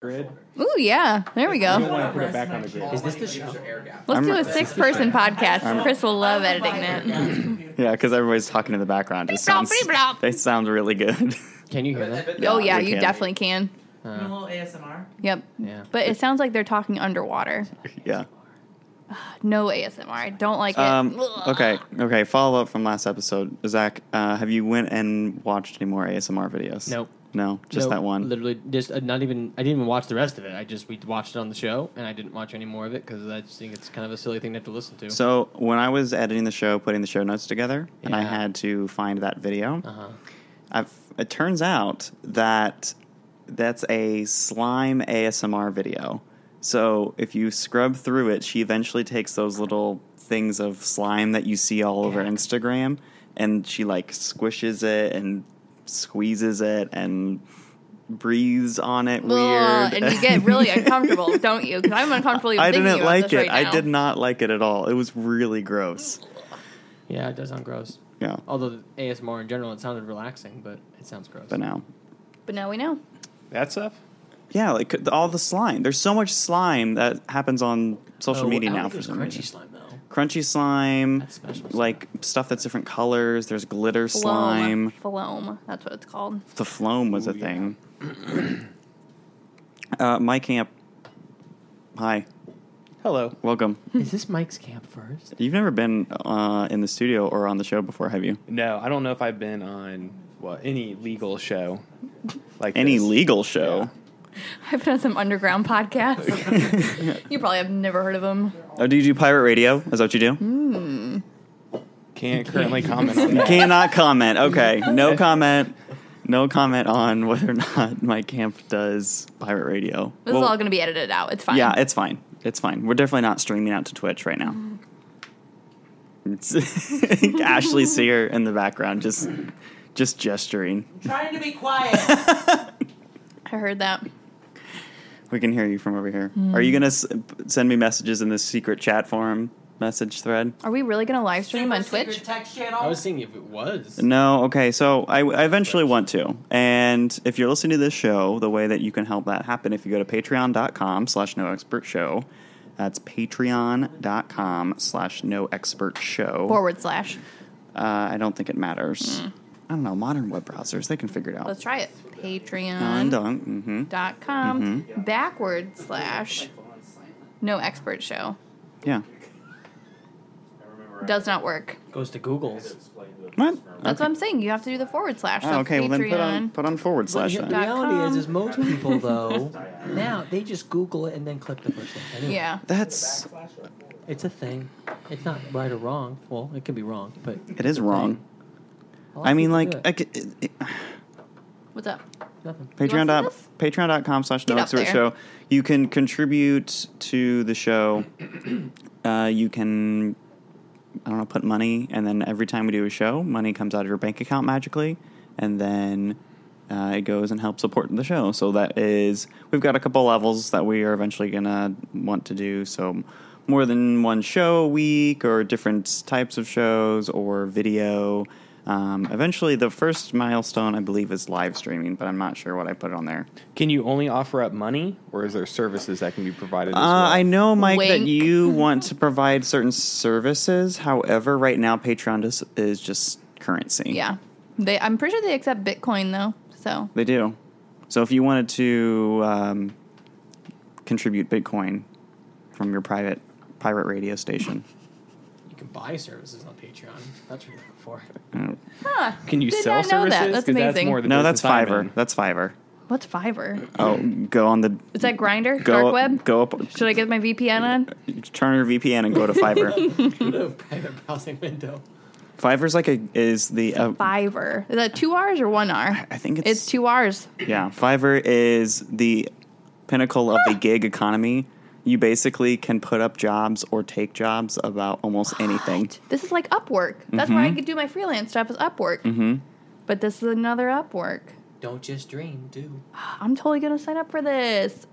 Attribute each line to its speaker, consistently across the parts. Speaker 1: grid.
Speaker 2: Ooh, yeah. There we
Speaker 1: You don't
Speaker 2: go.
Speaker 1: want to put it back on the grid.
Speaker 3: Is this the show?
Speaker 2: Let's
Speaker 4: I'm-
Speaker 2: do a six person podcast. Chris will love editing that.
Speaker 4: Yeah, because everybody's talking in the background. It sounds,
Speaker 2: Beep, blop, beep, blop.
Speaker 4: they sound really good.
Speaker 3: Can you hear that?
Speaker 2: Oh, yeah,
Speaker 4: we
Speaker 2: you
Speaker 4: can.
Speaker 2: definitely can.
Speaker 3: Uh,
Speaker 5: a little ASMR.
Speaker 2: Yep.
Speaker 3: Yeah.
Speaker 2: But it sounds like they're talking underwater.
Speaker 4: yeah.
Speaker 2: No ASMR. I don't like it.
Speaker 4: Um,
Speaker 2: Ugh.
Speaker 4: okay. Okay. Follow up from last episode, Zach. Uh, have you went and watched any more ASMR videos?
Speaker 3: Nope.
Speaker 4: No, just
Speaker 3: No,
Speaker 4: that one.
Speaker 3: Literally, just uh, not even. I didn't even watch the rest of it. I just we watched it on the show, and I didn't watch any more of it because I just think it's kind of a silly thing to have to listen to.
Speaker 4: So when I was editing the show, putting the show notes together, and I
Speaker 3: Yeah.
Speaker 4: had to find that video,
Speaker 3: uh-huh.
Speaker 4: I've, it turns out that that's a slime ASMR video. So if you scrub through it, she eventually takes those little things of slime that you see all over Instagram, and she like squishes it and squeezes it and breathes on it
Speaker 2: Ugh,
Speaker 4: weird.
Speaker 2: And you get really uncomfortable, don't you? Because I'm uncomfortable. even
Speaker 4: I
Speaker 2: thinking
Speaker 4: didn't
Speaker 2: about
Speaker 4: like
Speaker 2: this
Speaker 4: it.
Speaker 2: right
Speaker 4: I
Speaker 2: now.
Speaker 4: did not like it at all. It was really gross.
Speaker 3: Yeah, it does sound gross.
Speaker 4: Yeah.
Speaker 3: Although the ASMR in general, it sounded relaxing, but it sounds gross.
Speaker 4: But now
Speaker 2: But now we know.
Speaker 1: That stuff?
Speaker 4: Yeah, like c- all the slime. There's so much slime that happens on social
Speaker 3: Oh,
Speaker 4: media
Speaker 3: I don't
Speaker 4: now
Speaker 3: think
Speaker 4: for
Speaker 3: there's
Speaker 4: some
Speaker 3: crunchy
Speaker 4: reason.
Speaker 3: slime though.
Speaker 4: Crunchy slime,
Speaker 3: That's special.
Speaker 4: like stuff that's different colors. There's glitter
Speaker 2: Phloem.
Speaker 4: slime.
Speaker 2: Phloem. That's what it's called.
Speaker 4: The phloem was a
Speaker 1: Ooh, yeah.
Speaker 4: thing. uh, my camp. Hi,
Speaker 1: Hello.
Speaker 4: welcome.
Speaker 3: Is this Mike's camp first?
Speaker 4: You've never been uh, in the studio or on the show before, have you?
Speaker 1: No, I don't know if I've been on well any legal show like
Speaker 4: Any
Speaker 1: this.
Speaker 4: legal show?
Speaker 2: I've done some underground podcasts. you probably have never heard of them.
Speaker 4: Oh, do you do pirate radio? Is that what you do?
Speaker 1: Can't currently comment on that.
Speaker 4: Cannot comment. Okay, no comment. No comment on whether or not my camp does pirate radio.
Speaker 2: This
Speaker 4: Well,
Speaker 2: is all going to be edited out. It's fine.
Speaker 4: yeah, it's fine. It's fine. We're definitely not streaming out to Twitch right now.
Speaker 2: Mm-hmm.
Speaker 4: It's- Ashley Sear in the background, just just gesturing.
Speaker 5: Trying to be quiet.
Speaker 2: I heard that.
Speaker 4: We can hear you from over here. Are
Speaker 2: Mm.
Speaker 4: you gonna s- send me messages in this secret chat forum message thread?
Speaker 2: Are we really going to live stream on
Speaker 5: Secret
Speaker 2: Twitch?
Speaker 5: text channel.
Speaker 3: I was seeing if it was.
Speaker 4: No, okay. So I, I eventually want to, and if you're listening to this show, the way that you can help that happen, if you go to Patreon.com/slash No Expert Show, that's Patreon.com/slash No Expert Show.
Speaker 2: Forward slash.
Speaker 4: Uh, I don't think it matters. I don't know modern web browsers; they can figure it out.
Speaker 2: Let's try it.
Speaker 4: And,
Speaker 2: Patreon.com
Speaker 4: um, mhm. Mm-hmm.
Speaker 2: backward slash no expert show.
Speaker 4: Yeah.
Speaker 2: Does not work.
Speaker 3: Goes to Google's.
Speaker 4: What?
Speaker 2: That's what I'm saying. You have to do the forward slash.
Speaker 4: Oh,
Speaker 2: so
Speaker 4: okay, well then put on
Speaker 2: Patreon.
Speaker 4: put on forward slash.
Speaker 3: the
Speaker 4: Then.
Speaker 2: Dot com.
Speaker 3: reality is, is most people though now they just Google it and then click the first link. Anyway,
Speaker 2: Yeah.
Speaker 4: That's
Speaker 3: it's a thing. It's not right or wrong. Well, it can be wrong, but
Speaker 4: it is wrong.
Speaker 3: a lot
Speaker 4: I
Speaker 3: of
Speaker 4: mean,
Speaker 3: people
Speaker 4: like
Speaker 3: do it.
Speaker 4: I c- it- it-
Speaker 2: What's up?
Speaker 3: nothing.
Speaker 4: Patreon
Speaker 2: wanna
Speaker 4: dot,
Speaker 2: see
Speaker 4: patreon.com slash no
Speaker 2: Get up
Speaker 4: expert
Speaker 2: there.
Speaker 4: show. You can contribute to the show. Uh, you can, I don't know, put money, and then every time we do a show, money comes out of your bank account magically, and then uh, it goes and helps support the show. So that is, we've got a couple levels that we are eventually going to want to do. So more than one show a week, or different types of shows, or video. Um, eventually, the first milestone, I believe, is live streaming, but I'm not sure what I put on there.
Speaker 1: Can you only offer up money or is there services that can be provided as well?
Speaker 4: Uh, I know, Mike, that
Speaker 2: Wink.
Speaker 4: you want to provide certain services. However, right now, Patreon is, is just currency.
Speaker 2: Yeah. They. I'm pretty sure they accept Bitcoin though. So
Speaker 4: They do. So if you wanted to um, contribute Bitcoin from your private pirate radio station,
Speaker 3: You can buy services on Patreon. That's what you're looking for.
Speaker 1: Can you
Speaker 2: Did
Speaker 1: sell
Speaker 2: not know that.
Speaker 1: services?
Speaker 2: That's
Speaker 1: 'Cause
Speaker 2: amazing.
Speaker 1: more the
Speaker 4: Uh, no, that's
Speaker 1: business I'm
Speaker 4: Fiverr.
Speaker 1: in.
Speaker 4: That's Fiverr.
Speaker 2: what's Fiverr?
Speaker 4: Oh, go on the
Speaker 2: Is that Grinder?
Speaker 4: go
Speaker 2: Dark web?
Speaker 4: Go up,
Speaker 2: Should I get my VPN on?
Speaker 4: turn your VPN and go to Fiverr.
Speaker 3: Private browsing window.
Speaker 4: Fiverr's like a is the uh,
Speaker 2: Fiverr. Is that two R's or one R?
Speaker 4: I think
Speaker 2: It's two R's.
Speaker 4: Yeah, Fiverr is the pinnacle of the gig economy. You basically can put up jobs or take jobs about almost anything.
Speaker 2: This is like Upwork. That's
Speaker 4: Mm-hmm.
Speaker 2: where I could do my freelance stuff is Upwork. Mm-hmm. But this is another Upwork.
Speaker 3: Don't just dream, do.
Speaker 2: I'm totally gonna sign up for this.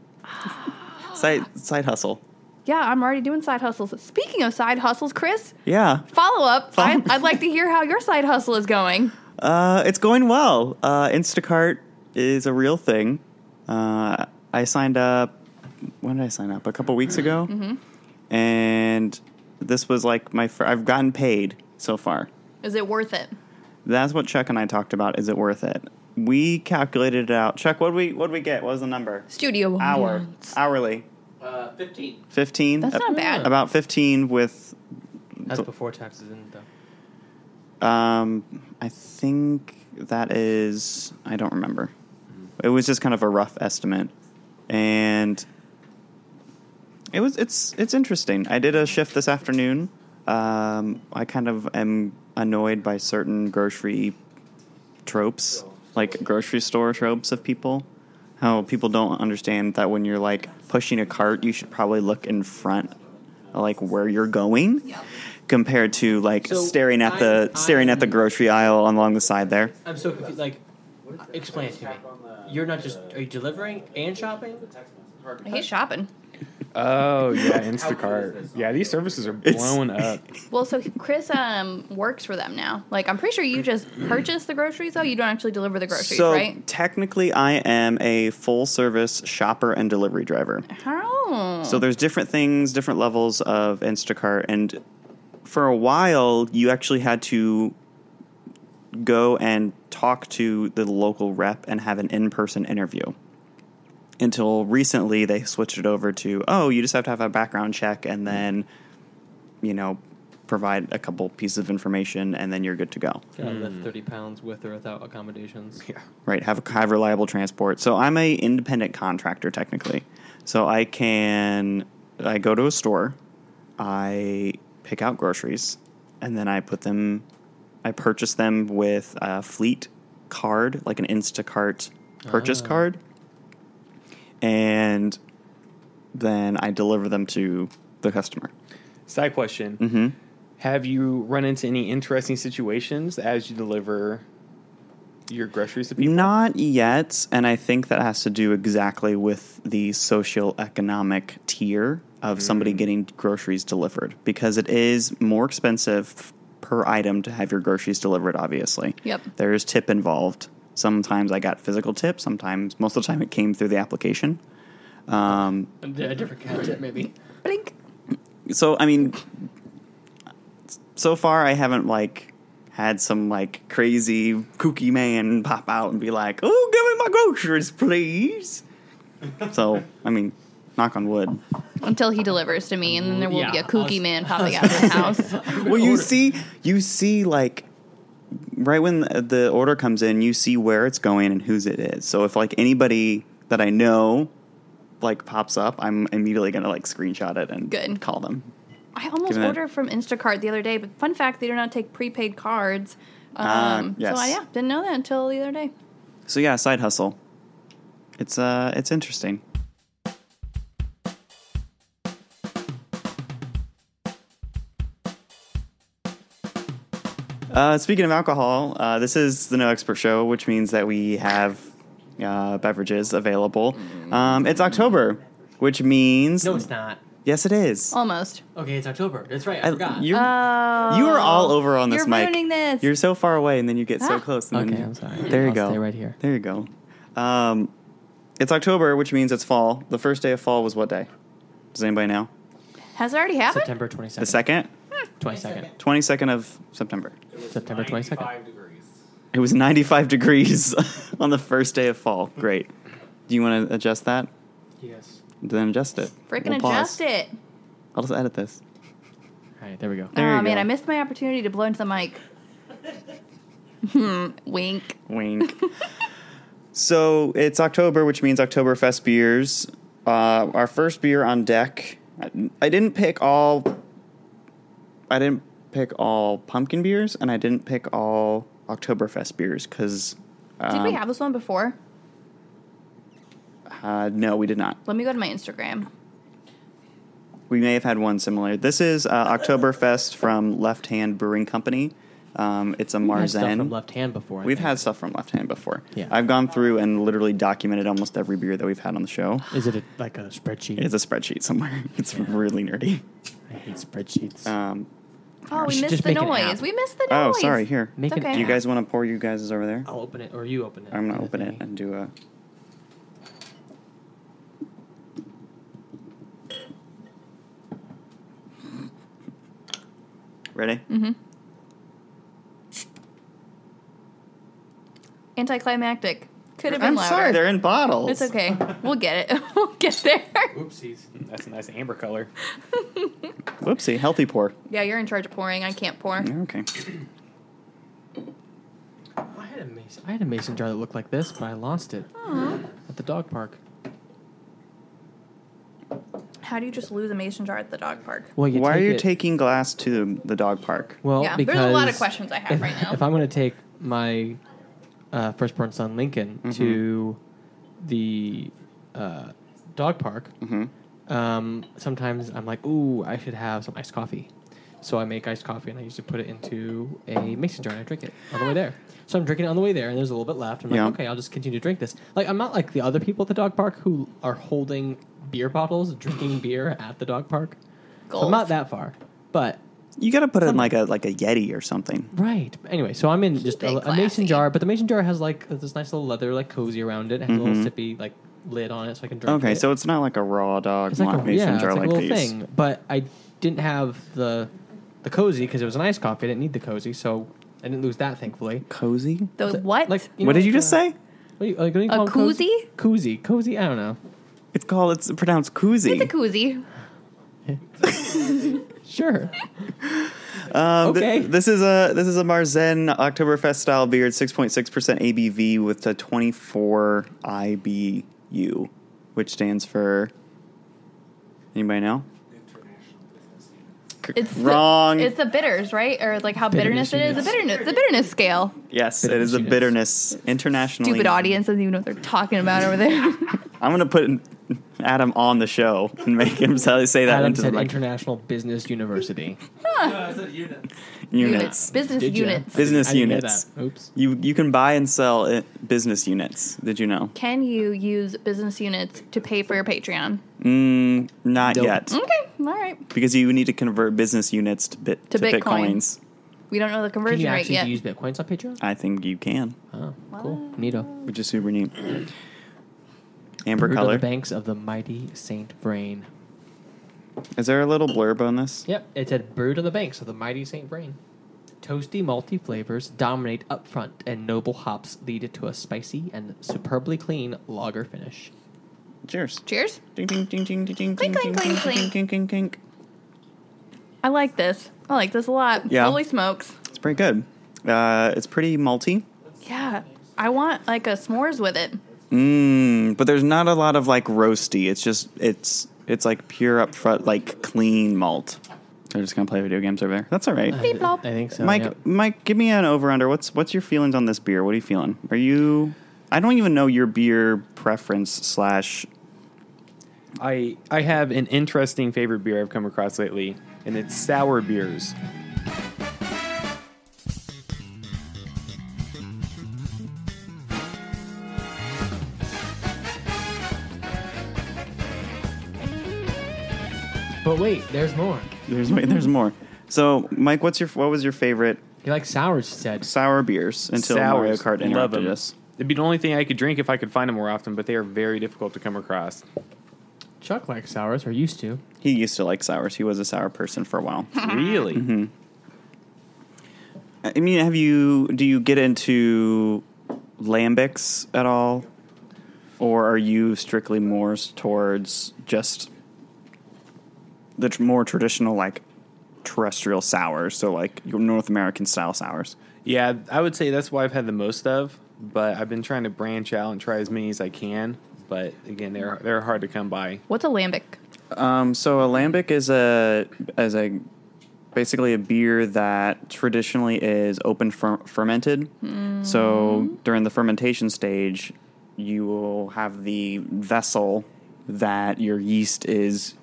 Speaker 4: Side side hustle.
Speaker 2: Yeah, I'm already doing side hustles. Speaking of side hustles, Chris,
Speaker 4: Yeah,
Speaker 2: follow up.
Speaker 4: Follow-
Speaker 2: I'd, I'd like to hear how your side hustle is going.
Speaker 4: uh, it's going well. Uh, Instacart is a real thing. Uh, I signed up. When did I sign up? A couple weeks ago. And this was like my. Fir- I've gotten paid so far.
Speaker 2: Is it worth it?
Speaker 4: That's what Chuck and I talked about. Is it worth it? We calculated it out. Chuck, what we what we get? What was the number?
Speaker 2: Studio
Speaker 4: Hour
Speaker 2: audience.
Speaker 4: hourly
Speaker 3: Uh, Fifteen.
Speaker 4: fifteen.
Speaker 2: That's not bad.
Speaker 4: About fifteen with
Speaker 3: That's before taxes, isn't it? Though.
Speaker 4: Um, I think that is. I don't remember. It was just kind of a rough estimate, and it was. It's it's interesting. I did a shift this afternoon. Um, I kind of am annoyed by certain grocery tropes, like grocery store tropes of people. How people don't understand that when you're like pushing a cart, you should probably look in front, like where you're going, compared to like
Speaker 3: So
Speaker 4: staring at the
Speaker 3: I'm-
Speaker 4: staring at the
Speaker 3: I'm-
Speaker 4: grocery aisle along the side there.
Speaker 3: I'm so confused. Like, explain it to me. You're not just are you delivering and shopping?
Speaker 2: I hate shopping.
Speaker 1: Oh yeah, Instacart. Yeah, these services are
Speaker 4: It's-
Speaker 1: blown up.
Speaker 2: Well, so Chris um works for them now. Like I'm pretty sure you just purchase the groceries though. You don't actually deliver the groceries,
Speaker 4: so
Speaker 2: right?
Speaker 4: technically, I am a full service shopper and delivery driver.
Speaker 2: How?
Speaker 4: So there's different things, different levels of Instacart, and for a while you actually had to go and talk to the local rep and have an in-person interview. Until recently, they switched it over to oh, you just have to have a background check and then, you know, provide a couple pieces of information and then you're good to go.
Speaker 3: Gotta lift thirty pounds with or without accommodations.
Speaker 1: Yeah.
Speaker 4: Right, have have reliable transport. So I'm a independent contractor technically. So I can I go to a store, I pick out groceries, and then I put them I purchase them with a fleet card, like an Instacart purchase
Speaker 3: Ah.
Speaker 4: card. And then I deliver them to the customer.
Speaker 1: Side question:
Speaker 4: hmm
Speaker 1: Have you run into any interesting situations as you deliver your groceries to people?
Speaker 4: Not yet, and I think that has to do exactly with the socioeconomic tier of somebody getting groceries delivered because it is more expensive per item to have your groceries delivered obviously.
Speaker 2: Yep.
Speaker 4: There is tip involved. Sometimes I got physical tip, sometimes most of the time it came through the application. Um,
Speaker 3: A di- a different kind of tip, maybe.
Speaker 2: Blink.
Speaker 4: so I mean, so far I haven't like had some like crazy kooky man pop out and be like, "Oh, give me my groceries, please." so I mean, knock on wood.
Speaker 2: until he delivers to me, and then there will be
Speaker 3: Yeah,
Speaker 2: a kooky
Speaker 3: us-
Speaker 2: man popping out of the house.
Speaker 4: Well, you see, you see like. Right when the- the order comes in, you see where it's going and whose it is. So if like anybody that I know like pops up, I'm immediately gonna like screenshot it and
Speaker 2: Good.
Speaker 4: call them.
Speaker 2: I almost
Speaker 4: Give it-
Speaker 2: ordered from Instacart the other day, but fun fact, they do not take prepaid cards. Um,
Speaker 4: Ah, yes.
Speaker 2: So I, yeah, didn't know that until the other day.
Speaker 4: So yeah, side hustle. It's uh, it's interesting. Uh, speaking of alcohol, uh, this is the No Expert Show, which means that we have uh, beverages available. Um, it's October, which means
Speaker 3: Mm-hmm. No, it's not.
Speaker 4: yes, it is.
Speaker 2: Almost.
Speaker 3: Okay, it's October. That's right. I,
Speaker 4: I-
Speaker 3: forgot.
Speaker 4: you
Speaker 2: Oh,
Speaker 4: you are all over on this
Speaker 2: you're
Speaker 4: mic.
Speaker 2: ruining this.
Speaker 4: You're so far away, and then you get so
Speaker 2: Ah.
Speaker 4: close. And then
Speaker 3: okay,
Speaker 4: you-
Speaker 3: I'm sorry.
Speaker 4: There you
Speaker 3: I'll
Speaker 4: go.
Speaker 3: Stay right here.
Speaker 4: There you go. Um, it's October, which means it's fall. The first day of fall was what day? Does anybody know?
Speaker 2: Has it already happened? Hmm.
Speaker 3: September twenty second.
Speaker 4: The second,
Speaker 3: Twenty second.
Speaker 4: twenty second of September.
Speaker 3: September twenty second.
Speaker 4: It was ninety five degrees on the first day of fall. Great. Do you want to adjust that?
Speaker 3: Yes.
Speaker 4: Then adjust it.
Speaker 2: Freaking
Speaker 4: We'll pause.
Speaker 2: adjust it.
Speaker 4: I'll just edit this.
Speaker 3: All right, there we go.
Speaker 4: There
Speaker 2: oh
Speaker 4: you
Speaker 2: man,
Speaker 4: go.
Speaker 2: I missed my opportunity to blow into the mic. Hmm, Wink.
Speaker 4: Wink. so it's October, which means Oktoberfest beers. Uh, our first beer on deck. I, I didn't pick all. I didn't pick all pumpkin beers, and I didn't pick all Oktoberfest beers because.
Speaker 2: Did
Speaker 4: Um,
Speaker 2: we have this one before?
Speaker 4: Uh, no, we did not.
Speaker 2: Let me go to my Instagram.
Speaker 4: We may have had one similar. This is uh, Oktoberfest from Left Hand Brewing Company. Um, it's a
Speaker 3: I've had stuff from
Speaker 4: Marzen.
Speaker 3: left hand before. I
Speaker 4: We've
Speaker 3: think.
Speaker 4: had stuff from Left Hand before.
Speaker 3: Yeah.
Speaker 4: I've gone through and literally documented almost every beer that we've had on the show.
Speaker 3: Is it a, like a spreadsheet?
Speaker 4: It's a spreadsheet somewhere. It's
Speaker 3: Yeah.
Speaker 4: really nerdy.
Speaker 3: I hate spreadsheets.
Speaker 4: Um,
Speaker 2: Oh, we
Speaker 3: should
Speaker 2: missed
Speaker 3: just
Speaker 2: the
Speaker 3: make an app.
Speaker 2: noise. We missed the
Speaker 4: oh,
Speaker 2: noise.
Speaker 4: sorry. Here.
Speaker 3: Make
Speaker 2: it's
Speaker 3: an
Speaker 2: okay.
Speaker 4: Do you
Speaker 3: app.
Speaker 4: guys want to pour you guys over there?
Speaker 3: I'll open it or you open it.
Speaker 4: I'm going to
Speaker 3: The
Speaker 4: open it
Speaker 3: thingy.
Speaker 4: and do a. Ready?
Speaker 2: Mm-hmm. Anticlimactic. Could have been
Speaker 4: I'm
Speaker 2: louder.
Speaker 4: sorry, they're in bottles.
Speaker 2: It's okay. We'll get it. we'll get there.
Speaker 3: Oopsies.
Speaker 1: That's a nice amber color.
Speaker 4: Whoopsie, healthy pour.
Speaker 2: Yeah, you're in charge of pouring. I can't pour.
Speaker 4: Okay.
Speaker 3: I had a mason. I had a mason jar that looked like this, but I lost it
Speaker 2: Aw.
Speaker 3: at the dog park.
Speaker 2: How do you just lose a mason jar at the dog park?
Speaker 3: Well,
Speaker 4: Why are you
Speaker 3: it-
Speaker 4: taking glass to the dog park?
Speaker 3: Well,
Speaker 2: yeah,
Speaker 3: because
Speaker 2: there's a lot of questions I have
Speaker 3: if,
Speaker 2: right now.
Speaker 3: if I'm going to take my uh, firstborn son Lincoln to
Speaker 4: Mm-hmm.
Speaker 3: the uh, dog park,
Speaker 4: Mhm.
Speaker 3: um, sometimes I'm like, "Ooh, I should have some iced coffee." So I make iced coffee and I usually put it into a mason jar and I drink it on the way there. So I'm drinking it on the way there and there's a little bit left. I'm like,
Speaker 4: Yeah.
Speaker 3: okay, I'll just continue to drink this. Like I'm not like the other people at the dog park who are holding beer bottles, drinking beer at the dog park. So I'm
Speaker 2: Goals.
Speaker 3: not that far, but
Speaker 4: You got to put it in like a like a yeti or something.
Speaker 3: Right. But anyway, so I'm in just
Speaker 2: it
Speaker 3: a, a mason
Speaker 2: classy.
Speaker 3: jar, but the mason jar has like this nice little leather like cozy around it, has a little sippy like lid on it, so I can drink.
Speaker 4: Mm-hmm. Okay,
Speaker 3: it.
Speaker 4: so it's not like a raw dog
Speaker 3: it's like a,
Speaker 4: mason
Speaker 3: yeah,
Speaker 4: jar
Speaker 3: it's like,
Speaker 4: like,
Speaker 3: a little
Speaker 4: these.
Speaker 3: thing. But I didn't have the the cozy because it was an iced coffee. I didn't need the cozy, so I didn't lose that. Thankfully.
Speaker 4: Cozy.
Speaker 2: the what?
Speaker 3: Like,
Speaker 4: what
Speaker 3: know,
Speaker 4: did you
Speaker 3: like,
Speaker 4: just
Speaker 3: uh,
Speaker 4: say?
Speaker 3: What do you, like, what do you
Speaker 2: A
Speaker 3: call it, Cozy, cozy. I don't know.
Speaker 4: It's called. It's pronounced koozie.
Speaker 2: it's a koozie.
Speaker 3: Sure.
Speaker 4: Um, th-
Speaker 3: Okay.
Speaker 4: this is a this is a Marzen Oktoberfest style beer, six point six percent ABV with a twenty four IBU, which stands for. Anybody know? C-
Speaker 2: It's the-
Speaker 4: wrong.
Speaker 2: it's the bitters, right? Or like how bitterness,
Speaker 3: Bitterness
Speaker 2: it is. The bitterness, the bitterness scale.
Speaker 4: yes, it is a
Speaker 3: Bitterness
Speaker 4: bitterness internationally.
Speaker 2: Stupid audience doesn't even know what they're talking about over there.
Speaker 4: I'm gonna put Adam on the show and make him say say that
Speaker 3: Adam
Speaker 4: into the
Speaker 3: said
Speaker 4: mic-
Speaker 3: International Business University.
Speaker 4: units.
Speaker 2: business
Speaker 3: Did ya?
Speaker 2: units.
Speaker 4: Business
Speaker 3: I didn't know
Speaker 4: units.
Speaker 3: that. Oops.
Speaker 4: You you can buy and sell i business units. Did you know?
Speaker 2: Can you use business units to pay for your Patreon?
Speaker 4: Mm, not
Speaker 3: Nope.
Speaker 4: yet.
Speaker 2: Okay, all right.
Speaker 4: because you need to convert business units to bit to,
Speaker 2: To Bitcoin.
Speaker 4: bitcoins.
Speaker 2: We don't know the
Speaker 3: Can
Speaker 2: conversion
Speaker 3: you
Speaker 2: rate
Speaker 3: actually
Speaker 2: yet.
Speaker 3: use bitcoins on Patreon?
Speaker 4: I think you can,
Speaker 3: Oh, cool. Neato.
Speaker 4: which is super neat. Amber
Speaker 3: Root on
Speaker 4: color.
Speaker 3: the banks of the mighty Saint Vrain.
Speaker 4: Is there a little blurb on this?
Speaker 3: Yep, it said brewed on the banks of the mighty Saint Vrain. Toasty, malty flavors dominate up front, and noble hops lead to a spicy and superbly clean lager finish.
Speaker 4: Cheers.
Speaker 2: Cheers.
Speaker 4: Ding ding ding ding ding ding
Speaker 2: Clink,
Speaker 4: ding
Speaker 2: clink,
Speaker 4: ding
Speaker 2: clink,
Speaker 4: ding ding ding ding.
Speaker 2: I like this. I like this a lot.
Speaker 4: Yeah.
Speaker 2: Holy smokes.
Speaker 4: It's pretty good. Uh, it's pretty malty.
Speaker 2: Yeah. I want like a s'mores with it.
Speaker 4: Mmm. But there's not a lot of like roasty. It's just it's it's like pure up front, like clean malt. They're just gonna play video games over there. That's all right.
Speaker 2: Beep,
Speaker 3: I,
Speaker 2: blop.
Speaker 3: think so.
Speaker 4: Mike,
Speaker 3: yeah.
Speaker 4: Mike, give me an over under. What's what's your feelings on this beer? What are you feeling? Are you? I don't even know your beer preference slash.
Speaker 1: I I have an interesting favorite beer I've come across lately, and it's sour beers.
Speaker 3: But wait, there's more.
Speaker 4: There's wait, there's more. So, Mike, what's your what was your favorite
Speaker 3: You like sours? she Said
Speaker 4: sour beers until Mario
Speaker 1: Sours.
Speaker 4: Kart
Speaker 1: Love
Speaker 4: interrupted
Speaker 1: 'em.
Speaker 4: us?
Speaker 1: It'd be the only thing I could drink if I could find them more often, but they are very difficult to come across.
Speaker 3: Chuck likes sours, or used to.
Speaker 4: He used to like sours. He was a sour person for a while.
Speaker 1: really?
Speaker 4: I mean, have you? Do you get into lambics at all, or are you strictly more s- towards just the tr- more traditional like terrestrial sours? So like your North American style sours.
Speaker 1: Yeah, I would say that's what I've had the most of, but I've been trying to branch out and try as many as I can. But again, they're they're hard to come by.
Speaker 2: What's a lambic?
Speaker 4: Um, so a lambic is a as a basically a beer that traditionally is open fer- fermented. So during the fermentation stage, you will have the vessel that your yeast is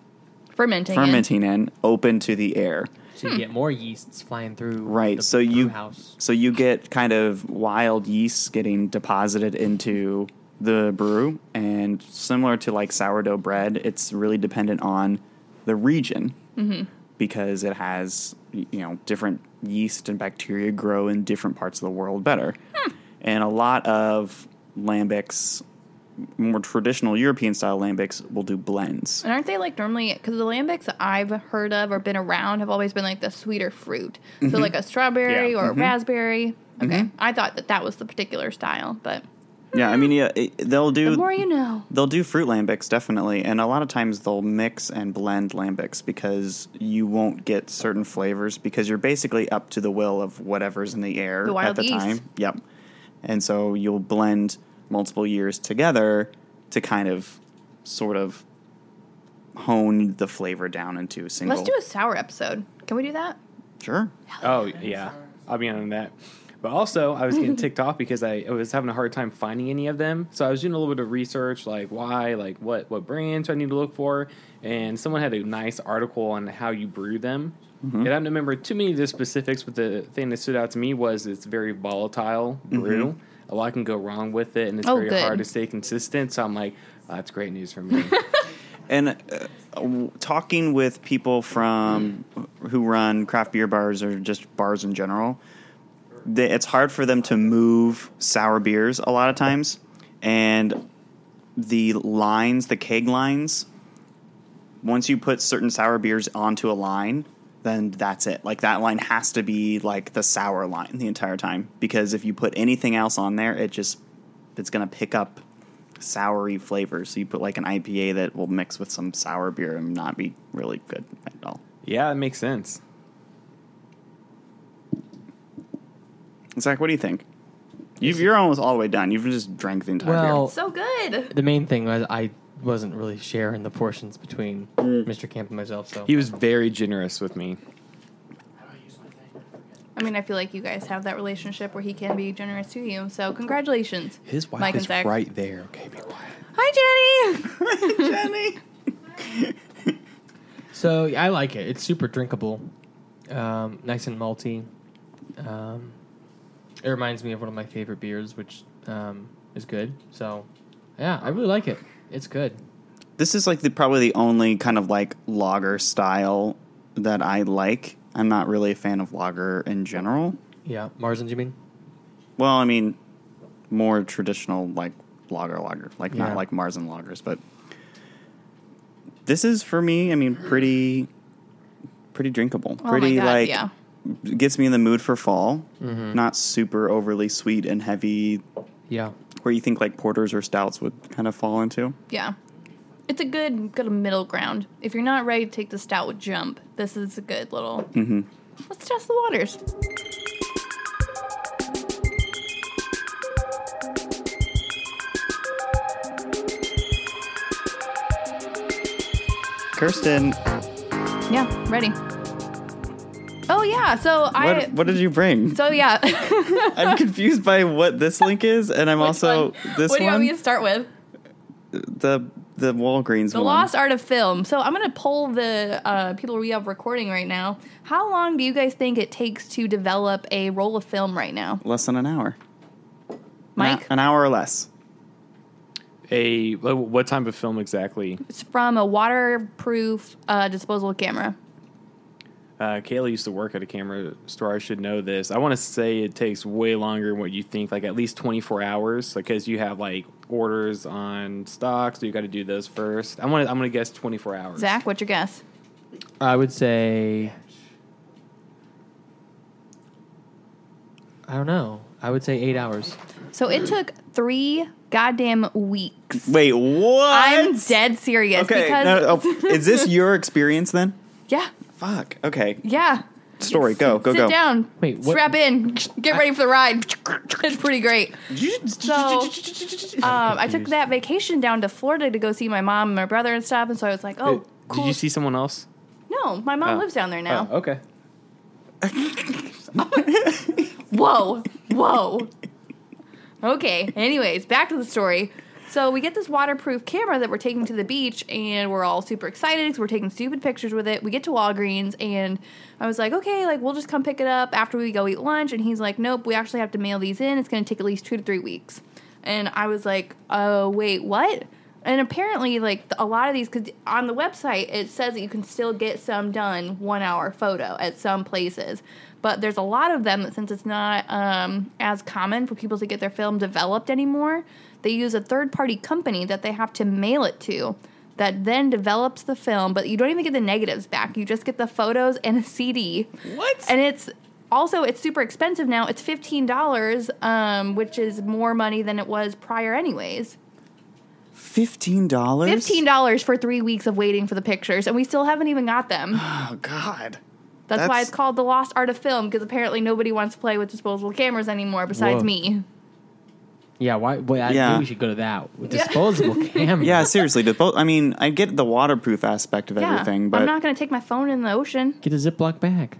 Speaker 2: Fermenting. in.
Speaker 4: fermenting in open to the air.
Speaker 3: So
Speaker 2: Hmm.
Speaker 3: you get more yeasts flying through.
Speaker 4: Right,
Speaker 3: The
Speaker 4: so you-
Speaker 3: brew house.
Speaker 4: So you get kind of wild yeasts getting deposited into the brew, and similar to like sourdough bread, it's really dependent on the region
Speaker 2: Mm-hmm.
Speaker 4: because it has y- you know different yeast and bacteria
Speaker 2: Hmm.
Speaker 4: grow in different parts of the world better, and a lot of lambics more traditional European style lambics will do blends.
Speaker 2: And aren't they like normally because the lambics that I've heard of or been around have always been like the sweeter fruit, so
Speaker 3: Mm-hmm.
Speaker 2: like a strawberry
Speaker 1: Yeah.
Speaker 2: or a raspberry. Okay, I thought that that was the particular style, but
Speaker 4: Yeah, I mean, yeah, it, they'll
Speaker 2: the
Speaker 4: do
Speaker 2: more you know.
Speaker 4: They'll do fruit lambics definitely, and a lot of times they'll mix and blend lambics because you won't get certain flavors because you're basically up to the will of whatever's in the air
Speaker 2: The wild
Speaker 4: at the
Speaker 2: yeast.
Speaker 4: time. Yep. And so you'll blend multiple years together to kind of sort of hone the flavor down into a single.
Speaker 2: Let's do a sour episode. Can we do that?
Speaker 4: Sure.
Speaker 1: Oh yeah, I'll be on that. But also, I was getting ticked off because I, I was having a hard time finding any of them. So I was doing a little bit of research, like why, like what what brands I need to look for, and someone had a nice article on how you brew them.
Speaker 2: Mm-hmm.
Speaker 1: And I don't remember too many of the specifics, but the thing that stood out to me was it's very volatile brew. A lot can go wrong with it, and it's
Speaker 2: Mm-hmm. Oh,
Speaker 1: very
Speaker 2: good.
Speaker 1: hard to stay consistent. So I'm like, "Oh, that's great news for me.
Speaker 4: and uh, w- talking with people from who run craft beer bars or just bars in general, they, it's hard for them to move sour beers a lot of times, and the lines, the keg lines. Once you put certain sour beers onto a line, then that's it. Like that line has to be like the sour line the entire time because if you put anything else on there, it just it's going to pick up soury flavors. So you put like an IPA that will mix with some sour beer and not be really good at all.
Speaker 1: yeah, that makes sense.
Speaker 4: Zach, what do you think? You've, you're almost all the way done. You've just drank the entire
Speaker 3: Well-
Speaker 2: So good.
Speaker 3: The main thing was I wasn't really sharing the portions between
Speaker 1: Hmm.
Speaker 3: Mr. Camp and myself. So
Speaker 1: He was very generous with me.
Speaker 5: How do I use my thing?
Speaker 2: I mean, I feel like you guys have that relationship where he can be generous to you. So congratulations.
Speaker 1: His wife
Speaker 2: Mike and
Speaker 1: is
Speaker 2: Zach.
Speaker 1: right there. Okay, be quiet.
Speaker 2: Hi, Jenny.
Speaker 4: beer. Jenny.
Speaker 3: So yeah, I like it. It's super drinkable, um, nice and malty. Um, it reminds me of one of my favorite beers, which um, is good. So yeah, I really like it. It's good.
Speaker 4: This is like the probably the only kind of like lager style that I like. I'm not really a fan of lager in general.
Speaker 3: Yeah, Marzen, you mean?
Speaker 4: Well, I mean, more traditional like lager lager, like
Speaker 3: Yeah.
Speaker 4: not like Mars and lagers, but this is for me. I mean, pretty, pretty drinkable.
Speaker 2: Oh my
Speaker 4: pretty
Speaker 2: God,
Speaker 4: like
Speaker 2: yeah.
Speaker 4: gets me in the mood for fall. Not super overly sweet and heavy,
Speaker 3: Yeah,
Speaker 4: where you think like porters or stouts would kind of fall into.
Speaker 2: Yeah. It's a good good middle ground. If you're not ready to take the stout with jump, this is a good little.
Speaker 4: Mm-hmm.
Speaker 2: Let's test the waters.
Speaker 4: Kirsten,
Speaker 2: Yeah, ready. Oh yeah, so I.
Speaker 4: what, what did you bring?
Speaker 2: So yeah.
Speaker 4: I'm confused by what this link is, and I'm also
Speaker 2: Which
Speaker 4: this
Speaker 2: What do you want
Speaker 4: one,
Speaker 2: me to start with?
Speaker 4: the the Walgreens
Speaker 2: The
Speaker 4: one.
Speaker 2: Lost Art of Film. So I'm gonna poll the uh, people we have recording right now. How long do you guys think it takes to develop a roll of film right now,
Speaker 4: Less than an hour. An-
Speaker 2: Mike?
Speaker 4: an hour or less.
Speaker 1: a what type of film exactly?
Speaker 2: It's from a waterproof uh, disposable camera.
Speaker 1: Uh, Kayla used to work at a camera store. I should know this. I want to say it takes way longer than what you think, like at least 24 hours, because you have like orders on stock, so you got to do those first. I want. I'm going to guess 24 hours.
Speaker 2: Zach, what's your guess?
Speaker 3: I would say. I don't know. I would say eight hours.
Speaker 2: So it took three goddamn weeks.
Speaker 4: Wait, what?
Speaker 2: I'm dead serious
Speaker 4: Okay,
Speaker 2: because
Speaker 4: no, oh, is this your experience then?
Speaker 2: yeah,
Speaker 4: Fuck. Okay,
Speaker 2: yeah.
Speaker 4: story. Go, go,
Speaker 2: Sit
Speaker 4: go.
Speaker 2: down.
Speaker 3: Wait, what-
Speaker 2: Strap in. Get ready for the ride. It's pretty great. So, um, I took
Speaker 3: confused.
Speaker 2: that vacation down to Florida to go see my mom and my brother and stuff, and so I was like,
Speaker 1: Uh,
Speaker 2: "Oh, cool."
Speaker 1: Did you see someone else?
Speaker 2: no, my mom
Speaker 1: Oh.
Speaker 2: lives down there now.
Speaker 1: Oh, okay.
Speaker 2: Whoa, whoa. Okay. Anyways, back to the story. So we get this waterproof camera that we're taking to the beach, and we're all super excited because we're taking stupid pictures with it. We get to Walgreens, and I was like, okay, like we'll just come pick it up after we go eat lunch. And he's like, nope, we actually have to mail these in. It's going to take at least two to three weeks. And I was like, oh wait, what? And apparently, like the- a lot of these, because on the website it says that you can still get some done one hour photo at some places, but there's a lot of them that since it's not um, as common for people to get their film developed anymore, they use a third party company that they have to mail it to that then develops the film, but you don't even get the negatives back. You just get the photos and a CD.
Speaker 4: What?
Speaker 2: And it's also it's super expensive now. It's fifteen dollars, um, which is more money than it was prior, anyways.
Speaker 4: Fifteen dollars.
Speaker 2: Fifteen dollars for three weeks of waiting for the pictures, and we still haven't even got them.
Speaker 4: Oh God.
Speaker 2: That's, why
Speaker 4: That's-
Speaker 2: it's called the lost art of film because apparently nobody wants to play with disposable cameras anymore besides
Speaker 3: Whoa.
Speaker 2: me.
Speaker 3: Yeah, why? Well, I
Speaker 4: Yeah.
Speaker 3: think we should go to that with disposable cameras.
Speaker 4: Yeah, seriously. the bo- I mean, I get the waterproof aspect of
Speaker 2: Yeah,
Speaker 4: everything, but
Speaker 2: I'm not going to take my phone in the ocean.
Speaker 3: Get a Ziploc bag.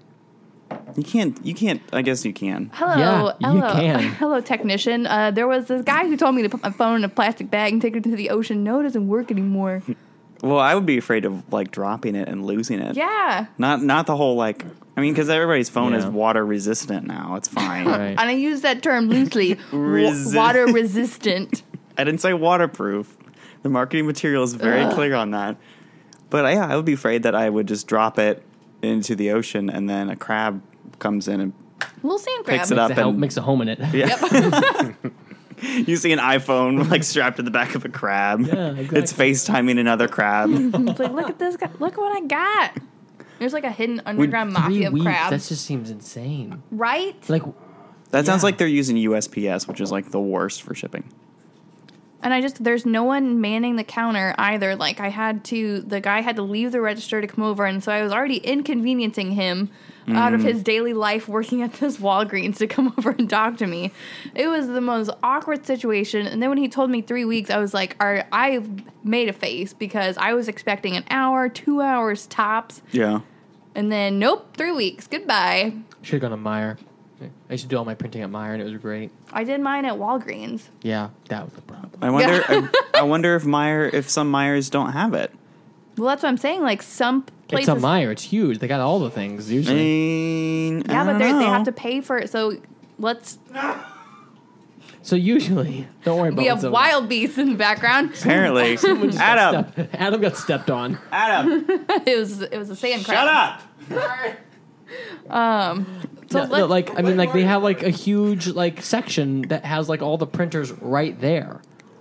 Speaker 4: you can't. You can't. I guess you can.
Speaker 2: Hello,
Speaker 3: Yeah,
Speaker 2: hello,
Speaker 3: you can.
Speaker 2: hello, technician. Uh, there was this guy who told me to put my phone in a plastic bag and take it to the ocean. No, it doesn't work anymore.
Speaker 4: Well, I would be afraid of like dropping it and losing it.
Speaker 2: Yeah,
Speaker 4: Not not the whole like. I mean, because everybody's phone is
Speaker 3: Yeah.
Speaker 4: water resistant now. It's fine.
Speaker 3: Right.
Speaker 2: and I use that term loosely.
Speaker 4: Resist-
Speaker 2: Wa- water resistant.
Speaker 4: I didn't say waterproof. The marketing material is very clear on that. But uh, yeah, I would be afraid that I would just drop it into the ocean and then a crab comes in and
Speaker 2: Little sand crab.
Speaker 4: Picks it
Speaker 3: Makes
Speaker 4: up
Speaker 3: a, hel-
Speaker 4: and-
Speaker 3: makes a home in it. Yeah.
Speaker 4: you see an iPhone like strapped to the back of a crab.
Speaker 3: Yeah,
Speaker 4: It's FaceTiming another crab.
Speaker 2: It's like, look at this guy. Look what I got. There's like a hidden underground
Speaker 3: Three
Speaker 2: mafia of
Speaker 3: weeks.
Speaker 2: crabs,
Speaker 3: That just seems insane.
Speaker 2: right?
Speaker 3: Like,
Speaker 4: That sounds
Speaker 3: Yeah.
Speaker 4: like they're using USPS, which is like the worst for shipping.
Speaker 2: And I just there's no one manning the counter either. Like I had to, the guy had to leave the register to come over, and so I was already inconveniencing him out
Speaker 3: Mm.
Speaker 2: of his daily life working at this Walgreens to come over and talk to me. It was the most awkward situation. And then when he told me three weeks, I was like, "All right, I made a face because I was expecting an hour, two hours tops,
Speaker 4: Yeah.
Speaker 2: and then nope, three weeks, goodbye."
Speaker 3: should have gone to Meyer. I used to do all my printing at Meyer, and it was great.
Speaker 2: I did mine at Walgreens.
Speaker 3: Yeah, that was the problem.
Speaker 4: I wonder I, I wonder if Meyer if some Myers don't have it.
Speaker 2: Well, that's what I'm saying. Like some places,
Speaker 3: It's a Meyer. It's huge. They got all the things
Speaker 4: I
Speaker 3: usually.
Speaker 4: mean, I
Speaker 2: yeah, but
Speaker 4: don't
Speaker 2: they they
Speaker 4: know.
Speaker 3: Oh.
Speaker 2: have to pay for it. So let's.
Speaker 3: So usually, don't worry about.
Speaker 2: we have
Speaker 3: what's over.
Speaker 2: wild beasts in the background.
Speaker 4: Apparently. Adam,
Speaker 3: Step- Adam got stepped on.
Speaker 4: Adam,
Speaker 2: it was it was a sand crab.
Speaker 4: shut up.
Speaker 2: So
Speaker 3: No, no,
Speaker 2: let's,
Speaker 3: like I mean, like they have like a huge like section that has like all the printers right there.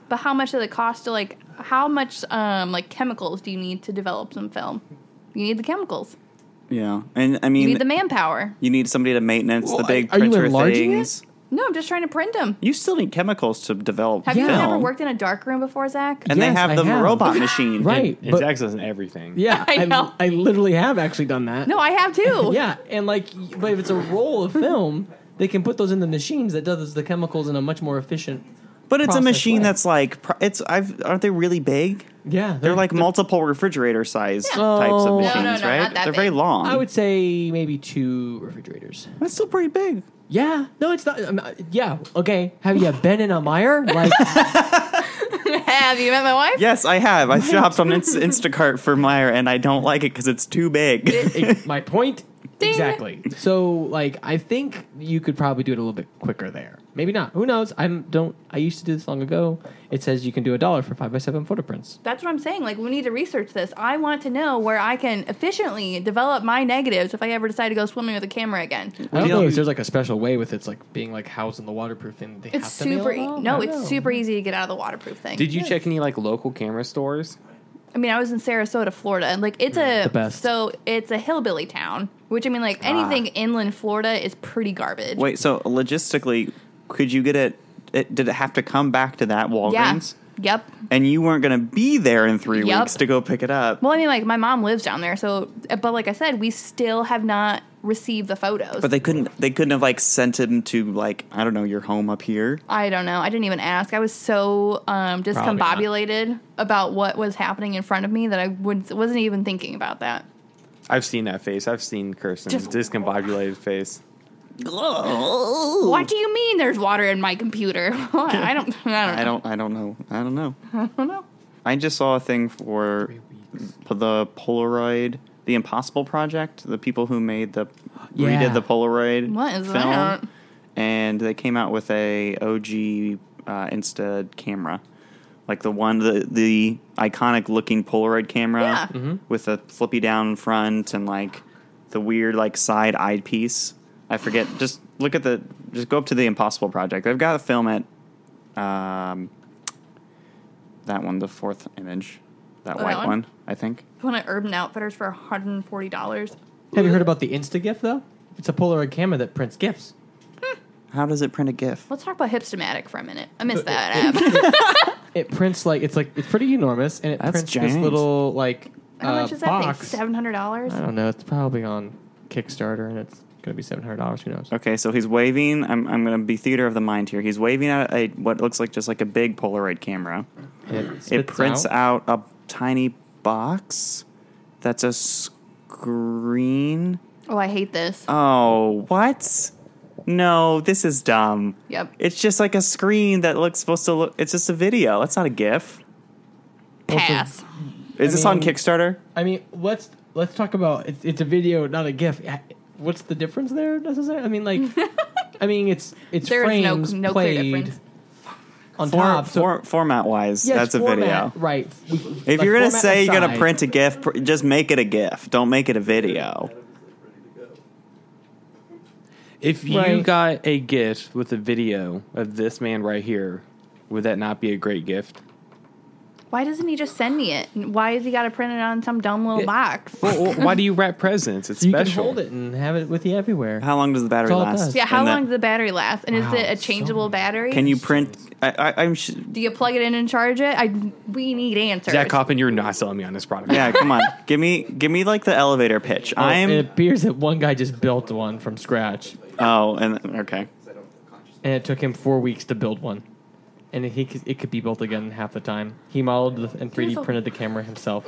Speaker 2: but how much does it cost to like? How much um like chemicals do you need to develop some film? You need the chemicals.
Speaker 4: Yeah, and I
Speaker 2: You
Speaker 4: mean,
Speaker 2: need the manpower.
Speaker 4: you need somebody to maintenance the
Speaker 3: Well,
Speaker 4: big
Speaker 3: are you
Speaker 4: printer
Speaker 3: enlarging it?
Speaker 4: things.
Speaker 2: No, I'm just trying to print them.
Speaker 4: You still need chemicals to develop
Speaker 2: Have you
Speaker 3: Yeah.
Speaker 2: ever
Speaker 4: film.
Speaker 2: worked in a dark room before, Zach?
Speaker 4: and
Speaker 3: Yes,
Speaker 4: they have
Speaker 3: I
Speaker 4: the
Speaker 3: have.
Speaker 4: robot machine.
Speaker 3: Right.
Speaker 1: And
Speaker 3: but-
Speaker 1: Zach does everything.
Speaker 3: Yeah,
Speaker 2: I
Speaker 3: I've-
Speaker 2: know.
Speaker 3: I literally have actually done that.
Speaker 2: No, I have too.
Speaker 3: Yeah, and like, but if it's a roll of film, they can put those in the machines that does the chemicals in a much more efficient.
Speaker 4: But it's a
Speaker 3: Process
Speaker 4: machine
Speaker 3: way.
Speaker 4: that's like pro- it's. I've aren't they really big?
Speaker 3: Yeah,
Speaker 4: They're like multiple refrigerator size
Speaker 3: Yeah.
Speaker 4: types of
Speaker 3: No, no,
Speaker 4: machines,
Speaker 2: no, not
Speaker 4: right?
Speaker 2: that
Speaker 4: They're very
Speaker 2: big.
Speaker 4: long.
Speaker 3: I would say maybe two refrigerators.
Speaker 4: that's still pretty big.
Speaker 3: Yeah, no, it's not. I'm not- yeah, okay. Have you been in a mire? Like,
Speaker 2: have you met my wife?
Speaker 4: Yes, I have. I shopped on Inst- Instacart for Meyer, and I don't like it because it's too big.
Speaker 3: it- my point
Speaker 2: Ding.
Speaker 3: exactly. So, like, I think you could probably do it a little bit quicker there. Maybe not. Who knows? I don't. I used to do this long ago. It says you can do a dollar for five by seven photoprints.
Speaker 2: That's what I'm saying. Like, we need to research this. I want to know where I can efficiently develop my negatives if I ever decide to go swimming with a camera again.
Speaker 3: I don't
Speaker 4: do
Speaker 3: know
Speaker 4: you-
Speaker 3: if there's like a special way with it's like being like housed in the waterproof thing. that They
Speaker 2: It's
Speaker 3: have to mail
Speaker 2: super.
Speaker 3: it
Speaker 2: E-
Speaker 3: out?
Speaker 2: no,
Speaker 3: I
Speaker 2: it's
Speaker 3: don't know.
Speaker 2: super easy to get out of the waterproof thing.
Speaker 1: Did you check any like local camera stores?
Speaker 2: I mean, I was in Sarasota, Florida, and like it's a
Speaker 3: the best.
Speaker 2: so it's a hillbilly town, which I mean, like anything inland Florida is pretty garbage.
Speaker 4: Wait, so logistically, could you get it? it did it have to come back to that
Speaker 2: yeah,
Speaker 4: Walgreens?
Speaker 2: yep.
Speaker 4: And you weren't going to be there in three
Speaker 2: Yup.
Speaker 4: weeks to go pick it up.
Speaker 2: Well, I mean, like my mom lives down there, so uh, but like I said, we still have not received the photos.
Speaker 4: But they couldn't. They couldn't have like sent him to like I don't know your home up here.
Speaker 2: I don't know. I didn't even ask. I was so um,
Speaker 3: Probably not.
Speaker 2: discombobulated about what was happening in front of me that I would, wasn't even thinking about that.
Speaker 1: I've seen that face. I've seen Kirsten's
Speaker 2: Just-
Speaker 1: discombobulated face.
Speaker 2: What do you mean? There's water in my computer? I don't. I don't. Know.
Speaker 4: I don't. I don't know. I don't know.
Speaker 2: don't know.
Speaker 4: I just saw a thing for
Speaker 3: Three weeks.
Speaker 4: p- the Polaroid, the Impossible Project. The people who made the
Speaker 3: Yeah.
Speaker 4: redid the Polaroid
Speaker 2: What is
Speaker 4: film,
Speaker 2: that?
Speaker 4: and they came out with a OG uh, Insta camera, like the one the the iconic looking Polaroid camera
Speaker 2: Yeah.
Speaker 4: with the flippy down front and like the weird like side eyed piece. I forget. just look at the just go up to the Impossible Project. They've got a film at um, that one, the fourth image, that
Speaker 2: Oh, that
Speaker 4: white
Speaker 2: one?
Speaker 4: one, I think.
Speaker 2: One at Urban Outfitters for $140.
Speaker 3: Have you heard about the InstaGIF though? It's a Polaroid camera that prints GIFs.
Speaker 4: How does it print a GIF?
Speaker 2: Let's talk about Hipstomatic for a minute. I missed
Speaker 4: Uh,
Speaker 2: that app.
Speaker 3: It prints like it's like it's pretty enormous, and it
Speaker 4: That's
Speaker 3: prints this
Speaker 4: giant.
Speaker 3: little like
Speaker 2: How
Speaker 3: uh,
Speaker 2: much is that thing?
Speaker 3: box. I
Speaker 4: Uh,
Speaker 2: $700?
Speaker 3: don't know. It's probably on Kickstarter, and it's gonna be seven hundred dollars. Who knows?
Speaker 4: Okay, so he's waving. I'm, I'm going to be theater of the mind here. He's waving at a what looks like just like a big Polaroid camera.
Speaker 3: And it,
Speaker 4: it
Speaker 3: spits
Speaker 4: prints out. a tiny box that's a screen.
Speaker 2: Oh, I hate this.
Speaker 4: Oh, what? No, this is dumb.
Speaker 2: Yep.
Speaker 4: It's just like a screen that looks supposed to look. It's just a video. That's not a GIF.
Speaker 2: Pass.
Speaker 4: Is this on
Speaker 3: mean-
Speaker 4: Kickstarter?
Speaker 3: I mean, let's let's talk about it's, it's a video, not a GIF. Uh, What's the difference there? Necessarily, I mean, like, I mean, it's it's
Speaker 2: There is no-
Speaker 3: frames
Speaker 2: no clear
Speaker 3: played
Speaker 2: difference.
Speaker 3: on
Speaker 4: For,
Speaker 3: top. so-
Speaker 4: format wise,
Speaker 3: Yes,
Speaker 4: that's a
Speaker 3: format,
Speaker 4: video.
Speaker 3: right? We-
Speaker 4: If
Speaker 3: like,
Speaker 4: you're gonna
Speaker 3: format
Speaker 4: say you're gonna
Speaker 3: aside-
Speaker 4: print a GIF, pr- just make it a GIF. Don't make it a video.
Speaker 1: If you
Speaker 3: Right.
Speaker 1: got a gift with a video of this man right here, would that not be a great gift?
Speaker 2: Why doesn't he just send me it? And Why has he got to print it on some dumb little
Speaker 1: Yeah.
Speaker 2: box?
Speaker 1: Well, well, why do you wrap presents? It's
Speaker 3: you
Speaker 1: special.
Speaker 3: can hold it and have it with you everywhere.
Speaker 4: How long does the battery
Speaker 3: all it
Speaker 4: last?
Speaker 3: does.
Speaker 2: Yeah, how
Speaker 4: And that-
Speaker 2: long does the battery last? And
Speaker 3: Wow,
Speaker 2: is it a
Speaker 3: so
Speaker 2: changeable
Speaker 3: much.
Speaker 2: battery?
Speaker 4: Can you print? I, I, I'm. Sh-
Speaker 2: Do you plug it in and charge it? I we need answers.
Speaker 1: Zach Coppin, you're not selling me on this product.
Speaker 4: yeah, come on. Give me, give me like the elevator pitch.
Speaker 1: Oh,
Speaker 3: Well,
Speaker 4: I'm.
Speaker 3: It appears that one guy just built one from scratch,
Speaker 4: oh, and okay.
Speaker 3: and it took him four weeks to build one. And he could, it could be built again in half the time. He modeled the, and 3D
Speaker 2: There's a-
Speaker 3: printed the camera himself.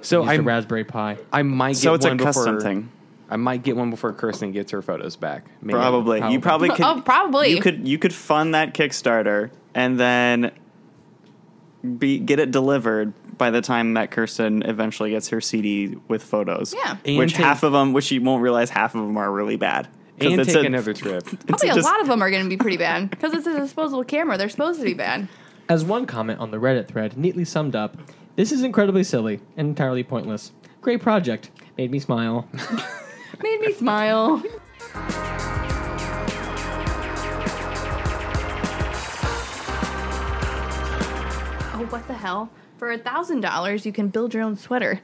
Speaker 1: So
Speaker 3: Used a
Speaker 1: I,
Speaker 3: Raspberry Pi.
Speaker 1: I might get
Speaker 4: So it's
Speaker 1: one
Speaker 4: a custom
Speaker 1: before,
Speaker 4: thing.
Speaker 1: I might get one before Kirsten gets her photos back. Maybe.
Speaker 4: Probably. You probably
Speaker 3: Probably.
Speaker 4: could.
Speaker 2: Oh, probably.
Speaker 4: You could. You could fund that Kickstarter and then be get it delivered by the time that Kirsten eventually gets her CD with photos.
Speaker 2: Yeah.
Speaker 1: And
Speaker 4: Which
Speaker 1: take-
Speaker 4: half of them, which she won't realize, half of them are really bad. 'Cause
Speaker 1: And
Speaker 4: it's
Speaker 1: take
Speaker 4: a-
Speaker 1: another trip.
Speaker 4: it's
Speaker 2: Probably a
Speaker 4: just-
Speaker 2: lot of them are going to be pretty bad because it's a disposable camera. They're supposed to be bad.
Speaker 3: As one comment on the Reddit thread neatly summed up, this is incredibly silly and entirely pointless. Great project. Made me smile.
Speaker 2: Made me smile. oh, what the hell? For a thousand dollars, you can build your own sweater.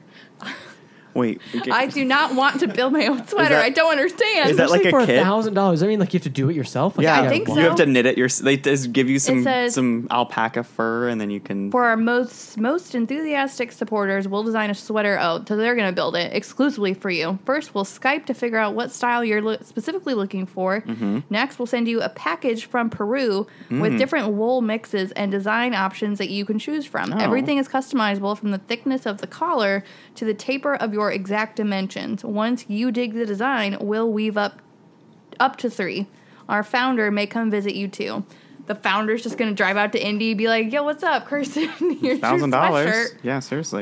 Speaker 4: Wait. okay.
Speaker 2: I do not want to build my own sweater.
Speaker 4: that-
Speaker 2: I don't understand.
Speaker 4: Is that like
Speaker 3: Especially
Speaker 4: a
Speaker 3: for
Speaker 4: kit?
Speaker 3: thousand dollars. I mean, like you have to do it yourself. Like,
Speaker 4: yeah,
Speaker 2: I
Speaker 3: gotta
Speaker 2: think
Speaker 3: buy-
Speaker 2: so.
Speaker 4: you have to knit it. Your they just give you some
Speaker 2: says-
Speaker 4: some alpaca fur, and then you can.
Speaker 2: for our most most enthusiastic supporters, we'll design a sweater out, so they're going to build it exclusively for you. First, we'll Skype to figure out what style you're lo- specifically looking for. Next, we'll send you a package from Peru with different wool mixes and design options that you can choose from. Everything is customizable from the thickness of the collar to the taper of your exact dimensions. Once you dig the design, we'll weave up up to three. Our founder may come visit you too. The founder's just gonna drive out to Indy, be like, "Yo, what's up, Kirsten? Here's your
Speaker 4: thousand dollars.
Speaker 2: sweatshirt."
Speaker 4: Yeah, seriously.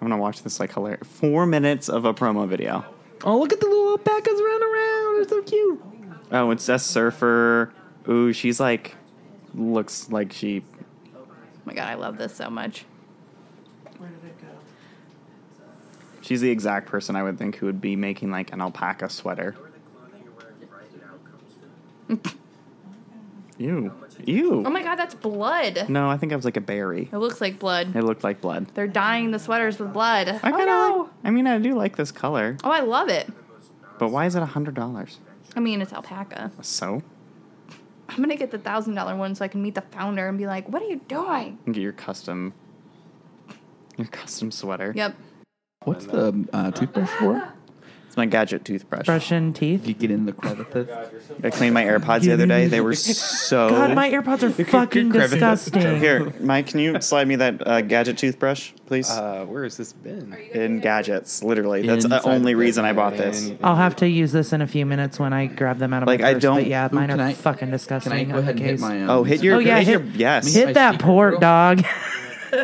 Speaker 4: I'm gonna watch this like hilarious. Four minutes of a promo video.
Speaker 3: Oh, look at the little alpacas running around. They're so cute.
Speaker 4: Oh, it's a surfer. Ooh, she's like, looks like she.
Speaker 2: Oh my god, I love this so much.
Speaker 5: Where did it go?
Speaker 4: She's the exact person I would think who would be making like an alpaca sweater. Ew. Ew.
Speaker 2: Oh my god, that's blood.
Speaker 4: no, I think I was like a berry.
Speaker 2: It looks like blood.
Speaker 4: It looked like blood.
Speaker 2: They're dyeing the sweaters with blood.
Speaker 4: I
Speaker 2: oh
Speaker 4: kinda
Speaker 2: no!
Speaker 4: like- I mean, I do like this color,
Speaker 2: Oh, I love it.
Speaker 4: but why is it hundred dollars?
Speaker 2: I mean, it's alpaca.
Speaker 4: So,
Speaker 2: I'm gonna get the thousand dollar one so I can meet the founder and be like, "What are you doing?"
Speaker 4: you can get your custom, your custom sweater.
Speaker 2: Yep.
Speaker 6: What's the uh, toothbrush for?
Speaker 4: It's my gadget toothbrush.
Speaker 6: Brushing teeth. You get in the car with it.
Speaker 4: I cleaned my AirPods the other day. They were so.
Speaker 6: God, my AirPods are fucking disgusting.
Speaker 4: Here, Mike, can you slide me that uh, gadget toothbrush, please?
Speaker 1: Uh, where has this been?
Speaker 4: in gadgets, literally. That's the
Speaker 3: Inside
Speaker 4: only
Speaker 3: the
Speaker 4: reason I bought this.
Speaker 6: I'll have to use this in a few minutes when I grab them out of
Speaker 4: Like,
Speaker 6: my
Speaker 4: I
Speaker 6: purse.
Speaker 4: don't-
Speaker 6: But yeah, mine
Speaker 7: Ooh, can
Speaker 6: are
Speaker 7: I-
Speaker 6: fucking disgusting.
Speaker 7: Can I go
Speaker 6: on
Speaker 7: ahead
Speaker 6: the
Speaker 7: and hit
Speaker 6: case.
Speaker 7: my? Um,
Speaker 4: Oh, hit your,
Speaker 6: Oh, yeah,
Speaker 4: hit, your,
Speaker 6: hit-
Speaker 4: yes.
Speaker 6: Hit
Speaker 7: I
Speaker 6: that
Speaker 7: speak
Speaker 6: port,
Speaker 7: real-
Speaker 6: dog.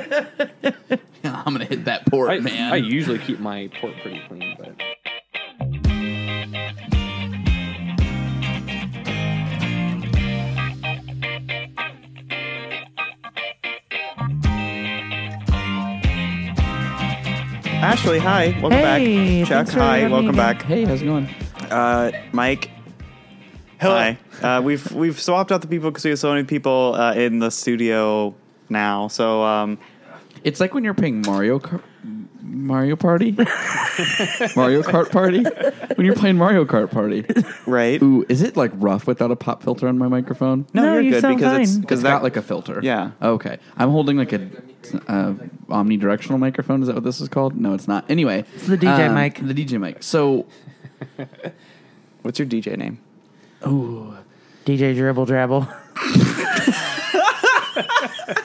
Speaker 7: I'm gonna hit that port,
Speaker 1: I,
Speaker 7: man.
Speaker 1: I usually keep my port pretty clean, but
Speaker 4: Ashley, hi. Welcome
Speaker 6: Hey,
Speaker 4: back. Chuck,
Speaker 6: thanks for
Speaker 4: hi.
Speaker 6: having
Speaker 4: Welcome
Speaker 6: me
Speaker 4: back.
Speaker 6: Hey, how's it going?
Speaker 4: Uh, Mike. Hi. Uh, we've we've swapped out the people because we have so many people uh, in the studio now. So um,
Speaker 6: It's like when you're playing Mario Kart. Mario Party? Mario Kart Party? When you're playing Mario Kart Party.
Speaker 4: right.
Speaker 6: Ooh, is it like rough without a pop filter on my microphone?
Speaker 4: No,
Speaker 7: No,
Speaker 4: you're
Speaker 7: you
Speaker 4: good
Speaker 7: sound
Speaker 4: because it's
Speaker 7: fine.
Speaker 4: because
Speaker 6: it's
Speaker 4: that
Speaker 6: got like a filter.
Speaker 4: Yeah.
Speaker 6: Okay. I'm holding like a uh, omnidirectional microphone. Is that what this is called? No, it's not. Anyway, it's
Speaker 7: the DJ mic.
Speaker 6: The DJ mic. So,
Speaker 4: what's your DJ name?
Speaker 7: DJ Dribble Drabble.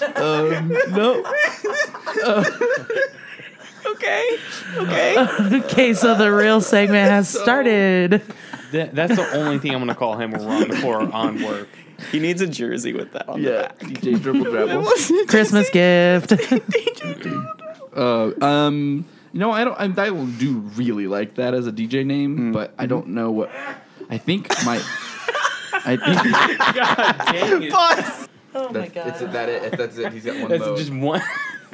Speaker 6: no.
Speaker 7: Okay, so the real segment has started.
Speaker 1: Th- that's the only thing I'm going to call him when we're on the floor on work.
Speaker 4: He needs a jersey with that on
Speaker 6: Yeah. DJ Dribble Drabble.
Speaker 7: Christmas gift.
Speaker 6: Uh, um, no, I don't. I, I will do really like that as a DJ name, but I don't know what. I think my. I think
Speaker 5: Oh my god.
Speaker 6: that's it, that it. That's it. He's got one
Speaker 1: That's
Speaker 6: mode.
Speaker 1: just one.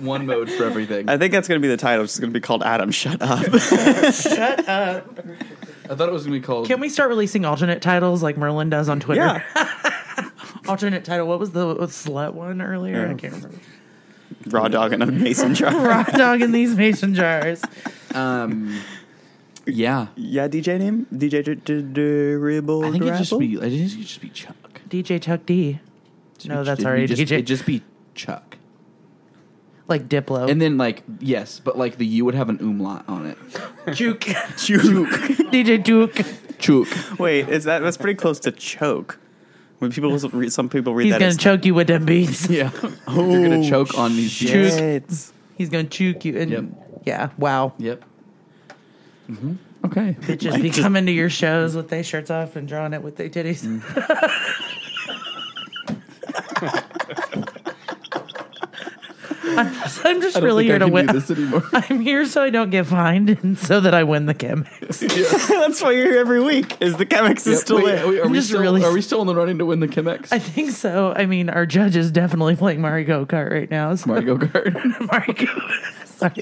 Speaker 6: one mode for everything.
Speaker 4: I think that's going to be the title. It's going to be called Adam. Shut up.
Speaker 6: I thought it was gonna be called.
Speaker 7: Can we start releasing alternate titles like Merlin does on Twitter?
Speaker 4: yeah.
Speaker 7: Alternate title. What was the what was slut one earlier? I can't remember.
Speaker 4: Raw dog in a mason jar.
Speaker 7: Rock dog in these mason jars.
Speaker 6: Um, yeah,
Speaker 4: yeah. DJ name. DJ Dr- Dr- Dribble.
Speaker 6: I think it'd just
Speaker 4: Drabble?
Speaker 6: be. I think it'd just be Chuck.
Speaker 7: DJ Chuck D. No, that's
Speaker 6: It'd
Speaker 7: already
Speaker 6: just,
Speaker 7: DJ.
Speaker 6: It'd just be Chuck.
Speaker 7: Like Diplo.
Speaker 6: And then like yes, but like the U would have an umlaut on it.
Speaker 7: Juke.
Speaker 6: Chuck.
Speaker 7: DJ Duke.
Speaker 6: Chuck.
Speaker 4: Wait, is that that's pretty close to choke? When people read, some people read
Speaker 7: He's
Speaker 4: that
Speaker 7: gonna
Speaker 4: as
Speaker 7: choke you with them beats.
Speaker 6: Yeah. You're gonna choke on these. beers.
Speaker 4: shit.
Speaker 7: He's gonna choke you. And
Speaker 6: Yep.
Speaker 7: yeah, wow.
Speaker 6: Yep. Mm-hmm. Okay.
Speaker 7: Bitches be coming to your shows with their shirts off and drawing it with their titties. I'm just, I'm just really here to win.
Speaker 6: anymore.
Speaker 7: I'm here so I don't get fined and so that I win the Chemex.
Speaker 4: That's why you're here every week. Is the Chemex is still there?
Speaker 6: are,
Speaker 7: I'm
Speaker 6: we
Speaker 7: just
Speaker 6: still,
Speaker 7: really-
Speaker 6: are we still in the running to win the Chemex?
Speaker 7: I think so. I mean, our judge is definitely playing Mario Kart right now. So
Speaker 6: Mario Kart.
Speaker 7: Mario. Sorry,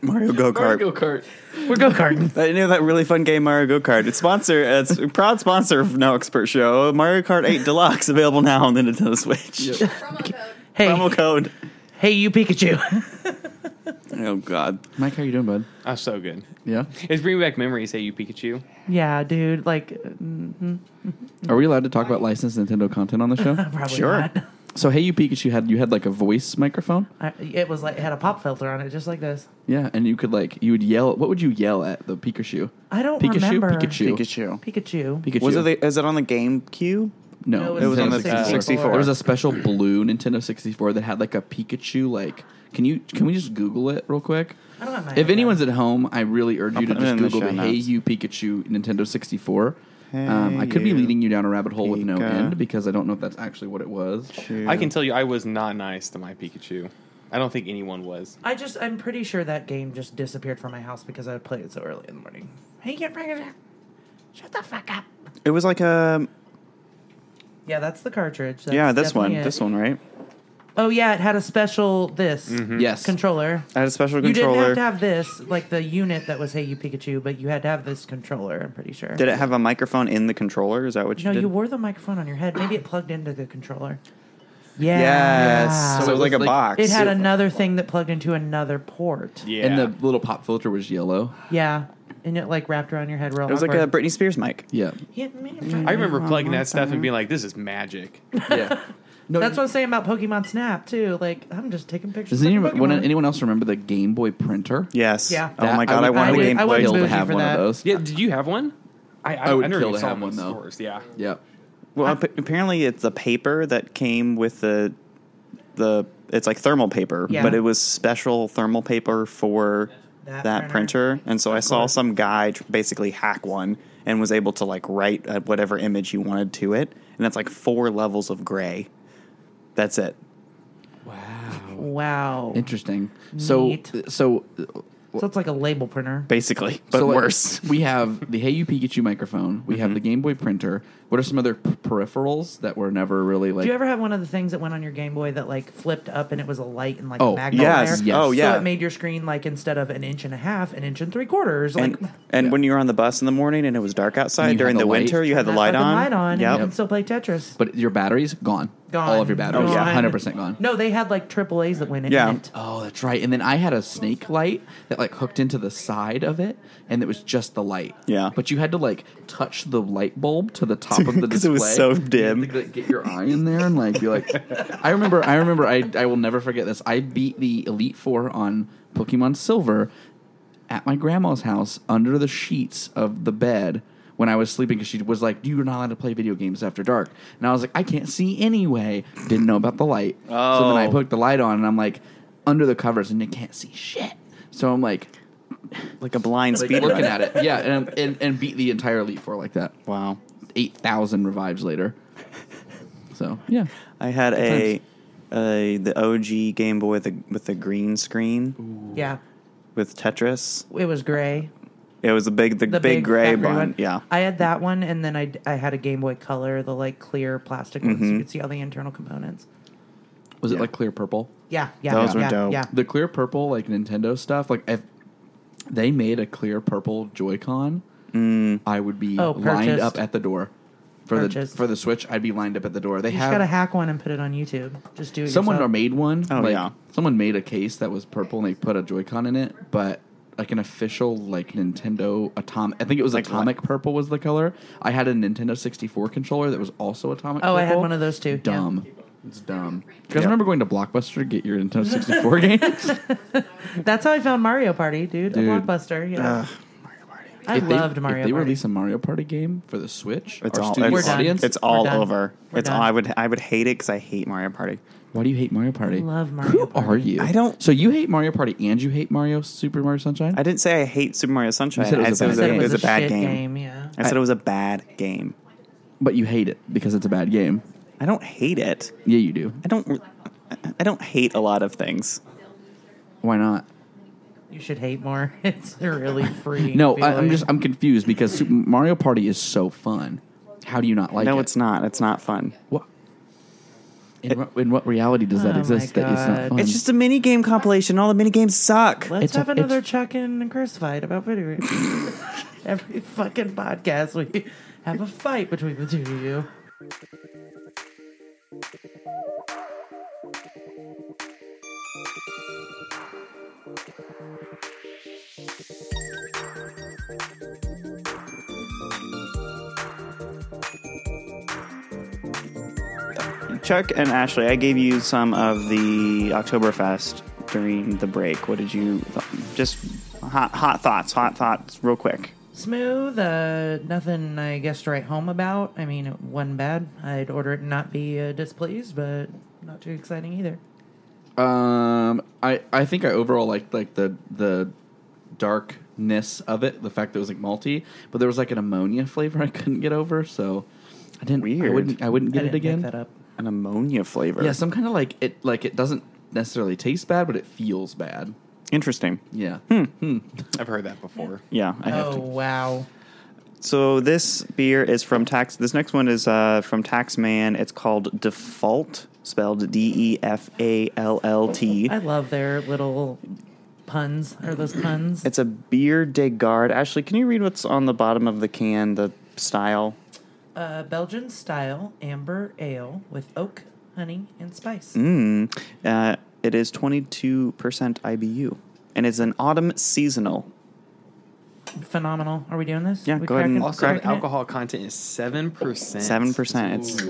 Speaker 4: Mario Go Kart.
Speaker 6: Mario Kart.
Speaker 7: we're go karting.
Speaker 4: I knew that really fun game Mario Go Kart. It's sponsor. It's a proud sponsor of No Expert Show. Mario Kart 8 Deluxe available now on the Nintendo Switch.
Speaker 2: Promo code.
Speaker 7: Hey,
Speaker 4: Promo code.
Speaker 7: hey, you Pikachu.
Speaker 4: Oh God.
Speaker 6: Mike, how you doing, bud?
Speaker 1: I'm so good.
Speaker 6: Yeah.
Speaker 1: It's bringing back memories. Hey, you Pikachu.
Speaker 7: yeah, dude. Like,
Speaker 6: Are we allowed to talk about licensed Nintendo content on the show?
Speaker 7: probably
Speaker 4: Sure.
Speaker 7: not.
Speaker 6: so, hey, you Pikachu had you had like a voice microphone.
Speaker 7: I, it was like it had a pop filter on it, just like this.
Speaker 6: Yeah, and you could like you would yell. What would you yell at the Pikachu?
Speaker 7: I don't
Speaker 6: Pikachu,
Speaker 7: remember.
Speaker 6: Pikachu,
Speaker 4: Pikachu.
Speaker 7: Pikachu.
Speaker 6: Pikachu.
Speaker 4: Was it? The, is it on the GameCube?
Speaker 6: no,
Speaker 7: No, it was
Speaker 4: on
Speaker 6: Nintendo
Speaker 4: the
Speaker 6: 64.
Speaker 4: 64.
Speaker 6: There was a special blue Nintendo 64 that had like a Pikachu. Like, can you can we just Google it real quick?
Speaker 7: I don't have my
Speaker 6: If anyone's at home, I really urge you to
Speaker 4: put it
Speaker 6: just
Speaker 4: in the
Speaker 6: Google the
Speaker 4: show
Speaker 6: Hey
Speaker 4: notes.
Speaker 6: You Pikachu Nintendo 64. um, I could be
Speaker 4: you,
Speaker 6: leading you down a rabbit hole with no
Speaker 4: Pika.
Speaker 6: end because I don't know if that's actually what it was.
Speaker 1: I can tell you, I was not nice to my Pikachu. I don't think anyone was.
Speaker 7: I just I'm pretty sure that game just disappeared from my house because I would play it so early in the morning. Hey, you can't bring it. up. Shut the fuck up.
Speaker 4: It was like a
Speaker 7: Yeah, that's the cartridge. That's
Speaker 4: yeah. This one.
Speaker 7: definitely it.
Speaker 4: This one, right?
Speaker 7: Oh yeah, it had a special this
Speaker 6: Yes.
Speaker 7: controller.
Speaker 4: I had a special
Speaker 7: You didn't
Speaker 4: Mm-hmm. controller.
Speaker 7: have to have this, like the unit that was Hey You Pikachu, but you had to have this controller. I'm pretty sure.
Speaker 4: Did it have a microphone in the controller? Is that what you
Speaker 7: no,
Speaker 4: did?
Speaker 7: you wore the microphone on your head. Maybe it plugged into the controller. Yeah.
Speaker 4: Yes. So it was like a
Speaker 6: like-
Speaker 4: box.
Speaker 7: It had another thing that plugged into another port.
Speaker 1: Yeah.
Speaker 6: And the little pop filter was yellow.
Speaker 7: Yeah. And it like wrapped around your head real
Speaker 4: It was like a Mm-hmm.
Speaker 7: awkward.
Speaker 4: Britney Spears mic.
Speaker 6: Yeah.
Speaker 7: Yeah, man.
Speaker 1: I remember plugging that stuff and being like, "This is magic."
Speaker 6: Yeah. No,
Speaker 7: That's what I'm saying about Pokemon Snap too. Like I'm just taking pictures.
Speaker 6: Does
Speaker 7: of
Speaker 6: anyone, when,
Speaker 7: Pokemon.
Speaker 6: anyone else remember the Game Boy printer?
Speaker 4: Yes.
Speaker 7: Yeah.
Speaker 4: Oh my
Speaker 6: That-
Speaker 4: god, I,
Speaker 6: would-
Speaker 4: wanted
Speaker 7: I
Speaker 4: a
Speaker 7: would-
Speaker 4: Game
Speaker 7: I
Speaker 4: Boy.
Speaker 7: would
Speaker 6: kill to
Speaker 7: bougie
Speaker 6: have
Speaker 7: for
Speaker 6: one
Speaker 7: that.
Speaker 6: of those.
Speaker 1: Yeah. Did you have one? I
Speaker 6: I would
Speaker 1: never
Speaker 6: kill
Speaker 1: even
Speaker 6: to
Speaker 1: saw
Speaker 6: have
Speaker 1: them in
Speaker 6: one, though.
Speaker 1: Stores. Yeah.
Speaker 6: Yeah.
Speaker 4: Well, ap- apparently it's the paper that came with the the. It's like thermal paper,
Speaker 7: Yeah.
Speaker 4: but it was special thermal paper for
Speaker 7: That
Speaker 4: that, printer.
Speaker 7: printer.
Speaker 4: And so I saw some guy tr- basically hack one and was able to like write uh, whatever image you wanted to it, and it's like four levels of gray. That's it.
Speaker 6: Wow.
Speaker 7: Wow.
Speaker 6: Interesting. So,
Speaker 7: Neat.
Speaker 6: so,
Speaker 7: So it's like a label printer.
Speaker 4: Basically, but
Speaker 6: so like,
Speaker 4: worse. Mm-hmm.
Speaker 6: we have the Hey You Pikachu microphone. We have the Game Boy printer. What are some other p- peripherals that were never really like?
Speaker 7: Do you ever have one of the things that went on your Game Boy that like flipped up and it was a light and like
Speaker 6: Oh,
Speaker 7: a magnet
Speaker 4: yes,
Speaker 7: there?
Speaker 6: yes. Oh,
Speaker 4: yeah.
Speaker 7: So it made your screen like instead of an inch and a half, an inch and three quarters. Like
Speaker 4: And and when you were on the bus in the morning and it was dark outside
Speaker 6: You
Speaker 4: during
Speaker 6: had
Speaker 4: the
Speaker 6: the light.
Speaker 4: winter, you had the
Speaker 7: that
Speaker 4: light
Speaker 7: fucking
Speaker 4: on.
Speaker 7: light on,
Speaker 4: Yep.
Speaker 7: and you can still play Tetris.
Speaker 6: but your batteries gone.
Speaker 7: Gone.
Speaker 6: All of your batteries.
Speaker 4: Oh, yeah.
Speaker 6: yeah, hundred percent gone.
Speaker 7: No, they had like triple A's that went in.
Speaker 4: Yeah.
Speaker 7: it.
Speaker 6: Oh, that's right. And then I had a snake light that like hooked into the side of it, and it was just the light.
Speaker 4: Yeah.
Speaker 6: But you had to like touch the light bulb to the top of the
Speaker 4: 'Cause
Speaker 6: display.
Speaker 4: it was so
Speaker 6: You
Speaker 4: dim.
Speaker 6: had to, like, get your eye in there and like be like. I remember. I remember. I I will never forget this. I beat the Elite Four on Pokemon Silver at my grandma's house under the sheets of the bed. When I was sleeping, because she was like, "You're not allowed to play video games after dark," and I was like, "I can't see anyway." Didn't know about the light, so then I
Speaker 4: Oh.
Speaker 6: put the light on, and I'm like under the covers, and you can't see shit. So I'm like,
Speaker 4: Like a blind
Speaker 6: like
Speaker 4: speed.
Speaker 6: looking
Speaker 4: limit.
Speaker 6: at it, yeah, and, and and beat the entire Elite Four like that.
Speaker 4: Wow.
Speaker 6: Eight thousand revives later. So yeah,
Speaker 4: I had a, a the OG Game Boy with the with the green screen
Speaker 7: Yeah.
Speaker 4: with Tetris.
Speaker 7: It was gray.
Speaker 4: It was a big the,
Speaker 7: The
Speaker 4: big, gray
Speaker 7: fat
Speaker 4: one. Yeah.
Speaker 7: I had that one, and then I, I had a Game Boy Color, the like clear plastic one, so
Speaker 4: Mm-hmm.
Speaker 7: you could see all the internal components.
Speaker 6: was
Speaker 4: Yeah.
Speaker 6: it like clear purple?
Speaker 7: Yeah, yeah,
Speaker 4: Those
Speaker 7: yeah,
Speaker 4: were dope.
Speaker 7: yeah.
Speaker 6: The clear purple, like Nintendo stuff, like if they made a clear purple Joy-Con,
Speaker 4: Mm.
Speaker 6: I would be
Speaker 7: Oh,
Speaker 6: lined
Speaker 7: purchased.
Speaker 6: up at the door for
Speaker 7: Purchased.
Speaker 6: the for the Switch. I'd be lined up at the door. They
Speaker 7: You just
Speaker 6: have
Speaker 7: gotta hack one and put it on YouTube. Just do it.
Speaker 6: someone
Speaker 7: yourself.
Speaker 6: made one.
Speaker 4: Oh,
Speaker 6: like,
Speaker 4: yeah.
Speaker 6: someone made a case that was purple and they put a Joy-Con in it, but like an official like Nintendo atomic. I think it was
Speaker 4: Like
Speaker 6: atomic purple was the color. I had a Nintendo 64 controller that was also atomic.
Speaker 7: Oh, I had
Speaker 6: purple.
Speaker 7: one of those too, yeah.
Speaker 6: Dumb. It's dumb. You guys
Speaker 4: Yep.
Speaker 6: remember going to Blockbuster to get your Nintendo 64 games?
Speaker 7: That's how I found Mario Party, dude.
Speaker 6: Dude.
Speaker 7: A blockbuster. Yeah.
Speaker 4: Ugh.
Speaker 7: I
Speaker 6: If they-
Speaker 7: loved Mario
Speaker 6: If they
Speaker 7: Party.
Speaker 6: release a Mario Party game for the Switch,
Speaker 4: It's
Speaker 6: our
Speaker 4: all
Speaker 6: studio
Speaker 7: We're
Speaker 4: it's,
Speaker 7: done.
Speaker 6: audience,
Speaker 4: it's all
Speaker 7: We're done.
Speaker 4: over.
Speaker 7: We're
Speaker 4: it's
Speaker 7: done.
Speaker 4: I would I would hate it because I hate Mario Party.
Speaker 6: why do you hate Mario Party?
Speaker 7: I love Mario
Speaker 6: Who
Speaker 7: Party.
Speaker 6: are you?
Speaker 4: I don't-
Speaker 6: So you hate Mario Party and you hate Mario Super Mario Sunshine?
Speaker 4: I didn't say I hate Super Mario Sunshine.
Speaker 6: You said it was
Speaker 4: I
Speaker 6: a bad
Speaker 7: Said
Speaker 6: game.
Speaker 4: it was a bad
Speaker 7: shit
Speaker 4: game.
Speaker 7: Yeah.
Speaker 4: I said it was a bad game.
Speaker 6: but you hate it because it's a bad game.
Speaker 4: I don't hate it.
Speaker 6: Yeah, you do.
Speaker 4: I don't. I- I don't hate a lot of things.
Speaker 6: Why not?
Speaker 7: You should hate more. It's a really free.
Speaker 6: No, I, I'm just I'm confused because Super Mario Party is so fun. How do you not like it?
Speaker 4: no, it's not. It's not fun.
Speaker 6: What? In, what, in what reality does
Speaker 7: Oh
Speaker 6: that
Speaker 7: my
Speaker 6: exist? That it's not
Speaker 7: God.
Speaker 6: fun.
Speaker 4: It's just a mini game compilation. All the mini games suck.
Speaker 7: Let's
Speaker 6: it's a-
Speaker 7: have
Speaker 6: it's-
Speaker 7: another Chuck and Chris fight about video games. Every fucking podcast, we have a fight between the two of you.
Speaker 4: Chuck and Ashley, I gave you some of the Oktoberfest during the break. What did you just hot hot thoughts? Hot thoughts, real quick.
Speaker 7: Smooth, uh, nothing I guess to write home about. I mean, it wasn't bad. I'd order it and not be uh, displeased, but not too exciting either.
Speaker 6: Um, I I think I overall liked like the the darkness of it, the fact that it was like malty, but there was like an ammonia flavor I couldn't get over, so I didn't. I
Speaker 4: Weird.
Speaker 6: wouldn't. I wouldn't
Speaker 7: I
Speaker 6: get
Speaker 7: didn't
Speaker 6: it again.
Speaker 7: Pick that up.
Speaker 4: An ammonia flavor.
Speaker 6: Yeah, some kind of like it. Like it doesn't necessarily taste bad, but it feels bad.
Speaker 4: Interesting.
Speaker 6: Yeah.
Speaker 1: I've heard that before.
Speaker 4: Yeah, I have
Speaker 7: Oh
Speaker 4: to.
Speaker 7: wow!
Speaker 4: So this beer is from Tax. This next one is uh, from Taxman. It's called Default, spelled D E F A L L T.
Speaker 7: I love their little puns. Are those puns?
Speaker 4: It's a beer de garde. Ashley, can you read what's on the bottom of the can? The style.
Speaker 7: uh, Belgian style amber ale with oak, honey, and spice.
Speaker 4: Mm. Uh, it is 22% IBU, and it's an autumn seasonal.
Speaker 7: Phenomenal. Are we doing this?
Speaker 4: Yeah,
Speaker 7: we
Speaker 4: go ahead and-
Speaker 7: cracking-
Speaker 1: Also, the
Speaker 7: cracking it?
Speaker 1: alcohol content is seven percent.
Speaker 4: 7%. It's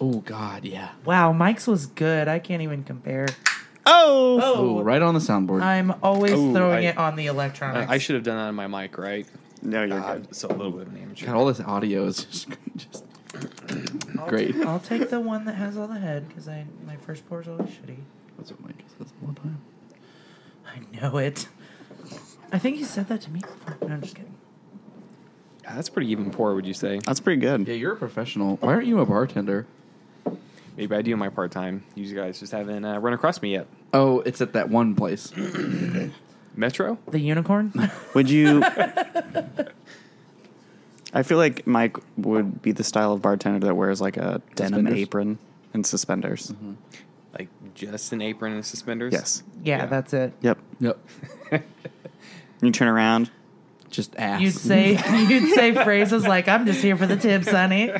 Speaker 6: Oh God, yeah.
Speaker 7: Wow, Mike's was good. I can't even compare.
Speaker 4: Oh!
Speaker 6: Oh, right on the soundboard.
Speaker 7: I'm always
Speaker 1: Oh,
Speaker 7: throwing
Speaker 1: I-
Speaker 7: it on the electronics.
Speaker 1: Uh, I, I should have done that on my mic, right?
Speaker 4: No, you're
Speaker 1: Uh,
Speaker 4: good.
Speaker 1: so a little bit of an amateur.
Speaker 6: God, all this audio is just, just great.
Speaker 7: I'll take the one that has all the head because I my first pour is always shitty.
Speaker 6: That's what Mike says all the time.
Speaker 7: I know it. I think he said that to me before. No, I'm just kidding.
Speaker 1: Yeah, that's pretty even poor, would you say?
Speaker 4: That's pretty good.
Speaker 6: Yeah, you're a professional. Why aren't you a bartender?
Speaker 1: Maybe I do my part time. You guys just haven't uh, run across me yet.
Speaker 6: Oh, it's at that one place.
Speaker 1: Metro?
Speaker 7: The unicorn.
Speaker 4: Would you. I feel like Mike would be the style of bartender that wears like a denim
Speaker 6: Suspenders?
Speaker 4: apron and suspenders.
Speaker 1: Like just an apron and suspenders.
Speaker 4: Yes.
Speaker 7: Yeah,
Speaker 1: Yeah.
Speaker 7: that's it.
Speaker 4: Yep.
Speaker 6: Yep.
Speaker 4: You turn around.
Speaker 6: Just ass. Mm-hmm.
Speaker 7: You'd say you'd say phrases like "I'm just here for the tip, Sonny."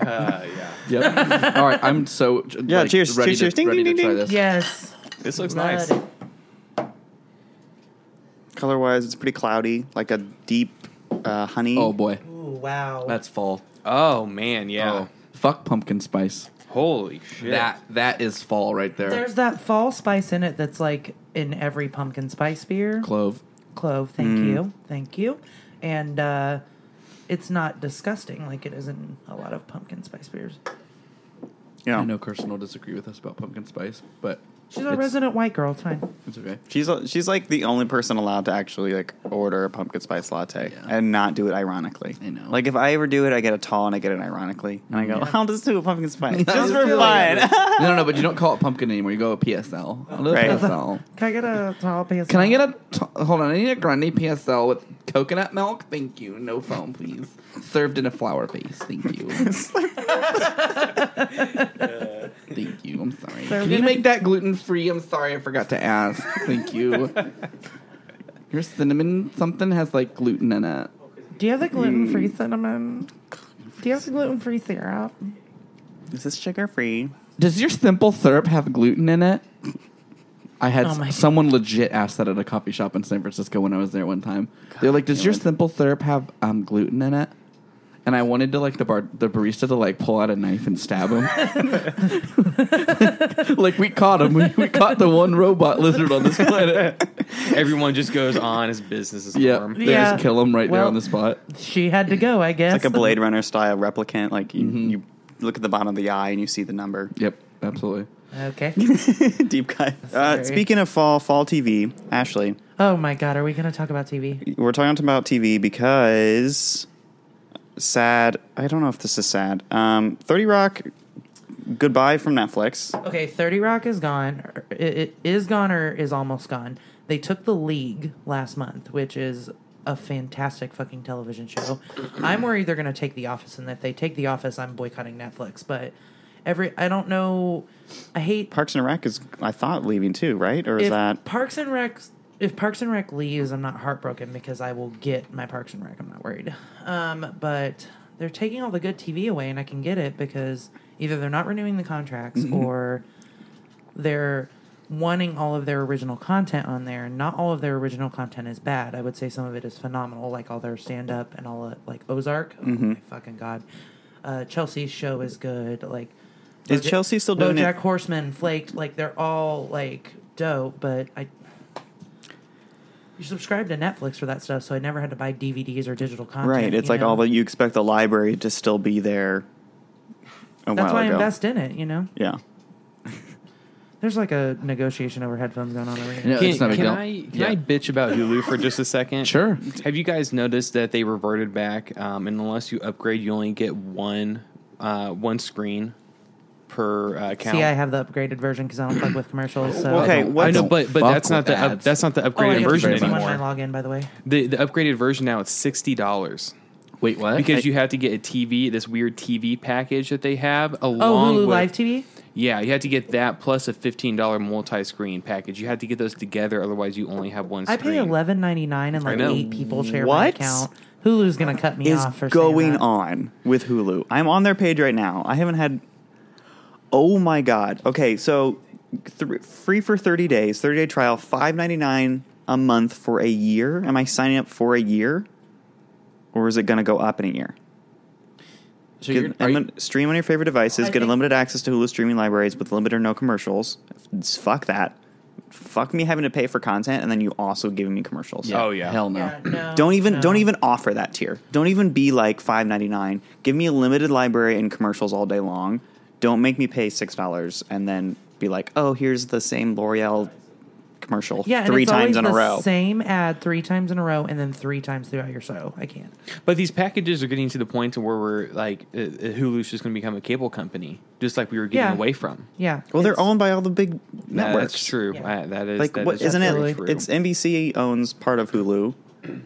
Speaker 1: Uh,
Speaker 6: Yep. All right. I'm so
Speaker 4: Yeah,
Speaker 6: like,
Speaker 4: cheers,
Speaker 6: Ready
Speaker 4: cheers,
Speaker 6: to,
Speaker 4: cheers. Ding,
Speaker 6: ready
Speaker 4: ding,
Speaker 6: to
Speaker 4: ding,
Speaker 6: try
Speaker 4: ding.
Speaker 6: this.
Speaker 7: Yes,
Speaker 1: This looks
Speaker 7: Love
Speaker 1: nice.
Speaker 7: it.
Speaker 4: Color wise, it's pretty cloudy, like a deep uh, honey.
Speaker 6: Oh boy,
Speaker 7: Ooh, wow.
Speaker 6: that's fall.
Speaker 1: Oh man, yeah.
Speaker 6: Oh, fuck pumpkin spice.
Speaker 1: Holy shit.
Speaker 6: That that is fall right there.
Speaker 7: There's that fall spice in it that's like in every pumpkin spice beer.
Speaker 6: clove.
Speaker 7: Clove, thank
Speaker 6: Mm.
Speaker 7: you, thank you, and uh, it's not disgusting like it is in a lot of pumpkin spice beers.
Speaker 4: Yeah.
Speaker 6: I know Kirsten will disagree with us about pumpkin spice, but
Speaker 7: She's a
Speaker 6: it's-
Speaker 7: resident white girl. It's fine.
Speaker 6: It's okay.
Speaker 4: She's uh, she's like the only person allowed to actually like order a pumpkin spice latte
Speaker 6: Yeah.
Speaker 4: and not do it ironically.
Speaker 6: I know. Mm-hmm.
Speaker 4: Like if I ever do it, I get a tall and I get it ironically, and I go, "I'll just do a pumpkin spice just for
Speaker 7: do it.
Speaker 4: fun."
Speaker 6: no, no, no, but you don't call it pumpkin anymore. You go with PSL. A little
Speaker 4: Right.
Speaker 6: PSL.
Speaker 7: Can I get a tall piece?
Speaker 6: Can I get a t- hold on? I need a grande PSL with coconut milk. Thank you. No foam, please. Served in a flower vase. Thank you. Thank you. I'm sorry.
Speaker 7: Served
Speaker 6: Can you
Speaker 7: in a-
Speaker 6: make that gluten free? I'm sorry, I forgot to ask. Thank you. Your cinnamon something has like gluten in it.
Speaker 7: Do you
Speaker 6: Mm.
Speaker 7: have the gluten free cinnamon? Do you have the gluten free syrup?
Speaker 4: This is sugar free.
Speaker 6: Does your simple syrup have gluten in it? I had
Speaker 7: Oh
Speaker 6: s-
Speaker 7: my-
Speaker 6: someone legit asked that at a coffee shop in San Francisco when I was there one time. They're like, "Does your
Speaker 4: damn it.
Speaker 6: simple syrup have um, gluten in it?" And I wanted to like the bar the barista to like pull out a knife and stab him. like we caught him. We, we caught the one robot lizard on this planet.
Speaker 1: Everyone just goes on as business as
Speaker 6: Yeah,
Speaker 1: norm.
Speaker 6: they
Speaker 7: Yeah.
Speaker 6: just kill him right there
Speaker 7: Well-
Speaker 6: on the spot.
Speaker 7: She had to go, I guess.
Speaker 4: Like a Blade Runner style replicant. Like you, you look at the bottom of the eye and you see the number.
Speaker 6: Yep, absolutely.
Speaker 7: Okay.
Speaker 4: Deep cut. Uh,
Speaker 7: Sorry.
Speaker 4: speaking of fall, fall TV. Ashley,
Speaker 7: Oh my God, are we going to talk about TV?
Speaker 4: we're talking about TV because sad. I don't know if this is sad. Um, Thirty Rock. Goodbye from Netflix.
Speaker 7: Okay, Thirty Rock is gone. or- It, it is gone or is almost gone. They took the league last month, which is a fantastic fucking television show. I'm worried they're going to take The Office, and if they take The Office, I'm boycotting Netflix. But every, I don't know. I hate
Speaker 4: Parks and Rec is, I thought, leaving too, right? Or is
Speaker 7: if
Speaker 4: that
Speaker 7: Parks and Rec? If Parks and Rec leaves, I'm not heartbroken because I will get my Parks and Rec. I'm not worried. Um, but they're taking all the good TV away, and I can get it because either they're not renewing the contracts or they're wanting all of their original content on there. Not all of their original content is bad. I would say some of it is phenomenal, like all their stand up and all of, like Ozark.
Speaker 4: Mm-hmm.
Speaker 7: Oh my fucking god. Uh, Chelsea's show is good. Like,
Speaker 4: Is
Speaker 7: Bojack-
Speaker 4: Chelsea still doing it?
Speaker 7: BoJack Horseman, Flaked, like they're all like dope. But I, you subscribe to Netflix for that stuff, so I never had to buy DVDs or digital content.
Speaker 4: right? It's
Speaker 7: you
Speaker 4: like
Speaker 7: know?
Speaker 4: all that you expect the library to still be there. A
Speaker 7: That's
Speaker 4: while
Speaker 7: why I
Speaker 4: ago.
Speaker 7: invest in it. You know,
Speaker 4: Yeah,
Speaker 7: there's like a negotiation over headphones going on over here.
Speaker 6: No,
Speaker 1: Can,
Speaker 6: it's not a
Speaker 1: can
Speaker 6: big deal.
Speaker 1: I can I bitch about Hulu for just a second?
Speaker 6: Sure.
Speaker 1: Have you guys noticed that they reverted back? Um, and unless you upgrade, you only get one uh, one screen per uh, account.
Speaker 7: See, I have the upgraded version because I don't fuck with commercials. So
Speaker 4: Oh, Okay,
Speaker 6: don't-
Speaker 4: what-
Speaker 1: I know,
Speaker 6: don't
Speaker 1: but but
Speaker 6: fuck
Speaker 1: that's not
Speaker 6: with
Speaker 1: the up,
Speaker 6: ads.
Speaker 1: that's not the
Speaker 7: Oh, I
Speaker 1: upgraded
Speaker 7: have
Speaker 1: version
Speaker 7: to when I
Speaker 1: anymore.
Speaker 7: log in, by the way.
Speaker 1: The, the upgraded version now it's sixty dollars
Speaker 6: Wait, what?
Speaker 1: because you have to get a TV, this weird TV package that they have
Speaker 7: Oh,
Speaker 1: along
Speaker 7: Hulu
Speaker 1: with
Speaker 7: Live TV.
Speaker 1: yeah, you had to get that plus a fifteen dollar multi screen package. You had to get those together, otherwise you only have one.
Speaker 7: I
Speaker 1: screen.
Speaker 7: pay eleven ninety nine, and like
Speaker 1: know.
Speaker 7: eight people share my
Speaker 4: What
Speaker 7: account. Hulu's gonna cut me
Speaker 4: is
Speaker 7: off for saying
Speaker 4: going
Speaker 7: that.
Speaker 4: on with Hulu. I'm on their page right now. I haven't had. Oh my god. Okay, so th- free for 30 days, 30 day trial, 5.99 a month for a year. Am I signing up for a year, or is it going to go up in a year?
Speaker 6: So
Speaker 4: Get-
Speaker 6: you're, are
Speaker 4: I'm
Speaker 6: you-
Speaker 4: gonna stream on your favorite devices.
Speaker 7: I
Speaker 4: get
Speaker 7: think-
Speaker 4: unlimited access to Hulu streaming libraries with limited or no commercials. It's- fuck that. Fuck me having to pay for content and then you also giving me commercials.
Speaker 1: Oh, yeah.
Speaker 6: Hell no.
Speaker 7: Yeah, no,
Speaker 4: Don't even
Speaker 7: no.
Speaker 4: don't even offer that tier. Don't even be like five ninety nine. Give me a limited library and commercials all day long. Don't make me pay six dollars and then be like, oh, here's the same L'Oreal commercial
Speaker 7: Yeah, and
Speaker 4: three
Speaker 7: it's
Speaker 4: times
Speaker 7: always
Speaker 4: in a
Speaker 7: the
Speaker 4: row.
Speaker 7: Same ad three times in a row, and then three times throughout your show. I can't.
Speaker 1: But these packages are getting to the point to where we're like uh, uh, Hulu's just going to become a cable company, just like we were getting
Speaker 7: Yeah.
Speaker 1: away from.
Speaker 7: Yeah.
Speaker 4: Well, they're
Speaker 7: it's-
Speaker 4: owned by all the big
Speaker 1: Yeah,
Speaker 4: networks.
Speaker 1: That's true.
Speaker 7: Yeah.
Speaker 1: I- that is
Speaker 4: Like,
Speaker 1: that
Speaker 4: what
Speaker 1: is
Speaker 4: isn't
Speaker 1: very
Speaker 4: it?
Speaker 1: True.
Speaker 4: It's NBC owns part of Hulu,
Speaker 6: That would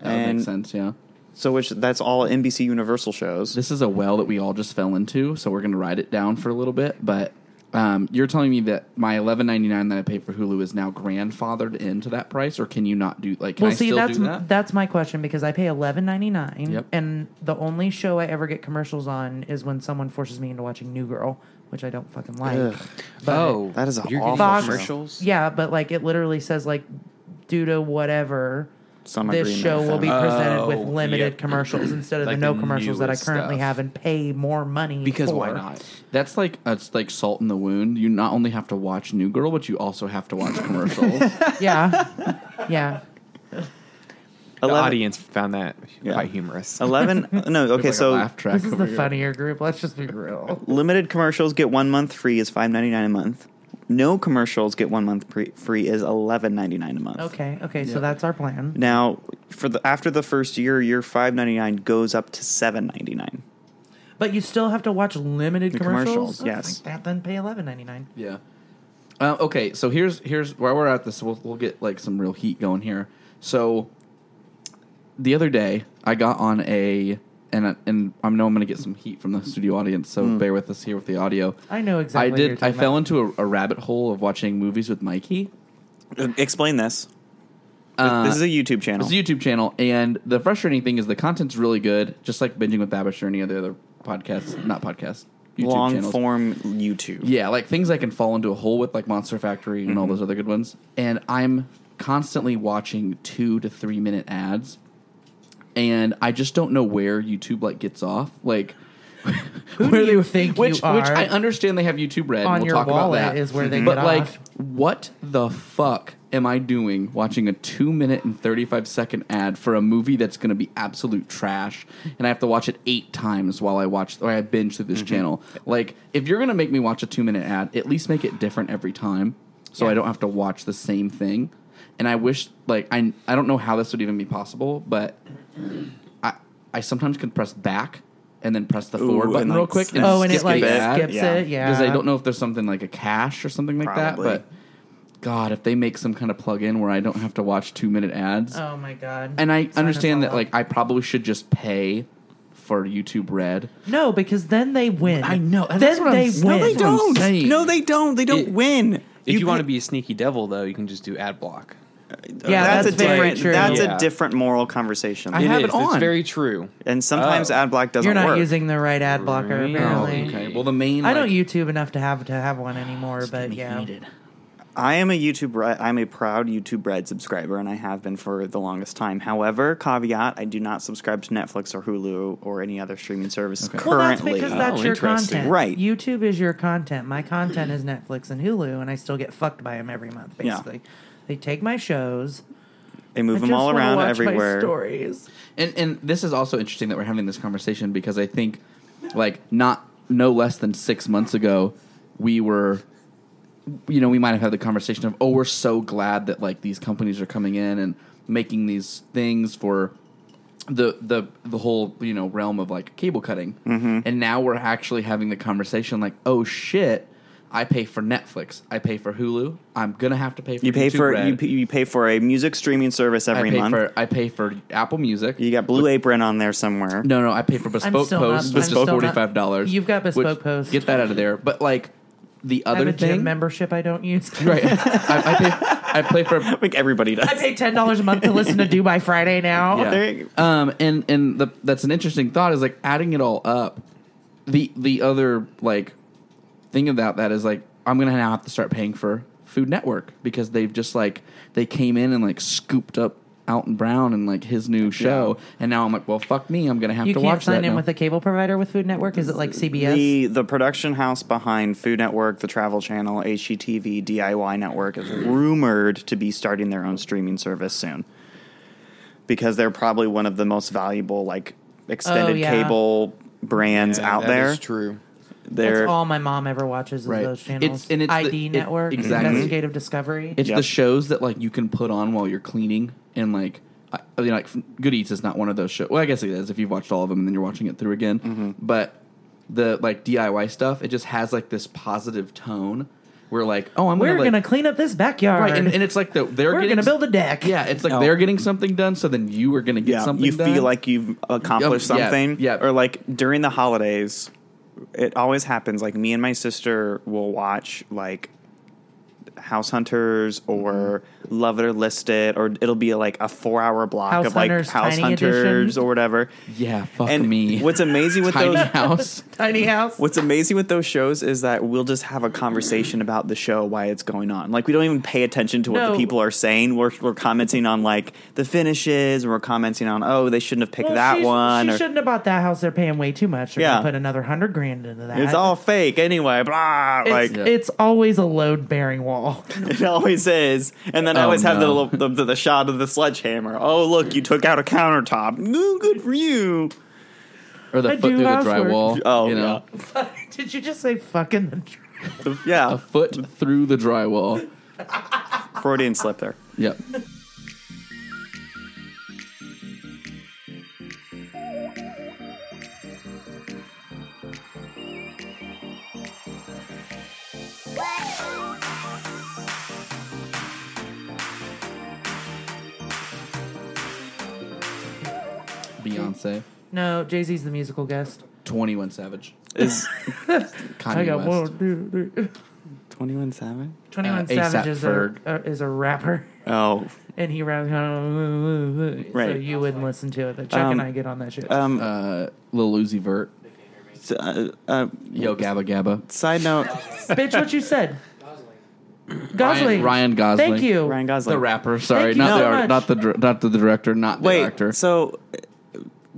Speaker 4: And-
Speaker 6: make sense, yeah.
Speaker 4: So which that's all NBC Universal shows.
Speaker 6: This is a well that we all just fell into, so we're going to ride it down for a little bit. But um, you're telling me that my 11.99 that I pay for Hulu is now grandfathered into that price, or can you not do like? Can
Speaker 7: well,
Speaker 6: I
Speaker 7: see,
Speaker 6: still
Speaker 7: that's
Speaker 6: do that?
Speaker 7: that's my question because I pay eleven ninety nine,
Speaker 6: Yep.
Speaker 7: and the only show I ever get commercials on is when someone forces me into watching New Girl, which I don't fucking like.
Speaker 4: Ugh.
Speaker 7: But-
Speaker 1: oh,
Speaker 4: that is a
Speaker 1: you're
Speaker 4: awful
Speaker 1: getting
Speaker 7: Fox-
Speaker 1: commercials.
Speaker 7: Yeah, but like it literally says like due to whatever
Speaker 4: Some
Speaker 7: this
Speaker 4: agreement
Speaker 7: show will be
Speaker 4: found.
Speaker 7: presented
Speaker 3: Oh,
Speaker 7: with limited
Speaker 3: yep.
Speaker 7: commercials instead of
Speaker 3: Like
Speaker 7: the no
Speaker 3: the
Speaker 7: commercials that I
Speaker 3: newest
Speaker 7: currently
Speaker 3: stuff.
Speaker 7: have and pay more money
Speaker 6: because why
Speaker 7: for.
Speaker 6: not? That's like it's like salt in the wound. You not only have to watch New Girl, but you also have to watch commercials.
Speaker 7: Yeah. yeah.
Speaker 1: The
Speaker 4: 11
Speaker 1: audience found that
Speaker 4: Yeah.
Speaker 1: quite humorous.
Speaker 4: Eleven. No, okay.
Speaker 6: Like a
Speaker 4: So
Speaker 6: laugh track
Speaker 7: This is
Speaker 6: over
Speaker 7: the
Speaker 6: here.
Speaker 7: funnier group. Let's just be real.
Speaker 4: limited commercials get one month free is five ninety nine a month. No commercials get one month pre- free is eleven ninety nine a month.
Speaker 7: Okay. Okay.
Speaker 6: Yeah.
Speaker 7: So that's our plan.
Speaker 4: Now for the after the first year, your five ninety nine goes up to seven ninety nine.
Speaker 7: But you still have to watch limited
Speaker 4: The
Speaker 7: commercials.
Speaker 4: commercials,
Speaker 7: Oh,
Speaker 4: yes.
Speaker 7: fuck that then pay eleven ninety nine.
Speaker 6: Yeah. Uh, okay, so here's here's where we're at. This we'll we'll get like some real heat going here. So the other day, I got on a and I, and I know I'm going to get some heat from the studio audience, so
Speaker 4: Hmm.
Speaker 6: bear with us here with the audio.
Speaker 7: I know exactly what
Speaker 6: I
Speaker 7: you're
Speaker 6: did. I
Speaker 7: talking
Speaker 6: fell
Speaker 7: about.
Speaker 6: into a, a rabbit hole of watching movies with Mikey.
Speaker 4: Explain this.
Speaker 6: Uh,
Speaker 4: this is a YouTube channel.
Speaker 6: It's a YouTube channel, and the frustrating thing is the content's really good, just like binging with Babish or any other other podcasts, not podcasts, YouTube
Speaker 4: Long
Speaker 6: channels.
Speaker 4: form YouTube.
Speaker 6: Yeah, like things I can fall into a hole with, like Monster Factory and all those other good ones. And I'm constantly watching two to three minute ads, and I just don't know where YouTube like gets off. Like,
Speaker 7: Who do you think
Speaker 6: which
Speaker 7: you are?
Speaker 6: which I understand they have YouTube Red.
Speaker 7: On
Speaker 6: and we'll
Speaker 7: your
Speaker 6: talk about
Speaker 7: wallet
Speaker 6: that. Mm-hmm.
Speaker 7: is where they
Speaker 6: But
Speaker 7: get
Speaker 6: like,
Speaker 7: off.
Speaker 6: what the fuck am I doing watching a two minute and thirty five second ad for a movie that's going to be absolute trash, and I have to watch it eight times while I watch or I binge through this
Speaker 7: Mm-hmm.
Speaker 6: channel? Like, if you're going to make me watch a two minute ad, at least make it different every time, so I don't have to watch the same thing. And I wish, like, I I don't know how this would even be possible, but I I sometimes can press back and then press the
Speaker 4: Ooh,
Speaker 6: forward button
Speaker 4: and, like,
Speaker 6: real quick. And
Speaker 7: oh, and it
Speaker 6: skip
Speaker 7: like
Speaker 6: the ad.
Speaker 7: skips
Speaker 4: Yeah.
Speaker 7: it. Yeah.
Speaker 6: Because I don't know if there's something like a cache or something like
Speaker 4: Probably.
Speaker 6: that. But God, if they make some kind of plug-in where I don't have to watch two-minute ads,
Speaker 7: Oh my god.
Speaker 6: and I
Speaker 7: Sign us all
Speaker 6: understand that
Speaker 7: up.
Speaker 6: like I probably should just pay for YouTube Red.
Speaker 7: No, because then they win.
Speaker 6: I know,
Speaker 7: Then
Speaker 6: and that's what I'm
Speaker 7: they
Speaker 6: saying.
Speaker 7: win.
Speaker 4: No, they
Speaker 6: That's what I'm
Speaker 4: don't.
Speaker 6: saying.
Speaker 4: No, they don't. They don't
Speaker 1: It-
Speaker 4: win.
Speaker 1: If you, want to
Speaker 4: pay-
Speaker 1: be a sneaky devil, though, you can just do ad block.
Speaker 7: Yeah,
Speaker 4: that's,
Speaker 7: that's
Speaker 4: a different.
Speaker 7: very true.
Speaker 4: That's
Speaker 1: Yeah.
Speaker 4: a different moral conversation.
Speaker 6: I have
Speaker 1: is.
Speaker 6: it on.
Speaker 1: It's very true.
Speaker 4: and sometimes
Speaker 1: Oh.
Speaker 4: ad block doesn't
Speaker 7: You're not
Speaker 4: work.
Speaker 7: using the right ad blocker,
Speaker 1: Really?
Speaker 6: Oh,
Speaker 7: apparently.
Speaker 6: okay. Well, the main
Speaker 7: I don't
Speaker 6: like,
Speaker 7: YouTube enough to have to have one anymore, but
Speaker 6: me
Speaker 7: yeah.
Speaker 6: heated.
Speaker 4: I am a YouTube. Red, I'm a proud YouTube Red subscriber, and I have been for the longest time. However, caveat: I do not subscribe to Netflix or Hulu or any other streaming service
Speaker 7: Well, that's
Speaker 4: currently.
Speaker 7: because
Speaker 1: Oh,
Speaker 7: that's your
Speaker 1: interesting.
Speaker 7: content.
Speaker 4: Right.
Speaker 7: YouTube is your content. My content is Netflix and Hulu, and I still get fucked by them every month,
Speaker 4: Yeah.
Speaker 7: basically. They take my shows.
Speaker 4: they move
Speaker 7: I
Speaker 4: them
Speaker 7: just
Speaker 4: all
Speaker 7: wanna
Speaker 4: around
Speaker 7: watch my
Speaker 4: everywhere.
Speaker 7: stories.
Speaker 6: And and this is also interesting that we're having this conversation because I think like not no less than 6 months ago we were you know, we might have had the conversation of oh we're so glad that like these companies are coming in and making these things for the the the whole, you know, realm of like cable cutting.
Speaker 4: Mm-hmm.
Speaker 6: And now we're actually having the conversation like oh shit, I pay for Netflix, I pay for Hulu, I'm going to have to pay for
Speaker 4: You pay
Speaker 6: YouTube
Speaker 4: for
Speaker 6: Red.
Speaker 4: you, pay- you pay for a music streaming service
Speaker 6: I
Speaker 4: every
Speaker 6: pay
Speaker 4: month.
Speaker 6: for I pay for Apple Music.
Speaker 4: you got Blue Apron on there somewhere.
Speaker 6: No, no, I pay for bespoke
Speaker 7: still not-
Speaker 6: posts,
Speaker 7: I'm
Speaker 6: which is
Speaker 7: still not-
Speaker 6: forty five dollars.
Speaker 7: You've got Bespoke Post.
Speaker 6: Get that out of there. But like the
Speaker 7: I have
Speaker 6: other
Speaker 7: a
Speaker 6: thing,
Speaker 7: gym membership I don't use.
Speaker 6: right? I, I pay. I play for.
Speaker 4: I think everybody does.
Speaker 7: I pay ten dollars a month to listen to Do by Friday now.
Speaker 6: Yeah.
Speaker 4: there you
Speaker 6: Um, and and the, that's an interesting thought. Is like adding it all up. The the other like thing about that is like I'm gonna now have to start paying for Food Network because they've just like they came in and like scooped up Alton Brown and like his new show, and now I'm like, well, fuck me, I'm gonna have
Speaker 7: You
Speaker 6: to
Speaker 7: can't
Speaker 6: watch
Speaker 7: sign
Speaker 6: that
Speaker 7: in
Speaker 6: now.
Speaker 7: with a cable provider with Food Network. Is it like CBS?
Speaker 4: The the production house behind Food Network, the Travel Channel, HGTV, DIY Network is rumored to be starting their own streaming service soon. Because they're probably one of the most valuable like extended
Speaker 7: Oh, yeah.
Speaker 4: cable brands
Speaker 1: Yeah,
Speaker 4: out
Speaker 1: that
Speaker 4: there.
Speaker 1: is true.
Speaker 4: They're
Speaker 7: That's all my mom ever watches is
Speaker 6: Right.
Speaker 7: those channels.
Speaker 6: It's- and it's
Speaker 7: ID
Speaker 6: the- it-
Speaker 7: Network,
Speaker 6: exactly.
Speaker 7: Investigative Discovery.
Speaker 6: It's the
Speaker 4: Yep.
Speaker 6: shows that like you can put on while you're cleaning and like I, I mean like Good Eats is not one of those shows. Well, I guess it is if you've watched all of them and then you're watching it through
Speaker 4: Mm-hmm.
Speaker 6: again. But the like DIY stuff, it just has like this positive tone we're like, oh, I'm
Speaker 7: We're
Speaker 6: gonna, like-
Speaker 7: gonna clean up this backyard.
Speaker 6: right, and, and it's like the, they're
Speaker 7: we're
Speaker 6: getting
Speaker 7: gonna build a deck.
Speaker 6: Yeah, it's like
Speaker 4: No.
Speaker 6: they're getting something done, so then you are going to get
Speaker 4: yeah,
Speaker 6: something.
Speaker 4: you
Speaker 6: done.
Speaker 4: feel like you've accomplished
Speaker 6: Um, yeah,
Speaker 4: something.
Speaker 6: yeah.
Speaker 4: Or like during the holidays, it always happens. Like me and my sister will watch like House Hunters or
Speaker 6: Mm-hmm.
Speaker 4: Love It or List It, or it'll be like a four hour block
Speaker 7: House
Speaker 4: of like
Speaker 7: Hunters,
Speaker 4: House
Speaker 7: Tiny
Speaker 4: Hunters
Speaker 7: Edition.
Speaker 4: or whatever.
Speaker 6: yeah, fuck
Speaker 4: and
Speaker 6: me.
Speaker 4: what's amazing with
Speaker 6: tiny
Speaker 4: those
Speaker 6: house?
Speaker 7: tiny house.
Speaker 4: What's amazing with those shows is that we'll just have a conversation about the show, why it's going on. Like we don't even pay attention to what
Speaker 7: No.
Speaker 4: the people are saying. We're we're commenting on like the finishes, and we're commenting on oh they shouldn't have picked
Speaker 7: Well,
Speaker 4: that
Speaker 7: she,
Speaker 4: one.
Speaker 7: She
Speaker 4: or,
Speaker 7: shouldn't have bought that house. They're paying way too much. They're
Speaker 4: Yeah.
Speaker 7: gonna put another hundred grand into that.
Speaker 4: it's all fake anyway. Blah.
Speaker 7: It's,
Speaker 4: like
Speaker 7: it's always a load bearing wall.
Speaker 4: it always is. And then I
Speaker 6: Oh,
Speaker 4: always have
Speaker 6: no.
Speaker 4: the, the the shot of the sledgehammer. Oh look, you took out a countertop. Ooh, good for you.
Speaker 6: Or the
Speaker 7: I
Speaker 6: foot
Speaker 7: do
Speaker 6: through the
Speaker 7: housework.
Speaker 6: drywall?
Speaker 4: Oh
Speaker 6: you know,
Speaker 7: Did you just say fucking the tr-
Speaker 4: yeah, The- yeah.
Speaker 6: a foot through the drywall.
Speaker 4: Freudian slip there.
Speaker 6: Yep. Beyonce,
Speaker 7: No, Jay Z's the musical guest.
Speaker 6: Twenty One Savage,
Speaker 4: Is
Speaker 6: Kanye
Speaker 7: I got
Speaker 6: West.
Speaker 7: one, two, three.
Speaker 4: twenty one seven?
Speaker 7: Twenty One
Speaker 6: Uh, A$AP
Speaker 7: Savage is a,
Speaker 6: Ferg.
Speaker 7: a is a rapper,
Speaker 4: Oh,
Speaker 7: and he raps. uh, So
Speaker 4: Right.
Speaker 7: you wouldn't listen to it, but Chuck
Speaker 4: Um,
Speaker 7: and I get on that shit.
Speaker 4: um,
Speaker 6: Uh, Lil Uzi Vert,
Speaker 4: s- uh, uh,
Speaker 6: Yo Gabba Gabba,
Speaker 4: side note,
Speaker 7: Bitch, what you said?
Speaker 6: Ryan,
Speaker 7: Gosling.
Speaker 6: Ryan Gosling.
Speaker 7: Thank you.
Speaker 4: Ryan Gosling.
Speaker 6: the rapper. Sorry,
Speaker 7: you so
Speaker 6: not the art,
Speaker 7: much.
Speaker 6: not the dir- not the director, not the
Speaker 4: Wait,
Speaker 6: actor.
Speaker 4: so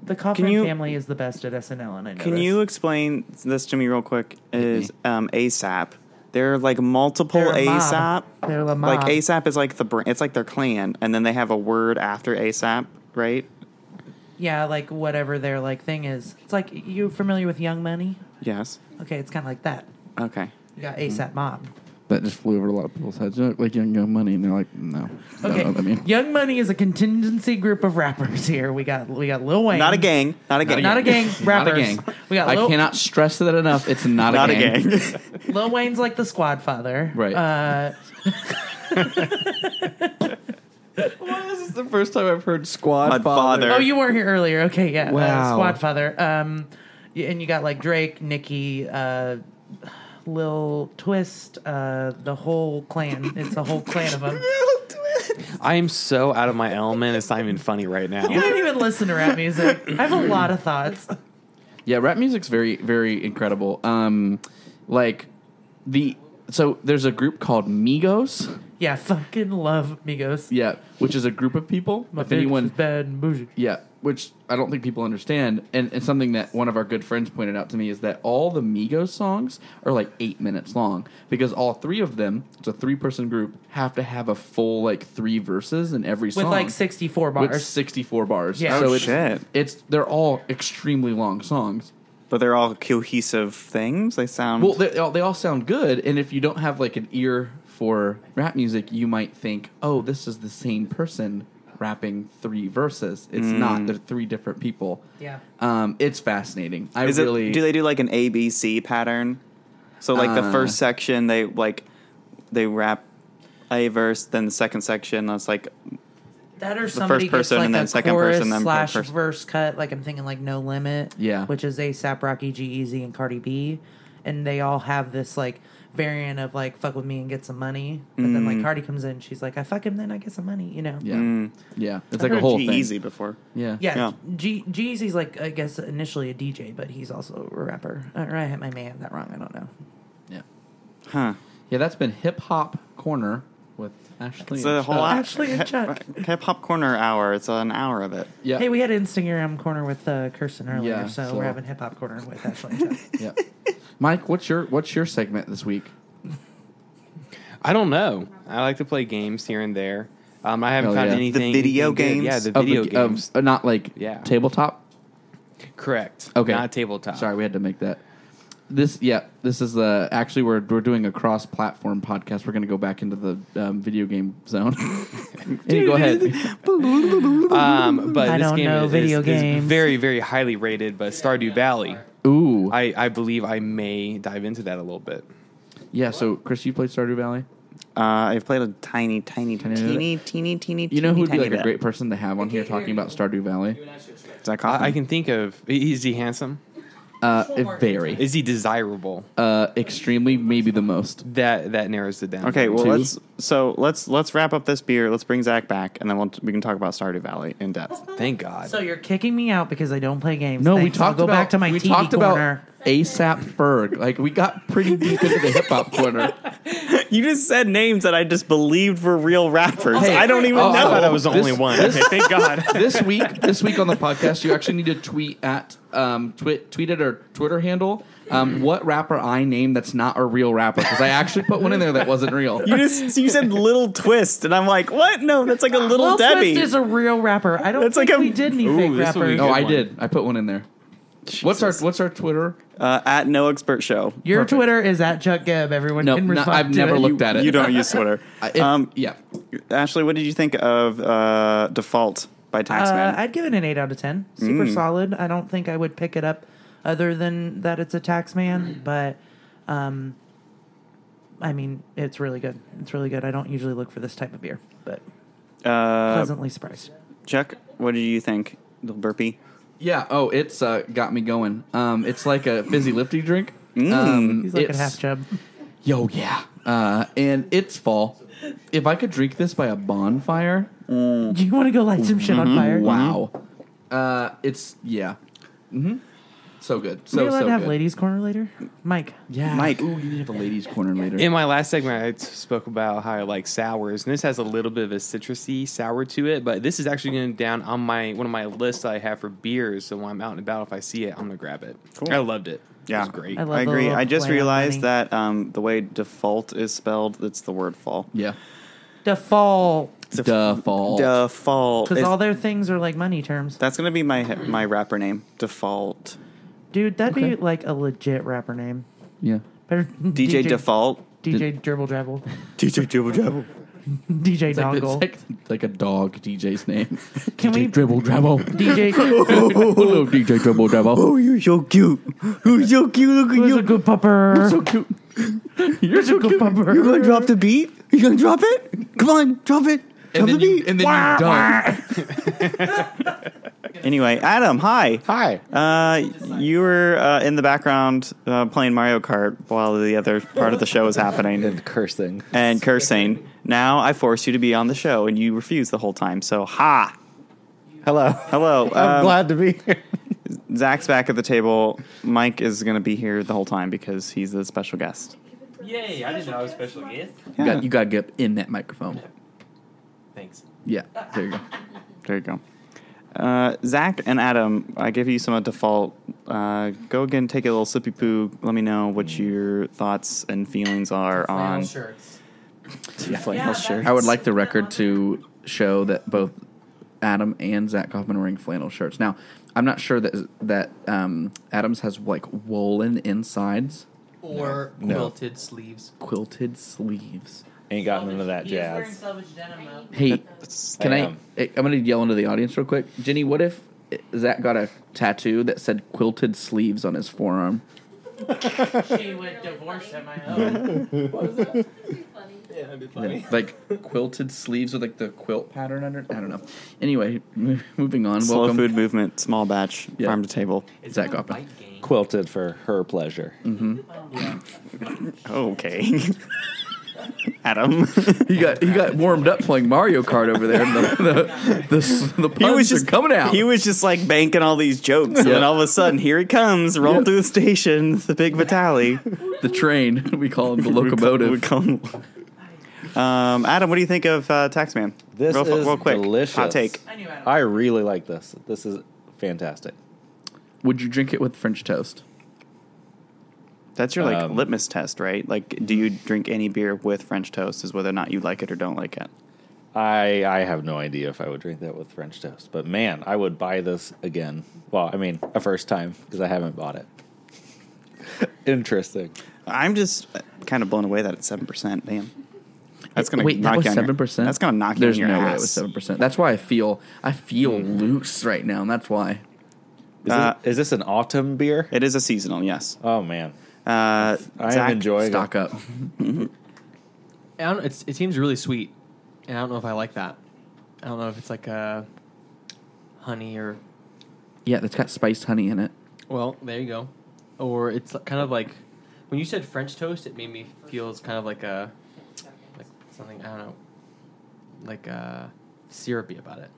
Speaker 7: The Kaufman
Speaker 4: Can you-
Speaker 7: family is the best at SNL, and I know.
Speaker 4: Can
Speaker 7: this.
Speaker 4: you explain this to me real quick? Is um, ASAP? There are like multiple
Speaker 7: They're a mob.
Speaker 4: ASAP.
Speaker 7: They're a
Speaker 4: Like
Speaker 7: mob.
Speaker 4: ASAP is like the br- it's like their clan, and then they have a word after ASAP, right?
Speaker 7: Yeah, like whatever their like thing is. It's like you familiar with Young Money?
Speaker 4: Yes.
Speaker 7: Okay, it's kind of like that.
Speaker 4: Okay.
Speaker 7: You
Speaker 6: Mm-hmm.
Speaker 7: got ASAP Mob.
Speaker 6: that just flew over a lot of people's heads. You know, like Young Young Money, and they're like, no, I
Speaker 7: Okay,
Speaker 6: don't know what I mean.
Speaker 7: Young Money is a contingency group of rappers here. We got we got Lil Wayne.
Speaker 4: Not a gang. Not a gang.
Speaker 7: Not a gang.
Speaker 6: Not a
Speaker 7: Rappers.
Speaker 6: gang.
Speaker 7: We got
Speaker 6: I
Speaker 7: Lil,
Speaker 6: cannot stress that enough. It's not,
Speaker 4: Not a
Speaker 6: a gang.
Speaker 4: gang.
Speaker 7: Lil Wayne's like the squad father.
Speaker 6: Right.
Speaker 7: Uh,
Speaker 6: This is the first time I've heard Squad
Speaker 4: My father.
Speaker 7: oh, you were here earlier. Okay, yeah. Uh,
Speaker 6: Wow.
Speaker 7: squad father. Um, y- and you got like Drake, Nicki, uh, Lil Twist, uh, the whole clan. It's a whole clan of them.
Speaker 1: I am so out of my element. It's not even funny right
Speaker 7: You
Speaker 1: now.
Speaker 7: don't even listen to rap music. I have a lot of thoughts.
Speaker 6: Yeah, rap music's very, very incredible. Um, like the so there's a group called Migos.
Speaker 7: Yeah, fucking love Migos.
Speaker 6: Yeah, which is a group of people.
Speaker 7: My
Speaker 6: if anyone
Speaker 7: bad and bougie.
Speaker 6: Yeah, which I don't think people understand. And, and something that one of our good friends pointed out to me is that all the Migos songs are like eight minutes long because all three of them, it's a three person group, have to have a full like three verses in every song.
Speaker 7: With like 64 bars.
Speaker 6: With 64 bars.
Speaker 7: Yeah.
Speaker 6: So
Speaker 7: Oh,
Speaker 6: it's,
Speaker 4: shit.
Speaker 6: It's, they're all extremely long songs.
Speaker 4: but they're all cohesive things. They sound.
Speaker 6: Well, they, they all, they all sound good, and if you don't have like an ear for rap music, you might think, "Oh, this is the same person rapping three verses." It's
Speaker 4: Mm.
Speaker 6: not; they're three different people.
Speaker 7: Yeah.
Speaker 6: um, it's fascinating. I
Speaker 4: is
Speaker 6: really
Speaker 4: it? Do they do like an A B C pattern? So like the
Speaker 6: Uh.
Speaker 4: first section, they like they rap a verse, then the second section. That's like
Speaker 7: that or
Speaker 4: first
Speaker 7: somebody gets
Speaker 4: person
Speaker 7: like
Speaker 4: and then
Speaker 7: a
Speaker 4: second
Speaker 7: chorus
Speaker 4: person, then per
Speaker 7: slash
Speaker 4: person.
Speaker 7: verse cut. Like I'm thinking like No Limit.
Speaker 6: Yeah.
Speaker 7: Which is ASAP Rocky, G Easy, and Cardi B. And they all have this like variant of like fuck with me and get some money. But then
Speaker 4: Mm.
Speaker 7: like Cardi comes in, she's like, I fuck him, then I get some money, you know?
Speaker 6: yeah, yeah. It's
Speaker 4: I've
Speaker 6: like a
Speaker 4: heard
Speaker 6: whole
Speaker 4: G
Speaker 6: thing.
Speaker 4: Easy before.
Speaker 6: Yeah,
Speaker 7: Yeah,
Speaker 4: Yeah.
Speaker 7: G Easy's like I guess initially a DJ, but he's also a rapper. Uh, Or I had my man that wrong. I don't know.
Speaker 6: yeah,
Speaker 4: Huh.
Speaker 6: yeah. That's been hip hop corner with Ashley.
Speaker 4: It's
Speaker 6: and
Speaker 4: a whole
Speaker 6: Chuck.
Speaker 4: hour.
Speaker 7: Ashley and Chuck.
Speaker 4: Hip Hop Corner Hour. It's an hour of it.
Speaker 6: Yeah,
Speaker 7: Hey, we had Instagram corner with uh, Kirsten earlier,
Speaker 6: Yeah,
Speaker 7: so,
Speaker 6: so-
Speaker 7: we're having hip hop corner with Ashley. And Chuck.
Speaker 6: yeah. Mike, what's your what's your segment this week?
Speaker 1: I don't know. I like to play games here and there. Um, I haven't
Speaker 6: Hell
Speaker 1: found
Speaker 6: yeah. The
Speaker 1: anything.
Speaker 4: Oh, video
Speaker 1: anything good.
Speaker 4: games?
Speaker 1: Yeah, the
Speaker 6: Of
Speaker 1: video
Speaker 6: the- of-
Speaker 1: games.
Speaker 6: uh, not like
Speaker 1: Yeah.
Speaker 6: tabletop.
Speaker 1: Correct.
Speaker 6: Okay.
Speaker 1: Not tabletop.
Speaker 6: Sorry, we had to make that. This, yeah, this is the actually we're we're doing a cross-platform podcast. We're going to go back into the um, video game zone. Andy, go ahead.
Speaker 1: Um, but
Speaker 7: I
Speaker 1: this
Speaker 7: don't
Speaker 1: game
Speaker 7: know
Speaker 1: is,
Speaker 7: video
Speaker 1: is
Speaker 7: games.
Speaker 1: very, very highly rated. But Stardew Valley,
Speaker 6: Ooh,
Speaker 1: I, I believe I may dive into that a little bit.
Speaker 6: Yeah. So, Chris, you played Stardew Valley.
Speaker 4: Uh, I've played a tiny, tiny,
Speaker 6: Tiny
Speaker 4: teeny,
Speaker 6: bit.
Speaker 4: teeny, teeny, teeny.
Speaker 6: You know who'd be
Speaker 4: tiny
Speaker 6: like a
Speaker 4: bit.
Speaker 6: great person to have on here talking about Stardew Valley?
Speaker 4: Zach Hoffman.
Speaker 1: I, I can think of. Is he handsome?
Speaker 6: Uh, very.
Speaker 1: Is he desirable?
Speaker 6: Uh, extremely, maybe the most.
Speaker 1: That that narrows it down.
Speaker 4: Okay, well
Speaker 6: Two.
Speaker 4: let's so let's let's wrap up this beer. Let's bring Zach back, and then we'll, we can talk about Stardew Valley in depth.
Speaker 1: Thank God.
Speaker 7: So you're kicking me out because I don't play games.
Speaker 6: No, we
Speaker 7: Thanks.
Speaker 6: talked
Speaker 7: I'll go
Speaker 6: about
Speaker 7: back to my
Speaker 6: we
Speaker 7: TV
Speaker 6: talked
Speaker 7: corner.
Speaker 6: about ASAP Ferg. Like we got pretty deep into the hip hop corner.
Speaker 4: You just said names that I just believed were real rappers.
Speaker 6: Hey,
Speaker 4: I don't even
Speaker 6: oh,
Speaker 1: I
Speaker 4: know.
Speaker 1: thought I was the
Speaker 6: This-
Speaker 1: only one.
Speaker 6: this-
Speaker 1: okay, thank God.
Speaker 6: This week, this week on the podcast, you actually need to tweet at um tweet tweet at our Twitter handle. Um, what rapper I name that's not a real rapper because I actually put one in there that wasn't real.
Speaker 4: You just you said Little Twist, and I'm like, what? No, that's like a Little,
Speaker 7: Lil
Speaker 4: Debbie.
Speaker 7: Twist is a real rapper. I don't
Speaker 4: That's
Speaker 7: think
Speaker 4: like a-
Speaker 7: we did any
Speaker 1: Ooh,
Speaker 7: fake
Speaker 1: this will be
Speaker 7: rappers.
Speaker 1: good.
Speaker 6: No, I
Speaker 1: one.
Speaker 6: did. I put one in there. What's our What's our Twitter?
Speaker 4: uh, at No Expert Show?
Speaker 7: Your
Speaker 6: Perfect.
Speaker 7: Twitter is at Chuck Gibb. Everyone
Speaker 6: No,
Speaker 7: can
Speaker 6: no,
Speaker 7: respond.
Speaker 6: I've
Speaker 7: to
Speaker 6: never
Speaker 7: it.
Speaker 6: looked at it.
Speaker 4: You don't use Twitter.
Speaker 6: I- it-
Speaker 4: um,
Speaker 6: yeah,
Speaker 4: Ashley, what did you think of uh, Default by
Speaker 7: Uh,
Speaker 4: Taxman?
Speaker 7: I'd give it an eight out of ten. Super
Speaker 6: Mm.
Speaker 7: solid. I don't think I would pick it up, other than that it's a tax
Speaker 6: Mm.
Speaker 7: man. But, um, I mean, it's really good. It's really good. I don't usually look for this type of beer, but
Speaker 4: uh,
Speaker 7: pleasantly surprised.
Speaker 4: Chuck, what did you think? Little burpee.
Speaker 6: yeah. Oh, it's uh, got me going. Um, it's like a fizzy lifty drink.
Speaker 4: Mm.
Speaker 6: Um,
Speaker 7: He's looking
Speaker 6: it's-
Speaker 7: half chub.
Speaker 6: Yo, yeah. Uh, and it's fall. If I could drink this by a bonfire,
Speaker 7: Do you want to go light some shit on fire?
Speaker 6: Mm-hmm. wow. Uh, it's yeah. Mm-hmm. So good.
Speaker 7: Are
Speaker 6: So
Speaker 7: we allowed
Speaker 6: so
Speaker 7: to have
Speaker 6: good.
Speaker 7: ladies' corner later, Mike?
Speaker 6: Yeah,
Speaker 4: Mike.
Speaker 6: Ooh, you need to have a ladies' corner later.
Speaker 1: In my last segment, I t- spoke about how I like sours, and this has a little bit of a citrusy sour to it. But this is actually going down on my one of my lists I have for beers. So when I'm out and about, if I see it, I'm gonna grab it.
Speaker 4: Cool.
Speaker 1: I loved it.
Speaker 4: Yeah.
Speaker 1: it was great.
Speaker 7: I love
Speaker 4: I
Speaker 7: the
Speaker 4: agree.
Speaker 7: little
Speaker 4: I just
Speaker 7: play on
Speaker 4: realized
Speaker 7: money.
Speaker 4: that um, the way default is spelled, it's the word fall.
Speaker 6: yeah.
Speaker 7: Default,
Speaker 6: Duh, fall.
Speaker 4: Default.
Speaker 7: because
Speaker 4: It's-
Speaker 7: all their things are like money terms.
Speaker 4: that's gonna be my my rapper name. Default.
Speaker 7: Dude, that'd be
Speaker 6: Okay.
Speaker 7: like a legit rapper name.
Speaker 6: Yeah.
Speaker 7: Better
Speaker 4: DJ, Default.
Speaker 7: DJ Dribble Drabble,
Speaker 4: DJ Dribble Dribble.
Speaker 7: DJ
Speaker 6: It's like,
Speaker 7: Dongle,
Speaker 6: it's like, like a dog DJ's name.
Speaker 7: Can
Speaker 6: DJ
Speaker 7: we-
Speaker 6: dribble drabble?
Speaker 7: DJ
Speaker 6: Hello, DJ dribble drabble.
Speaker 4: Oh, you're so cute. You're so cute. Look at
Speaker 7: who's
Speaker 4: you.
Speaker 7: a good pupper.
Speaker 6: so cute. You're so
Speaker 7: good
Speaker 6: cute.
Speaker 7: pupper.
Speaker 4: You're gonna drop the beat. You're gonna drop it. Come on, drop it. Drop
Speaker 6: And
Speaker 4: the
Speaker 6: then you,
Speaker 4: beat.
Speaker 6: and then you dunk.
Speaker 4: Anyway, Adam, hi.
Speaker 1: Hi.
Speaker 4: Uh, you were uh, in the background uh, playing Mario Kart while the other part of the show was happening
Speaker 8: and cursing.
Speaker 4: and cursing. Now I force you to be on the show, and you refuse the whole time. So ha.
Speaker 8: Hello.
Speaker 4: Hello.
Speaker 8: I'm
Speaker 4: um,
Speaker 8: glad to be here.
Speaker 4: Zach's back at the table. Mike is going to be here the whole time because he's the special guest.
Speaker 3: Yay! I didn't know I was special guest.
Speaker 6: You got you got to get in that microphone.
Speaker 3: Thanks.
Speaker 6: Yeah, there you go.
Speaker 4: There you go. Uh, Zach and Adam, I give you some of default. Uh, go again, take a little sippy poo. Let me know
Speaker 6: Mm.
Speaker 4: what your thoughts and feelings are on
Speaker 3: shirts.
Speaker 4: flannel shirt.
Speaker 6: I would like the record to show that both Adam and Zach Kaufman are wearing flannel shirts. Now, I'm not sure that that um, Adams has like woolen insides,
Speaker 3: Or
Speaker 8: No.
Speaker 3: quilted sleeves.
Speaker 6: quilted sleeves.
Speaker 8: Ain't got none of that jazz.
Speaker 6: Hey, can
Speaker 8: I
Speaker 6: I?
Speaker 8: am.
Speaker 6: I I'm gonna yell into the audience real quick. Jenny, what if Zach got a tattoo that said "quilted sleeves" on his forearm?
Speaker 7: She would divorce him. I hope.
Speaker 3: Yeah, that'd be
Speaker 6: like quilted sleeves with like the quilt pattern under. I don't know. Anyway, mo- moving on.
Speaker 4: Slow
Speaker 6: Welcome,
Speaker 4: food movement, small batch,
Speaker 6: Yeah.
Speaker 4: farm to table.
Speaker 6: Zach Kaufman.
Speaker 8: Quilted for her pleasure.
Speaker 4: Okay. Adam.
Speaker 6: He got he got warmed up playing Mario Kart over there. And the the the, s- the puns
Speaker 4: he was just
Speaker 6: are coming out.
Speaker 4: He was just like banking all these jokes, and then
Speaker 6: Yeah.
Speaker 4: all of a sudden, here he comes, rolling
Speaker 6: Yeah.
Speaker 4: through the station, the big Vitali.
Speaker 6: the train. We call him the
Speaker 4: We
Speaker 6: locomotive.
Speaker 4: call- we call him- um, Adam, what do you think of uh, Taxman?
Speaker 8: This
Speaker 4: real, fu-
Speaker 8: is
Speaker 4: real quick.
Speaker 8: delicious.
Speaker 4: Hot take.
Speaker 7: I knew Adam.
Speaker 8: I really like this. This is fantastic.
Speaker 6: Would you drink it with French toast?
Speaker 4: That's your like
Speaker 8: Um,
Speaker 4: litmus test, right? Like, do you drink any beer with French toast? Is whether or not you like it or don't like it.
Speaker 8: I I have no idea if I would drink that with French toast, but man, I would buy this again. Well, I mean, a first time because I haven't bought it. Interesting.
Speaker 4: I'm just kind of blown away that it's seven percent. Damn, that's gonna
Speaker 6: Wait,
Speaker 4: knock
Speaker 6: that was
Speaker 4: you on your-
Speaker 6: seven percent.
Speaker 4: That's gonna knock you
Speaker 6: There's
Speaker 4: on your
Speaker 6: no
Speaker 4: ass. Mm.
Speaker 6: way it was seven percent. That's why I feel I feel loose right now. And that's why.
Speaker 8: Is,
Speaker 4: Uh,
Speaker 8: this, is this an autumn beer?
Speaker 4: It is a seasonal, yes.
Speaker 8: Oh man,
Speaker 4: Uh,
Speaker 8: I
Speaker 4: Zach,
Speaker 8: am enjoying
Speaker 6: Stock up.
Speaker 3: I don't, it's, it seems really sweet, and I don't know if I like that. I don't know if it's like a honey or
Speaker 6: Yeah, that's got spiced honey in it.
Speaker 3: well, there you go, or it's kind of like when you said French toast, it made me feel it's kind of like a like something I don't know, like uh syrupy about it.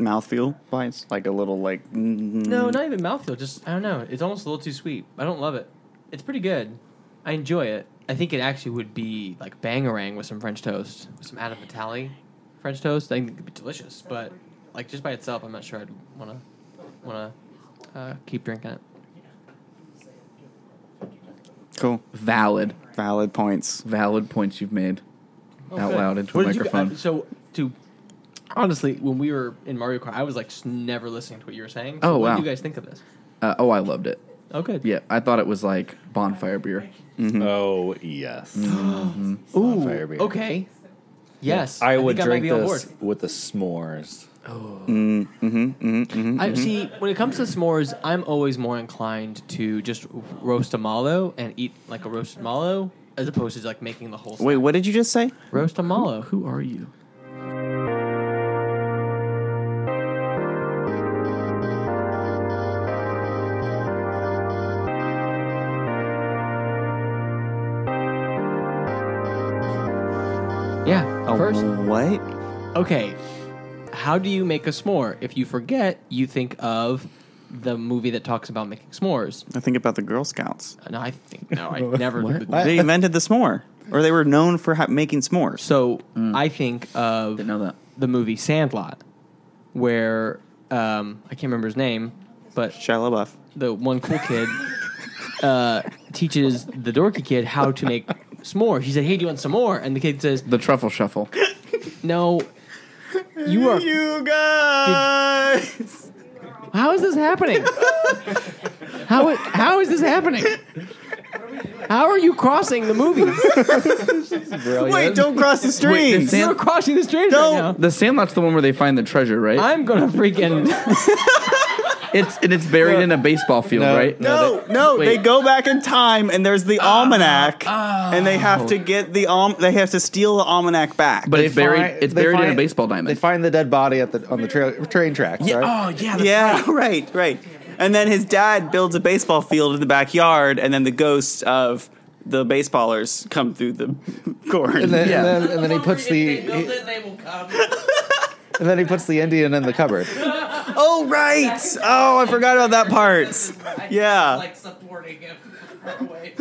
Speaker 4: mouthfeel wise, like a little like mm,
Speaker 3: No, not even mouthfeel. Just I don't know. It's almost a little too sweet. I don't love it. It's pretty good. I enjoy it. I think it actually would be like bangarang with some French toast, with some Adam Vitale French toast. I think it could be delicious. But like just by itself, I'm not sure I'd wanna wanna uh, keep drinking it.
Speaker 4: cool.
Speaker 6: Valid,
Speaker 4: Valid points.
Speaker 6: valid points you've made out loud into
Speaker 3: What
Speaker 6: a
Speaker 3: did you-
Speaker 6: microphone.
Speaker 3: uh, so to honestly, when we were in Mario Kart, I was like just never listening to what you were saying. So
Speaker 6: Oh,
Speaker 3: what
Speaker 6: wow.
Speaker 3: did you guys think of this?
Speaker 6: uh, oh, I loved it.
Speaker 3: Oh good.
Speaker 6: Yeah, I thought it was like bonfire beer.
Speaker 4: Mm-hmm.
Speaker 8: Oh yes.
Speaker 3: Ooh.
Speaker 8: Fire beer.
Speaker 3: Okay. Yes.
Speaker 8: I
Speaker 3: think
Speaker 8: would
Speaker 3: might
Speaker 8: drink
Speaker 3: be on
Speaker 8: this
Speaker 3: board.
Speaker 8: with the s'mores.
Speaker 6: Mm-hmm.
Speaker 3: I see. When it comes to s'mores, I'm always more inclined to just roast a mallow and eat like a roasted mallow, as opposed to like making the whole.
Speaker 4: Wait, what did you just say?
Speaker 3: snack. roast a mallow.
Speaker 6: Who are you?
Speaker 3: Yeah.
Speaker 4: Oh,
Speaker 3: first,
Speaker 4: what?
Speaker 3: okay. How do you make a s'more? If you forget, you think of the movie that talks about making s'mores.
Speaker 4: I think about the Girl Scouts.
Speaker 3: Uh, No, I think no, I never.
Speaker 4: They invented the s'more, or they were known for ha- making s'mores.
Speaker 3: So I think of
Speaker 6: Didn't know that.
Speaker 3: the movie Sandlot, where um, I can't remember his name, but
Speaker 4: Shia LaBeouf.
Speaker 3: the one cool kid uh, teaches the dorky kid how to make s'more. He said, "Hey, do you want some more?" And the kid says,
Speaker 6: The truffle shuffle.
Speaker 3: "No, you are.
Speaker 4: You guys.
Speaker 3: How is this happening? How i- how is this happening? How are you crossing the movies?
Speaker 4: Wait! Don't cross the
Speaker 6: Wait,
Speaker 4: streams.
Speaker 6: this-
Speaker 3: You're crossing the streams right now."
Speaker 6: The Sandlot's the one where they find the treasure, right?
Speaker 3: I'm gonna freaking.
Speaker 6: it's and it's buried in a baseball field, right?
Speaker 4: no, no,
Speaker 6: wait.
Speaker 4: they go back in time, and there's the almanac, and they have to get the alm. They have to steal the almanac back.
Speaker 6: But
Speaker 8: They
Speaker 6: it's buried.
Speaker 8: find-
Speaker 6: it's
Speaker 8: they
Speaker 6: buried in a
Speaker 8: find-
Speaker 6: baseball
Speaker 8: They
Speaker 6: diamond.
Speaker 8: find the dead body at the on the tra- train tracks,
Speaker 6: yeah.
Speaker 8: right?
Speaker 6: Oh yeah. that's-
Speaker 4: yeah, right, right. And then his dad builds a baseball field in the backyard, and then the ghosts of the baseballers come through the corn.
Speaker 8: And then,
Speaker 6: Yeah.
Speaker 8: and, then, and then he puts the
Speaker 7: If they build
Speaker 8: he-
Speaker 7: it, they will come.
Speaker 8: and then he puts the Indian in the cupboard.
Speaker 4: oh, right. Oh, I forgot about that part. Yeah.
Speaker 7: Like supporting him. Away.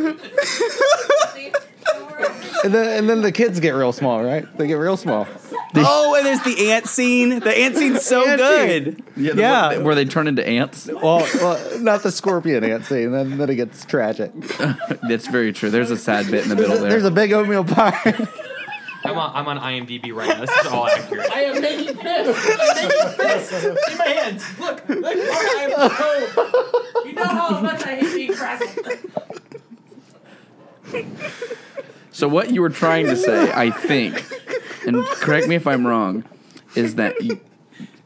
Speaker 8: And then and then the kids get real small, right? They get real small.
Speaker 4: Oh, and there's the ant scene. The ant scene's so
Speaker 8: Ant
Speaker 4: good.
Speaker 6: Yeah. the
Speaker 4: Yeah.
Speaker 6: one that- where they turn into ants.
Speaker 8: Well, well not the scorpion ant scene. Then then it gets tragic.
Speaker 6: That's very true. There's a sad bit in the middle there.
Speaker 8: There's a big oatmeal pie.
Speaker 3: I'm on, I'm on IMDb right now. This is all accurate.
Speaker 7: I am making fists. I'm making fists in my hands. Look, look, I am so. You know how much I hate being frazzled.
Speaker 6: so what you were trying to say, I think, and correct me if I'm wrong, is that you,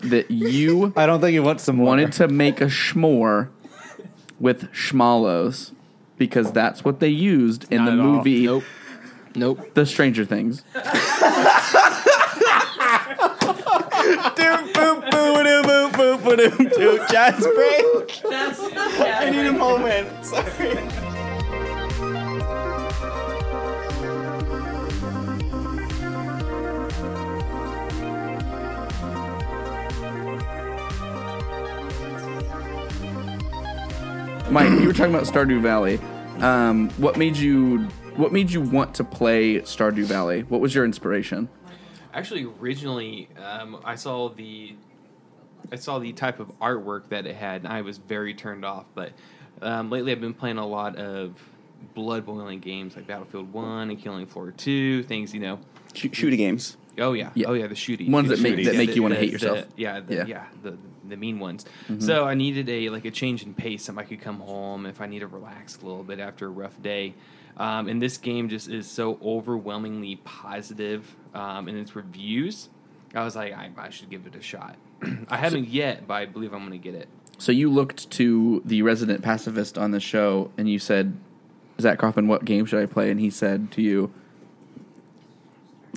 Speaker 6: that you
Speaker 8: I don't think he wants some more.
Speaker 6: wanted to make a schmore with schmallows because that's what they used in the
Speaker 3: at all.
Speaker 6: movie
Speaker 3: Nope. Nope.
Speaker 6: The Stranger Things.
Speaker 4: Doop, boop, boo, doo, boop, boop, boo, doo, doo. Jazz break.
Speaker 7: That's yeah.
Speaker 4: I need a moment. Sorry.
Speaker 6: Mike, you were talking about Stardew Valley. Um, what made you What made you want to play Stardew Valley? What was your inspiration?
Speaker 3: Actually, originally, um, I saw the I saw the type of artwork that it had, and I was very turned off. But um, lately, I've been playing a lot of blood boiling games like Battlefield One and Killing Floor Two, things you know.
Speaker 4: Shoot, shooty games.
Speaker 3: Oh yeah,
Speaker 6: Yeah.
Speaker 3: oh yeah, the shooty
Speaker 6: Ones
Speaker 3: the
Speaker 6: that make-
Speaker 3: shooties.
Speaker 6: that
Speaker 3: Yeah,
Speaker 6: make
Speaker 3: the-
Speaker 6: you wanna
Speaker 3: the-
Speaker 6: hate yourself.
Speaker 3: the- yeah, the,
Speaker 6: Yeah. Mm-hmm.
Speaker 3: yeah, the the mean ones. So I needed a like a change in pace. Um, I could come home if I need to relax a little bit after a rough day. Um, and this game just is so overwhelmingly positive um, in its reviews. I was like, I, I should give it a shot. I haven't yet, but I believe I'm going to get it.
Speaker 6: So you looked to the resident pacifist on the show, and you said, Zach Coffin, what game should I play? And he said to you,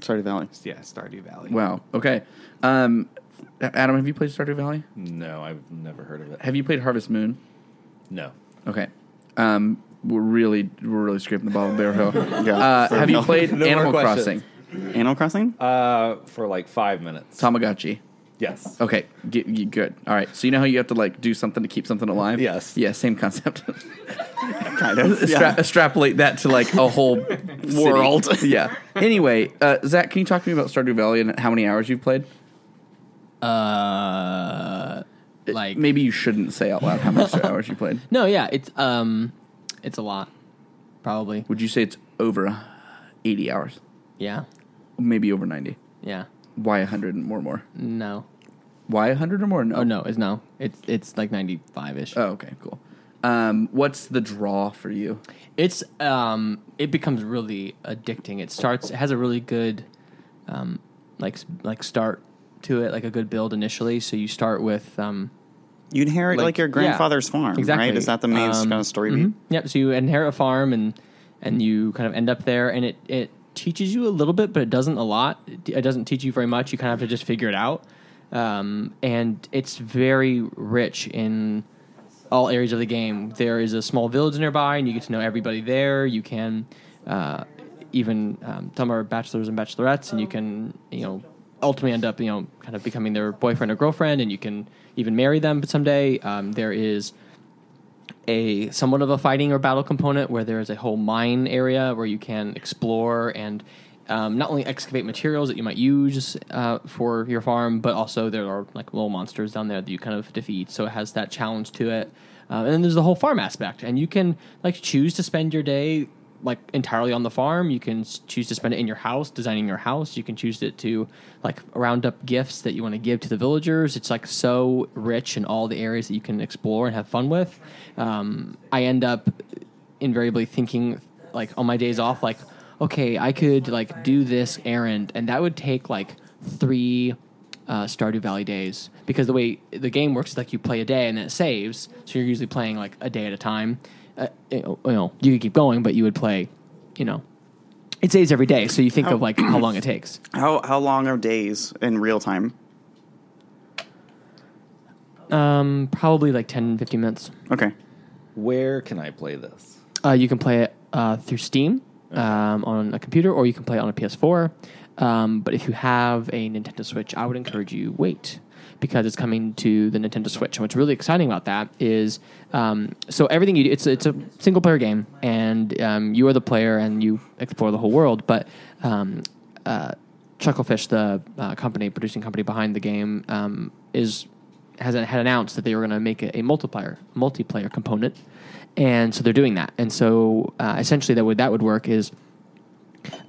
Speaker 4: Stardew Valley.
Speaker 1: Yeah, Stardew Valley.
Speaker 6: "Wow, okay." Um, Adam, have you played Stardew Valley?
Speaker 8: No, I've never heard of it.
Speaker 6: Have you played Harvest Moon?
Speaker 8: No.
Speaker 6: Okay. Um, we're really we're really scraping the bottom of the barrel. here.
Speaker 4: Yeah.
Speaker 6: Uh, have you played
Speaker 8: No more
Speaker 6: Animal Crossing?
Speaker 8: questions.
Speaker 4: Animal Crossing?
Speaker 8: Uh, for like five minutes.
Speaker 6: Tamagotchi.
Speaker 8: Yes.
Speaker 6: Okay, g- g- good. All right. So you know how you have to like do something to keep something alive?
Speaker 8: Yes.
Speaker 6: Yeah, same concept.
Speaker 4: kind of.
Speaker 6: Stra-
Speaker 4: Yeah.
Speaker 6: Extrapolate that to like a whole city.
Speaker 4: World.
Speaker 6: yeah. Anyway, uh, Zach, can you talk to me about Stardew Valley and how many hours you've played?
Speaker 3: Uh, like
Speaker 6: Maybe you shouldn't say out loud how many hours you played.
Speaker 3: no, yeah, it's um, it's a lot, probably.
Speaker 6: Would you say it's over eighty hours?
Speaker 3: Yeah,
Speaker 6: Maybe over ninety.
Speaker 3: yeah.
Speaker 6: Why hundred and more? More?
Speaker 3: No,
Speaker 6: Why hundred or more? No.
Speaker 3: oh no, it's no, it's it's like ninety five ish.
Speaker 6: Oh, okay, cool. Um, what's the draw for you?
Speaker 3: It's um, it becomes really addicting. It starts. It has a really good, um, like like start to it, like a good build initially. So you start with um,
Speaker 4: You inherit like,
Speaker 3: Like,
Speaker 4: your
Speaker 3: yeah.
Speaker 4: grandfather's farm,
Speaker 3: Exactly.
Speaker 4: right? Is that the main
Speaker 3: Um,
Speaker 4: kind of story
Speaker 3: mhm.
Speaker 4: beat?
Speaker 3: Yep. So you inherit a farm and and you kind of end up there, and it it teaches you a little bit, but it doesn't a lot. It, it doesn't teach you very much. You kind of have to just figure it out. Um, and it's very rich in all areas of the game. There is a small village nearby, and you get to know everybody there. You can uh, even um, some are bachelors and bachelorettes, and you can you know ultimately end up you know kind of becoming their boyfriend or girlfriend, and you can even marry them someday. Um, there is a somewhat of a fighting or battle component where there is a whole mine area where you can explore and um, not only excavate materials that you might use uh, for your farm, but also there are like little monsters down there that you kind of defeat. So it has that challenge to it. Um, and then there's the whole farm aspect, and you can like choose to spend your day like entirely on the farm. You can s- choose to spend it in your house, designing your house. You can choose it to like round up gifts that you want to give to the villagers. It's like so rich in all the areas that you can explore and have fun with. Um, I end up invariably thinking like on my days off, like okay, I could like do this errand, and that would take like three uh, Stardew Valley days because the way the game works is like you play a day and then it saves, so you're usually playing like a day at a time. Uh, you know- you know, you could keep going, but you would play, you know, it saves every day, so you think of like how long it takes.
Speaker 4: How how long are days in real time?
Speaker 3: Um, probably like 10, 15 minutes.
Speaker 4: Okay.
Speaker 8: Where can I play this?
Speaker 3: Uh, you can play it uh, through Steam um, on a computer, or you can play it on a PS4. Um, but if you have a Nintendo Switch, I would encourage you wait because it's coming to the Nintendo Switch. And what's really exciting about that is, um, so everything you do, it's it's a single player game, and um, you are the player and you explore the whole world. But um, uh, Chucklefish, the uh, company producing company behind the game, um, is has had announced that they were going to make a, a multiplier multiplayer component, and so they're doing that. And so uh, essentially, that would that would work is,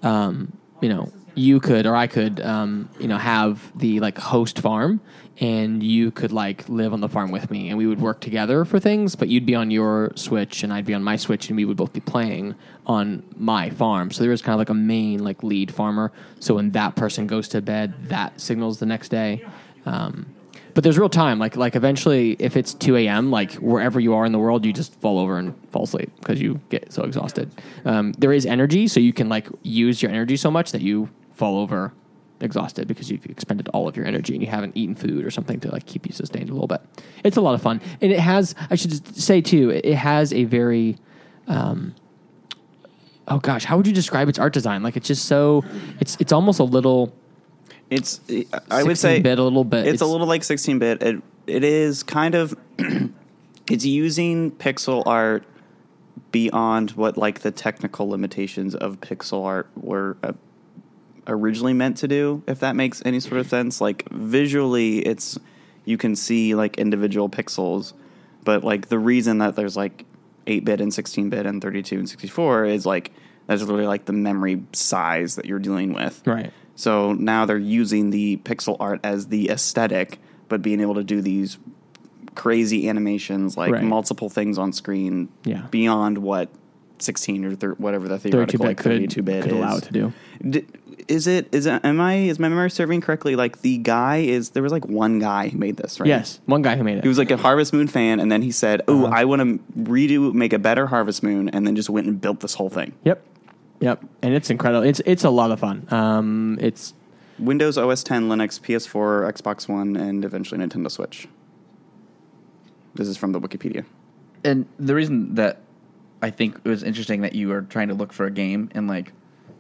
Speaker 3: um, you know, you could or I could, um, you know, have the like host farm, and you could like live on the farm with me, and we would work together for things. But you'd be on your Switch, and I'd be on my Switch, and we would both be playing on my farm. So there is kind of like a main like lead farmer. So when that person goes to bed, that signals the next day. Um, but there's real time. Like like eventually, if it's 2 a.m., like wherever you are in the world, you just fall over and fall asleep because you get so exhausted. Um, there is energy, so you can like use your energy so much that you fall over exhausted because you've expended all of your energy and you haven't eaten food or something to like keep you sustained a little bit. It's a lot of fun, and it has. I should just say too, it it has a very um, oh gosh, how would you describe its art design? Like it's just so it's it's almost a little
Speaker 4: It's I would say
Speaker 3: 16-bit a little bit.
Speaker 4: It's, a little like 16 bit. It it is kind of it's using pixel art beyond what like the technical limitations of pixel art were uh, originally meant to do if that makes any sort of sense like visually it's you can see like individual pixels but like the reason that there's like 8-bit and 16-bit and 32 and 64 is like that's literally like the memory size that you're dealing with
Speaker 3: right.
Speaker 4: so now they're using the pixel art as the aesthetic, but being able to do these crazy animations, like
Speaker 3: Right.
Speaker 4: multiple things on screen,
Speaker 3: Yeah.
Speaker 4: beyond what 16 or thir- whatever the theoretical
Speaker 3: 32-bit
Speaker 4: like
Speaker 3: could,
Speaker 4: 32 bit
Speaker 3: could
Speaker 4: is.
Speaker 3: allow it to do.
Speaker 4: D- is it is it, am I is my memory serving correctly? Like the guy is there was like one guy who made this, right?
Speaker 3: Yes, Uh-huh. one guy who made it.
Speaker 4: He was like a Harvest Moon fan, and then he said, "Oh, I want to redo, make a better Harvest Moon," and then just went and built this whole thing.
Speaker 3: Yep. Yep. And it's incredible. It's it's a lot of fun. Um it's
Speaker 4: Windows OS 10, Linux, PS4, Xbox One, and eventually Nintendo Switch. This is from the Wikipedia.
Speaker 6: and the reason that I think it was interesting that you were trying to look for a game and like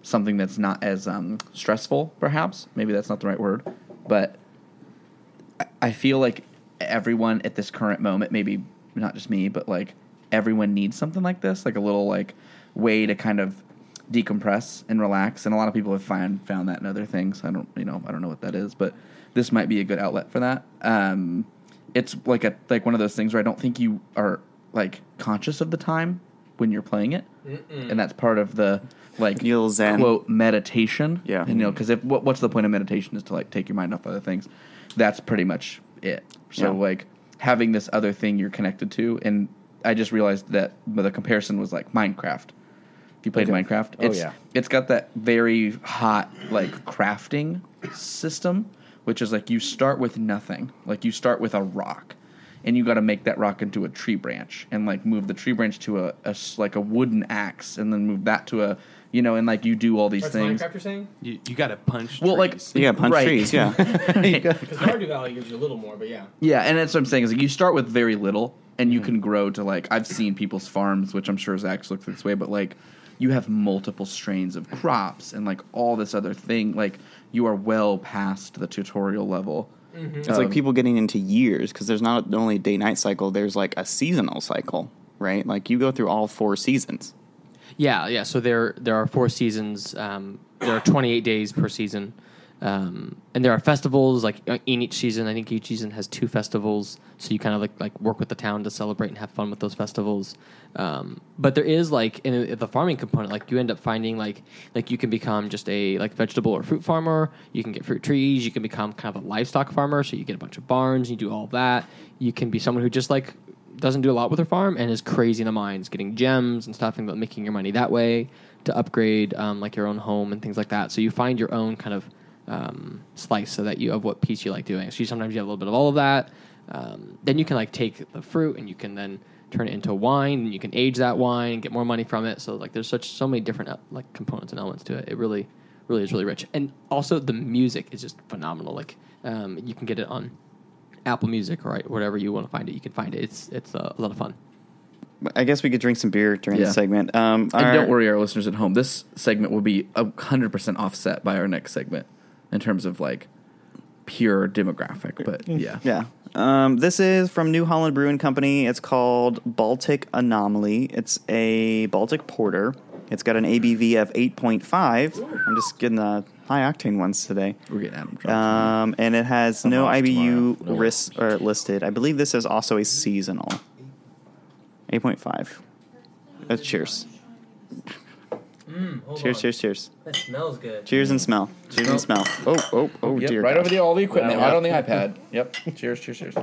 Speaker 6: something that's not as um, stressful, perhaps maybe that's not the right word, but I- I feel like everyone at this current moment, maybe not just me, but like everyone needs something like this, like a little like way to kind of decompress and relax. And a lot of people have found found that in other things. I don't, you know, I don't know what that is, but this might be a good outlet for that. Um, it's like a like one of those things where I don't think you are like conscious of the time when you're playing it, and that's part of the like
Speaker 4: Your little zen.
Speaker 6: quote meditation.
Speaker 4: Yeah.
Speaker 6: you know, because if what, what's the point of meditation is to like take your mind off other things. That's pretty much it. So
Speaker 4: Yeah.
Speaker 6: like having this other thing you're connected to, and I just realized that the comparison was like Minecraft. If you played
Speaker 8: Okay.
Speaker 6: Minecraft,
Speaker 8: Oh,
Speaker 6: it's
Speaker 8: yeah.
Speaker 6: it's got that very hot like crafting system, which is like you start with nothing. Like you start with a rock, and you got to make that rock into a tree branch, and like move the tree branch to a, a s- like a wooden axe, and then move that to a you know, and like you do all these things.
Speaker 3: you're saying?
Speaker 1: You, you got to punch.
Speaker 6: Well, like
Speaker 1: trees.
Speaker 4: You got to punch
Speaker 6: Right.
Speaker 4: trees, yeah.
Speaker 3: Because Stardew Valley gives you a little more, but yeah.
Speaker 6: Yeah, and that's what I'm saying is like you start with very little, and
Speaker 4: Mm-hmm.
Speaker 6: you can grow to like I've seen people's farms, which I'm sure Zach's looked this way, but like you have multiple strains of crops and like all this other thing. Like you are well past the tutorial level.
Speaker 4: It's like people getting into years because there's not only a day night cycle, there's like a seasonal cycle, right? Like you go through all four seasons.
Speaker 3: Yeah, yeah. So there there are four seasons. Um, there are 28 days per season, um, and there are festivals like uh, in each season. I think each season has two festivals, so you kind of like like work with the town to celebrate and have fun with those festivals. Um, but there is like in the farming component, like you end up finding like like you can become just a like vegetable or fruit farmer. You can get fruit trees. You can become kind of a livestock farmer, so you get a bunch of barns. You do all that. You can be someone who just like doesn't do a lot with her farm and is crazy in the mines, getting gems and stuff, and making your money that way to upgrade um, like your own home and things like that. So you find your own kind of um, slice so that you of what piece you like doing. So you, sometimes you have a little bit of all of that. Um, then you can like take the fruit and you can then turn it into wine and you can age that wine and get more money from it. So like there's such so many different uh, like components and elements to it. It really really is really rich. And also the music is just phenomenal. Like um, you can get it on Apple Music, right? Whatever you want to find it, you can find it. It's it's uh, a lot of fun.
Speaker 4: I guess we could drink some beer during
Speaker 6: Yeah.
Speaker 4: this segment. Um,
Speaker 6: And
Speaker 4: our-
Speaker 6: don't worry, our listeners at home, this segment will be hundred percent offset by our next segment in terms of like pure demographic. But
Speaker 4: Mm.
Speaker 6: yeah,
Speaker 4: Yeah. Um, this is from New Holland Brewing Company. It's called Baltic Anomaly. It's a Baltic Porter. It's got an ABV of 8.5. I'm just getting the high octane ones today.
Speaker 6: we're getting Adam drunk.
Speaker 4: Um, and it has no
Speaker 6: off
Speaker 4: IBU
Speaker 6: tomorrow. No.
Speaker 4: ris- or uh, listed. I believe this is also a seasonal. 8.5. Uh, cheers. Cheers, cheers, cheers.
Speaker 3: That smells good.
Speaker 4: Cheers and smell. Cheers and smell. Oh, oh, oh,
Speaker 6: Yep,
Speaker 4: dear.
Speaker 6: right
Speaker 4: God.
Speaker 6: over the all the equipment, right on the iPad. Yep. cheers, cheers, cheers.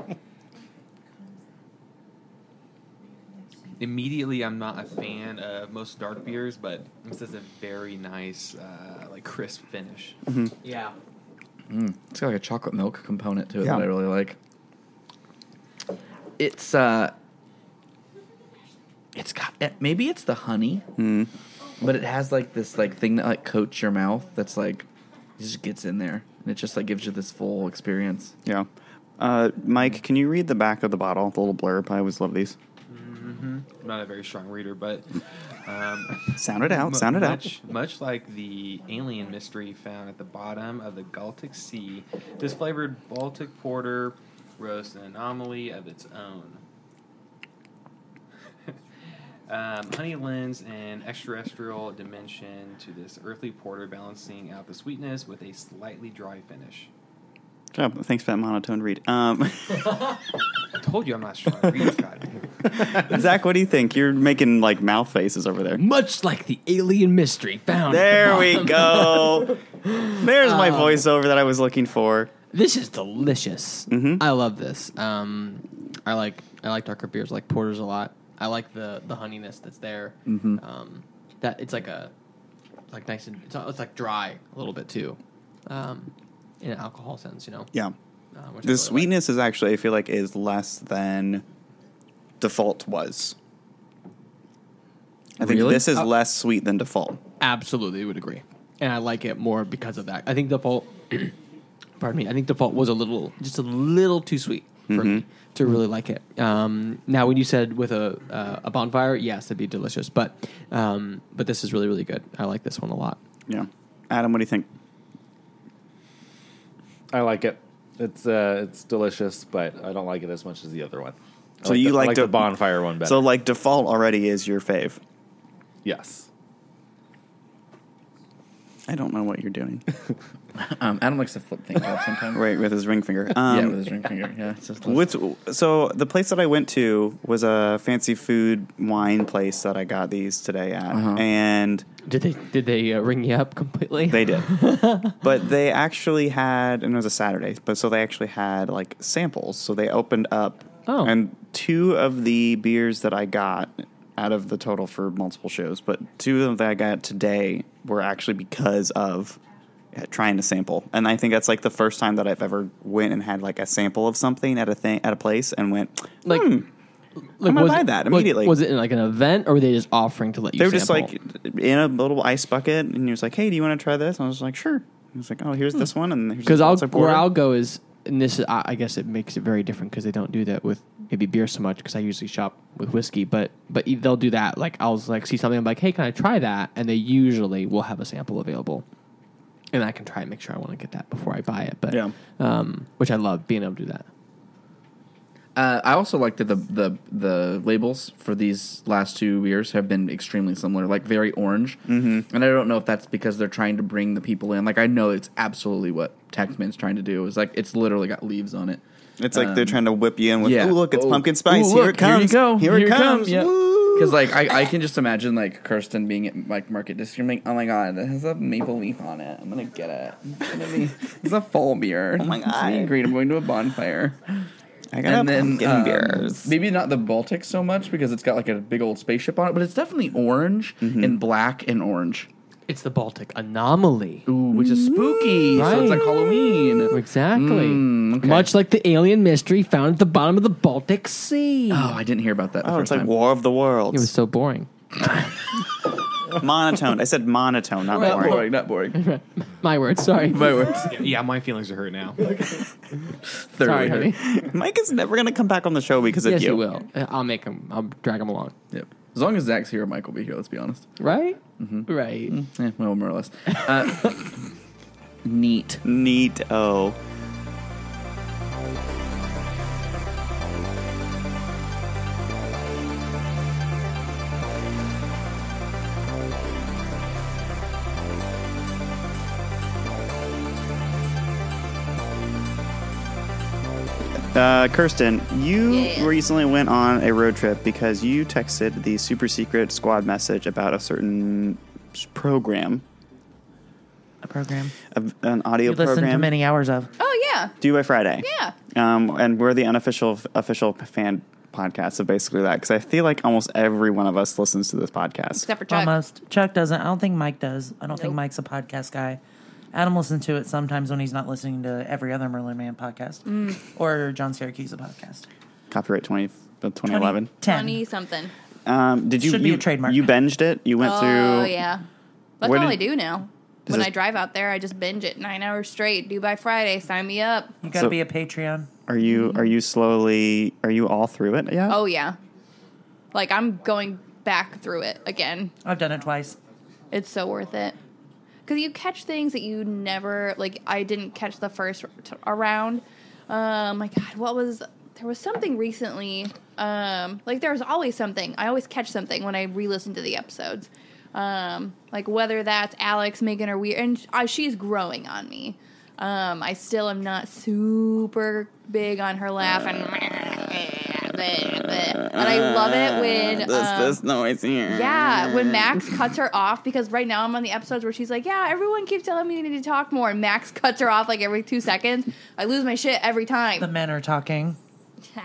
Speaker 9: Immediately, I'm not a fan of most dark beers, but this is a very nice, uh, like crisp finish.
Speaker 3: Yeah.
Speaker 6: It's got like a chocolate milk component to it
Speaker 4: Yeah.
Speaker 6: that I really like. It's uh it's got eh, maybe it's the honey,
Speaker 3: Hmm.
Speaker 6: but it has like this like thing that like coats your mouth. That's like it just gets in there and it just like gives you this full experience.
Speaker 4: Yeah. Uh, Mike, can you read the back of the bottle, the little blurb? I always love these.
Speaker 9: I'm not a very strong reader, but um,
Speaker 4: Sound it out.
Speaker 9: Mu-
Speaker 4: Sound it out.
Speaker 9: much, Much like the alien mystery found at the bottom of the Galtic Sea, this flavored Baltic porter roasts an anomaly of its own. um, honey lends an extraterrestrial dimension to this earthly porter, balancing out the sweetness with a slightly dry finish.
Speaker 4: Good job. Thanks for that monotone read. Um,
Speaker 9: I told you I'm not strong. Read, God.
Speaker 4: Zach, what do you think? You're making like mouth faces over there.
Speaker 3: Much like the alien mystery found.
Speaker 4: There we go. There's
Speaker 3: Um,
Speaker 4: my voiceover that I was looking for.
Speaker 3: This is delicious. I love this. Um, I like I like darker beers, I like porters a lot. I like the the honeyness that's there. Um, that it's like a like nice and it's, it's like dry a little bit too, um, in an alcohol sense, you know.
Speaker 4: Yeah.
Speaker 3: Uh, which I really
Speaker 4: The
Speaker 3: like.
Speaker 4: sweetness is actually I feel like is less than default was. I think
Speaker 3: Really?
Speaker 4: this is
Speaker 3: Uh,
Speaker 4: less sweet than default.
Speaker 3: absolutely would agree, and I like it more because of that. I think default, pardon me, I think default was a little, just a little too sweet for
Speaker 4: Mm-hmm.
Speaker 3: me to really like it. Um, now, when you said with a uh, a bonfire, yes, it'd be delicious, but um, but this is really really good. I like this one a lot.
Speaker 4: Yeah. Adam, what do you think?
Speaker 8: I like it. It's uh, it's delicious, but I don't like it as much as the other one. I
Speaker 4: So you
Speaker 8: the, I
Speaker 4: like
Speaker 8: like the
Speaker 4: to-
Speaker 8: bonfire one better?
Speaker 4: So like default already is your fave.
Speaker 8: yes,
Speaker 4: I don't know what you're doing.
Speaker 6: Um, Adam likes to flip things off sometimes.
Speaker 4: right with his ring finger.
Speaker 6: Yeah,
Speaker 4: Um,
Speaker 6: with his ring finger. Yeah. It's just
Speaker 4: What's, so the place that I went to was a fancy food wine place that I got these today at,
Speaker 6: Uh-huh.
Speaker 4: and
Speaker 3: Did they did they uh, ring you up completely?
Speaker 4: they did. but they actually had, and it was a Saturday, but so they actually had like samples. So they opened up,
Speaker 3: Oh.
Speaker 4: and two of the beers that I got out of the total for multiple shows, but two of them that I got today were actually because of uh, trying to sample. And I think that's like the first time that I've ever went and had like a sample of something at a thing at a place and went
Speaker 3: Like, like
Speaker 4: I'm gonna
Speaker 3: was
Speaker 4: buy
Speaker 3: it-
Speaker 4: that
Speaker 3: like,
Speaker 4: immediately.
Speaker 3: was it in like an event, or were they just offering to let you?
Speaker 4: they were just
Speaker 3: sample?
Speaker 4: like in a little ice bucket, and he was like, "Hey, do you want to try this?" And I was like, "Sure." He was like, "Oh, here's this one," and here's
Speaker 3: because
Speaker 4: the
Speaker 3: I'll
Speaker 4: Baltic
Speaker 3: where
Speaker 4: Porter."
Speaker 3: I'll go is and this is, I, I guess it makes it very different because they don't do that with maybe beer so much because I usually shop with whiskey, but but e- they'll do that like I'll like see something I'm like hey can I try that and they usually will have a sample available. And I can try and make sure I want to get that before I buy it, but
Speaker 4: Yeah.
Speaker 3: um, which I love being able to do that.
Speaker 6: Uh, I also like that the, the the labels for these last two beers have been extremely similar, like very orange. Mm-hmm. And I don't know if that's because they're trying to bring the people in. Like I know it's absolutely what Taxman's trying to do. Is like it's literally got leaves on it.
Speaker 4: It's like they're trying to whip you in with,
Speaker 6: Um, yeah.
Speaker 4: "Oh, look, it's
Speaker 6: Oh,
Speaker 4: pumpkin spice.
Speaker 6: ooh,
Speaker 4: here
Speaker 6: look,
Speaker 4: it comes.
Speaker 6: Here, you go.
Speaker 4: Here it comes. Woo."
Speaker 6: Because like I, I can just imagine like Kirsten being at like market district, being, oh my god, it has a maple leaf on it. I'm gonna get it. It's gonna be it's a fall beer.
Speaker 4: Oh my
Speaker 6: It's gonna be
Speaker 4: God.
Speaker 6: great. I'm going to a bonfire.
Speaker 4: I got
Speaker 6: And then
Speaker 4: pumpkin
Speaker 6: um,
Speaker 4: beers.
Speaker 6: maybe not the Baltic so much because it's got like a big old spaceship on it, but it's definitely orange and black and orange,
Speaker 3: It's the Baltic anomaly,
Speaker 6: ooh, which is spooky. So it's like
Speaker 3: Right.
Speaker 6: Halloween.
Speaker 3: exactly.
Speaker 6: Mm, okay.
Speaker 3: Much like the alien mystery found at the bottom of the Baltic Sea.
Speaker 6: Oh, I didn't hear about that. The
Speaker 4: Oh,
Speaker 6: first
Speaker 4: it's like
Speaker 6: time.
Speaker 4: War of the
Speaker 3: It was
Speaker 4: Worlds.
Speaker 3: so boring.
Speaker 4: monotone. I said monotone, not
Speaker 6: not
Speaker 4: boring.
Speaker 6: boring. Not boring.
Speaker 3: My words, sorry,
Speaker 6: My words.
Speaker 9: Yeah, my feelings are hurt now.
Speaker 3: sorry,
Speaker 6: Thoroughly hurt.
Speaker 3: honey.
Speaker 4: Mike is never going to come back on the show because of
Speaker 3: Yes,
Speaker 4: you.
Speaker 3: you will. Uh, I'll make him. I'll drag him along.
Speaker 6: Yep. As long as Zach's here, Mike will be here. Let's be honest.
Speaker 3: Right. Right.
Speaker 6: Eh, well, more or less. Uh, neat.
Speaker 4: Neat. Oh. Uh, Kirsten, you
Speaker 2: Yes.
Speaker 4: recently went on a road trip because you texted the super secret squad message about a certain s- program,
Speaker 7: A program
Speaker 4: a- an audio
Speaker 7: you listen to
Speaker 4: program.
Speaker 7: many hours of.
Speaker 2: Oh yeah,
Speaker 4: due by Friday.
Speaker 2: Yeah.
Speaker 4: Um, and we're the unofficial official fan podcast of basically that because I feel like almost every one of us listens to this podcast.
Speaker 2: except for Chuck.
Speaker 7: Almost. Chuck doesn't. I don't think Mike does. I don't think
Speaker 2: Nope.
Speaker 7: Mike's a podcast guy. Adam listens to it sometimes when he's not listening to every other Merlin Man podcast
Speaker 2: Mm.
Speaker 7: or John Syracuse podcast.
Speaker 4: Copyright 20, uh, 2011.
Speaker 7: 10.
Speaker 2: Funny something.
Speaker 4: Um, did you
Speaker 7: Should be
Speaker 4: you-
Speaker 7: a trademark.
Speaker 4: You binged it. You went
Speaker 2: Oh
Speaker 4: through.
Speaker 2: yeah, that's
Speaker 4: Where
Speaker 2: all
Speaker 4: did-
Speaker 2: I do now.
Speaker 4: Does
Speaker 2: When
Speaker 4: this-
Speaker 2: I drive out there, I just binge it nine hours straight. Due by Friday, sign me up.
Speaker 7: You got to
Speaker 4: So-
Speaker 7: be a Patreon.
Speaker 4: Are you are you slowly are you all through it? Yeah.
Speaker 2: Oh yeah, like I'm going back through it again.
Speaker 7: I've done it twice.
Speaker 2: It's so worth it. Because you catch things that you never, like, I didn't catch the first t- around. Um, my God, what was, there was something recently. Um, like, there was always something. I always catch something when I re listen to the episodes. Um, like, whether that's Alex making her weird, and I, she's growing on me. Um, I still am not super big on her laugh, and, and I love it when
Speaker 4: Uh, This
Speaker 2: um,
Speaker 4: this noise here.
Speaker 2: yeah, when Max cuts her off because right now I'm on the episodes where she's like, "Yeah, everyone keeps telling me you need to talk more," and Max cuts her off like every two seconds. I lose my shit every
Speaker 7: The
Speaker 2: time.
Speaker 7: men are talking.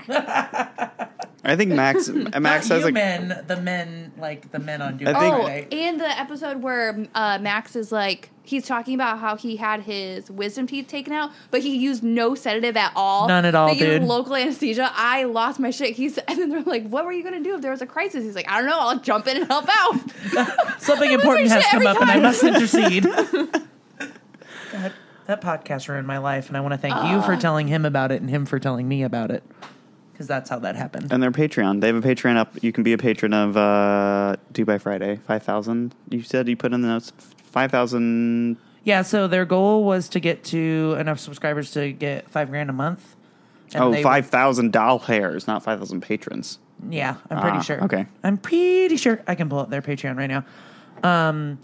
Speaker 4: I think Max uh, Max
Speaker 7: Not
Speaker 4: has
Speaker 7: you
Speaker 4: a
Speaker 7: men, the men, like the men on Doom.
Speaker 4: I think-
Speaker 2: oh,
Speaker 7: Friday.
Speaker 2: and the episode where uh, Max is like, he's talking about how he had his wisdom teeth taken out, but he used no sedative at all.
Speaker 7: None at all,
Speaker 2: They used
Speaker 7: dude.
Speaker 2: local anesthesia. I lost my shit. He's and then they're like, "What were you gonna do if there was a crisis?" He's like, "I don't know. I'll jump in and help out."
Speaker 7: Something
Speaker 2: I lose
Speaker 7: important
Speaker 2: my
Speaker 7: has
Speaker 2: shit every
Speaker 7: come up, and I
Speaker 2: time.
Speaker 7: must intercede. God, that podcast ruined my life, and I want to thank you for telling him about it, and him for telling me about it, because that's how that happened.
Speaker 4: and their Patreon. They have a Patreon up. You can be a patron of uh, Due by Friday. Five thousand. You said you put in the notes. Five thousand.
Speaker 7: Yeah, so their goal was to get to enough subscribers to get five grand a month. and
Speaker 4: Oh,
Speaker 7: they-
Speaker 4: five thousand doll hairs, not five thousand patrons.
Speaker 7: Yeah, I'm pretty
Speaker 4: Ah,
Speaker 7: sure.
Speaker 4: okay.
Speaker 7: I'm pretty sure I can pull up their Patreon right now. Um,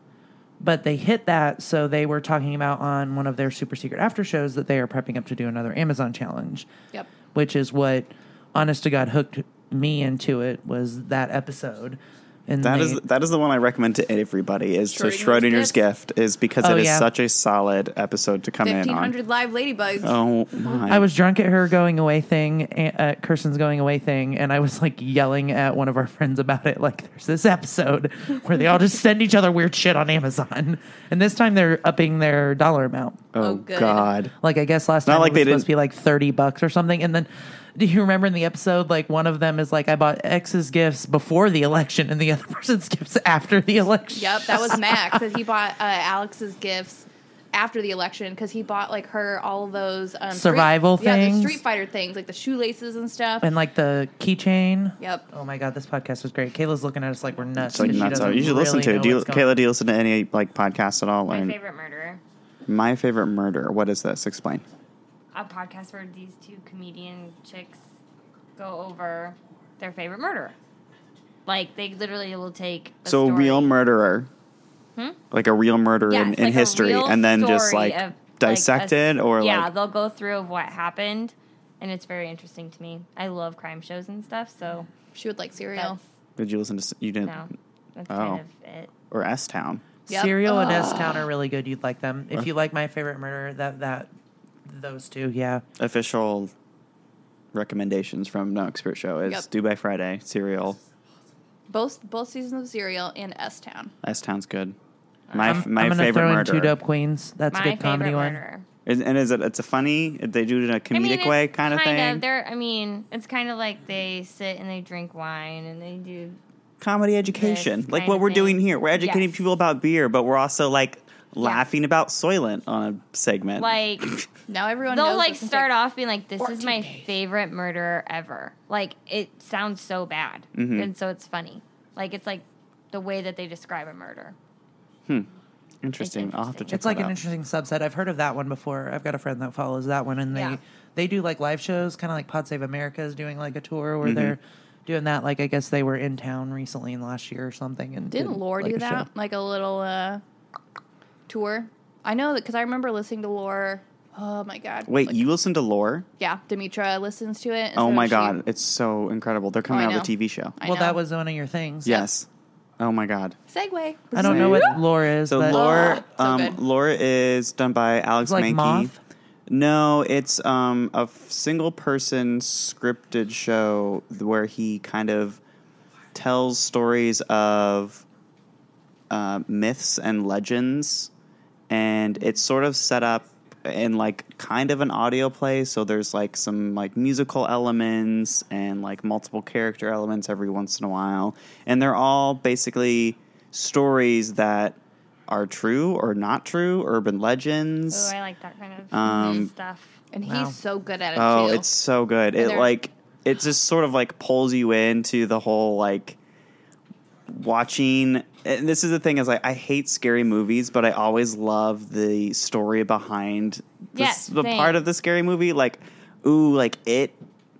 Speaker 7: but they hit that, so they were talking about on one of their super secret after shows that they are prepping up to do another Amazon challenge.
Speaker 2: Yep.
Speaker 7: Which is what, honest to God, hooked me into it was that episode. And
Speaker 4: That
Speaker 7: they-
Speaker 4: is that is the one I recommend to everybody. Is to Schrodinger's
Speaker 2: Schrodinger's
Speaker 4: gift is because
Speaker 7: Oh,
Speaker 4: it is
Speaker 7: yeah.
Speaker 4: such a solid episode to come in
Speaker 2: Fifteen
Speaker 4: on.
Speaker 2: hundred live ladybugs.
Speaker 4: Oh my!
Speaker 7: I was drunk at her going away thing, a- at Kirsten's going away thing, and I was like yelling at one of our friends about it. Like, there's this episode where they all just send each other weird shit on Amazon, and this time they're upping their dollar amount.
Speaker 4: oh
Speaker 2: Oh, good.
Speaker 4: god!
Speaker 7: Like I guess last
Speaker 4: Not
Speaker 7: time
Speaker 4: like
Speaker 7: it was
Speaker 4: they
Speaker 7: supposed
Speaker 4: didn't-
Speaker 7: to be like thirty bucks or something. And then do you remember in the episode like one of them is like I bought X's gifts before the election and the other person's gifts after the election.
Speaker 2: Yep, that was Max. that he bought uh, Alex's gifts after the election because he bought like her all of those um,
Speaker 7: Survival
Speaker 2: street, yeah, the
Speaker 7: things.
Speaker 2: Street Fighter things, like the shoelaces and stuff.
Speaker 7: And like the keychain.
Speaker 2: yep.
Speaker 7: Oh my god, this podcast was great. Kayla's looking at us like we're
Speaker 4: It's
Speaker 7: nuts.
Speaker 4: like
Speaker 7: but she
Speaker 4: nuts.
Speaker 7: doesn't
Speaker 4: out. You should listen
Speaker 7: really
Speaker 4: to it. Do
Speaker 7: know
Speaker 4: you,
Speaker 7: what's going
Speaker 4: Kayla, do you listen to any like podcasts at all?
Speaker 10: My
Speaker 4: And
Speaker 10: favorite murderer.
Speaker 4: my favorite murder. What is this? Explain.
Speaker 10: A podcast where these two comedian chicks go over their favorite murderer. Like they literally will take a
Speaker 4: so a
Speaker 10: story-
Speaker 4: real murderer, like a real murderer
Speaker 10: Yes,
Speaker 4: in, in
Speaker 10: like a
Speaker 4: history,
Speaker 10: real
Speaker 4: and then just
Speaker 10: story
Speaker 4: like
Speaker 10: of,
Speaker 4: dissect
Speaker 10: a-
Speaker 4: it, or
Speaker 10: yeah,
Speaker 4: like
Speaker 10: they'll go through of what happened, and it's very interesting to me. I love crime shows and stuff, so
Speaker 2: She would like cereal.
Speaker 10: that's
Speaker 4: did you listen to s- you didn't
Speaker 10: no, that's
Speaker 4: Oh.
Speaker 10: kind of it.
Speaker 4: or S Town?
Speaker 2: Yep. Ah.
Speaker 7: Serial and S Town are really good. You'd like them. If you like my favorite murder, that that those two, yeah.
Speaker 4: Official recommendations from No Expert Show is
Speaker 2: Yep.
Speaker 4: Due by Friday, Serial.
Speaker 2: Both both seasons of cereal and S Town.
Speaker 4: S Town's good. My
Speaker 7: I'm,
Speaker 4: f- my
Speaker 7: I'm gonna
Speaker 4: favorite
Speaker 7: throw in
Speaker 4: murder.
Speaker 7: two dope queens. That's
Speaker 10: My
Speaker 7: a good comedy
Speaker 10: favorite
Speaker 7: one.
Speaker 10: murderer.
Speaker 4: Is, and is it? It's a funny. They do it in a comedic
Speaker 10: I mean, it's
Speaker 4: way, kind of
Speaker 10: Kind of.
Speaker 4: thing.
Speaker 10: They're. I mean, it's kind of like they sit and they drink wine and they do.
Speaker 4: Comedy education,
Speaker 10: This
Speaker 4: like
Speaker 10: kind
Speaker 4: what
Speaker 10: of
Speaker 4: we're doing
Speaker 10: thing.
Speaker 4: here. We're educating
Speaker 10: Yes.
Speaker 4: people about beer, but we're also like laughing about Soylent on a segment.
Speaker 10: Like
Speaker 2: Now everyone
Speaker 10: they'll
Speaker 2: knows
Speaker 10: like
Speaker 2: this and
Speaker 10: start
Speaker 2: like,
Speaker 10: off being like, "This is my favorite murderer ever." Like it sounds so bad,
Speaker 4: Mm-hmm.
Speaker 10: and so it's funny. Like it's like the way that they describe a murder.
Speaker 4: interesting. I'll have to
Speaker 10: interesting.
Speaker 4: check.
Speaker 7: It's like
Speaker 4: that
Speaker 7: an
Speaker 4: out.
Speaker 7: interesting subset. I've heard of that one before. I've got a friend that follows that one, and they
Speaker 10: Yeah.
Speaker 7: they do like live shows, kind of like Pod Save America is doing like a tour
Speaker 4: Mm-hmm.
Speaker 7: where they're doing that. Like I guess they were in town recently in last year or something. And
Speaker 2: Didn't
Speaker 7: did,
Speaker 2: Lore
Speaker 7: like,
Speaker 2: do
Speaker 7: a show.
Speaker 2: that? Like a little uh, tour. I know that because I remember listening to Lore. Oh my god.
Speaker 4: Wait,
Speaker 2: Like,
Speaker 4: you listen to Lore?
Speaker 2: Yeah, Demetra listens to it. and
Speaker 4: Oh
Speaker 2: so
Speaker 4: my
Speaker 2: she-
Speaker 4: god, it's so incredible.
Speaker 10: Oh,
Speaker 4: They're coming
Speaker 2: I
Speaker 4: out
Speaker 2: know.
Speaker 4: with a TV show.
Speaker 2: I
Speaker 7: Well,
Speaker 2: know.
Speaker 7: that was one of your things.
Speaker 4: Yes. Oh my god.
Speaker 2: segue.
Speaker 7: I don't know what lore is,
Speaker 4: So
Speaker 7: but
Speaker 4: Lore,
Speaker 2: Oh, so
Speaker 4: um,
Speaker 2: good.
Speaker 4: Lore is done by Alex
Speaker 7: It's like
Speaker 4: Mankey.
Speaker 7: Moth?
Speaker 4: No, it's um, a f- single person scripted show where he kind of tells stories of uh, myths and legends, and it's sort of set up in like kind of an audio play. So there's like some like musical elements and like multiple character elements every once in a while, and they're all basically stories that are true or not true, urban
Speaker 10: Oh,
Speaker 4: legends.
Speaker 10: I like that kind of
Speaker 4: Um,
Speaker 10: stuff.
Speaker 2: And he's
Speaker 7: Wow.
Speaker 2: so good at it
Speaker 4: Oh,
Speaker 2: too.
Speaker 4: it's so good. It
Speaker 2: they're-
Speaker 4: like it just sort of like pulls you into the whole like watching and this is the thing is like I hate scary movies, but I always love the story behind this,
Speaker 10: Yes,
Speaker 4: the
Speaker 10: same.
Speaker 4: part of the scary movie like ooh like it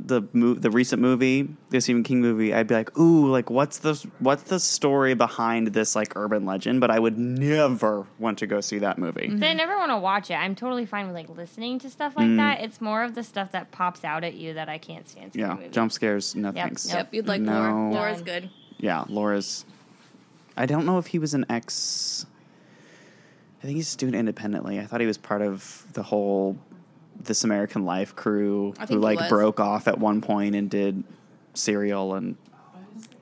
Speaker 4: the mo- the recent movie, the Stephen King movie, I'd be like, "Ooh, like what's the what's the story behind this like urban legend?" But I would never want to go see that movie.
Speaker 10: So I never want to watch it. I'm totally fine with like listening to stuff
Speaker 4: Mm.
Speaker 10: like that. It's more of the stuff that pops out at you that I can't stand.
Speaker 4: Yeah,
Speaker 10: movies.
Speaker 4: jump scares, no
Speaker 10: Yep,
Speaker 4: thanks.
Speaker 2: Yep, you'd like
Speaker 4: No.
Speaker 2: Lore. Lore is
Speaker 10: Done.
Speaker 2: good.
Speaker 4: Yeah, Laura's. I don't know if he was an ex. I think he's just doing it independently. I thought he was part of the whole This American Life crew
Speaker 2: I
Speaker 4: who
Speaker 2: think he
Speaker 4: like
Speaker 2: was.
Speaker 4: broke off at one point and did cereal and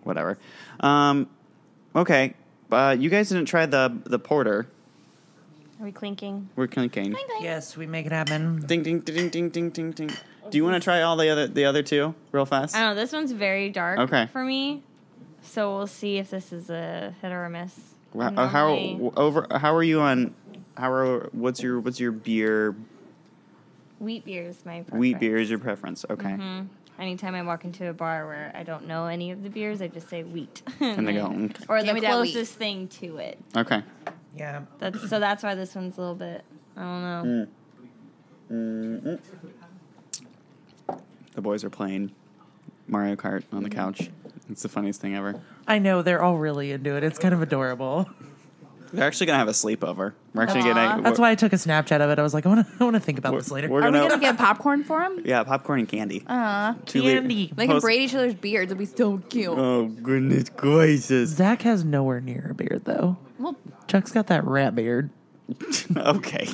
Speaker 4: whatever. Um, okay, uh, you guys didn't try the the porter.
Speaker 10: Are we clinking?
Speaker 4: We're clinking.
Speaker 7: Yes, we make it happen.
Speaker 4: Ding ding ding ding ding ding ding. Do you want to try all the other the other two real fast?
Speaker 10: I don't know. This one's very dark
Speaker 4: Okay.
Speaker 10: for me. So we'll see if this is a hit or a miss.
Speaker 4: Wha- uh, How
Speaker 10: Normally,
Speaker 4: w- over? How are you on? How are what's your what's your beer
Speaker 10: wheat beer is my preference.
Speaker 4: wheat beer is your preference? Okay,
Speaker 10: hmm Anytime I walk into a bar where I don't know any of the beers, I just say wheat.
Speaker 4: And they go,
Speaker 10: then-
Speaker 4: "Mm."
Speaker 10: Or
Speaker 2: Give
Speaker 10: the
Speaker 2: me that wheat.
Speaker 10: closest thing to it.
Speaker 4: okay.
Speaker 7: Yeah.
Speaker 10: That's so that's why this one's a little bit. I don't know.
Speaker 4: Mm. Mm-mm. The boys are playing Mario Kart on the couch. It's the funniest thing ever.
Speaker 7: I know they're all really into it. It's kind of adorable.
Speaker 4: They're actually gonna have a sleepover. We're actually gonna.
Speaker 7: That's why I took a Snapchat of it. I was like, I want to, I want to think about this later.
Speaker 4: We're
Speaker 2: Are we
Speaker 4: gonna,
Speaker 2: gonna get popcorn for him?
Speaker 4: yeah, popcorn and candy.
Speaker 2: Uh,
Speaker 4: Too late.
Speaker 7: Candy.
Speaker 2: they can
Speaker 4: Post-
Speaker 2: braid each other's beards. It'll be so cute.
Speaker 4: Oh goodness gracious!
Speaker 7: Zach has nowhere near a beard though.
Speaker 2: Well,
Speaker 7: Chuck's got that rat beard.
Speaker 4: okay,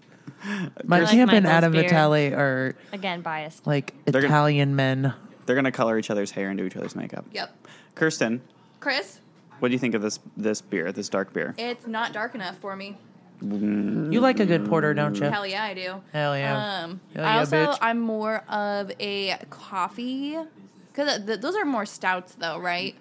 Speaker 7: My
Speaker 10: like
Speaker 7: camp and
Speaker 10: Michael's
Speaker 7: Adam
Speaker 10: beard.
Speaker 7: Vitale are
Speaker 10: Again, biased.
Speaker 7: like
Speaker 4: gonna-
Speaker 7: Italian men.
Speaker 4: they're gonna color each other's hair and do each other's makeup.
Speaker 2: yep.
Speaker 4: Kirsten,
Speaker 2: Chris,
Speaker 4: what do you think of this this beer, this dark beer?
Speaker 2: it's not dark enough for me.
Speaker 7: You like a good porter, don't you?
Speaker 2: Hell yeah, I do.
Speaker 7: Hell yeah.
Speaker 2: Um,
Speaker 7: Hell
Speaker 2: I
Speaker 7: yeah,
Speaker 2: also
Speaker 7: bitch.
Speaker 2: I'm more of a coffee because th- those are more stouts though, right?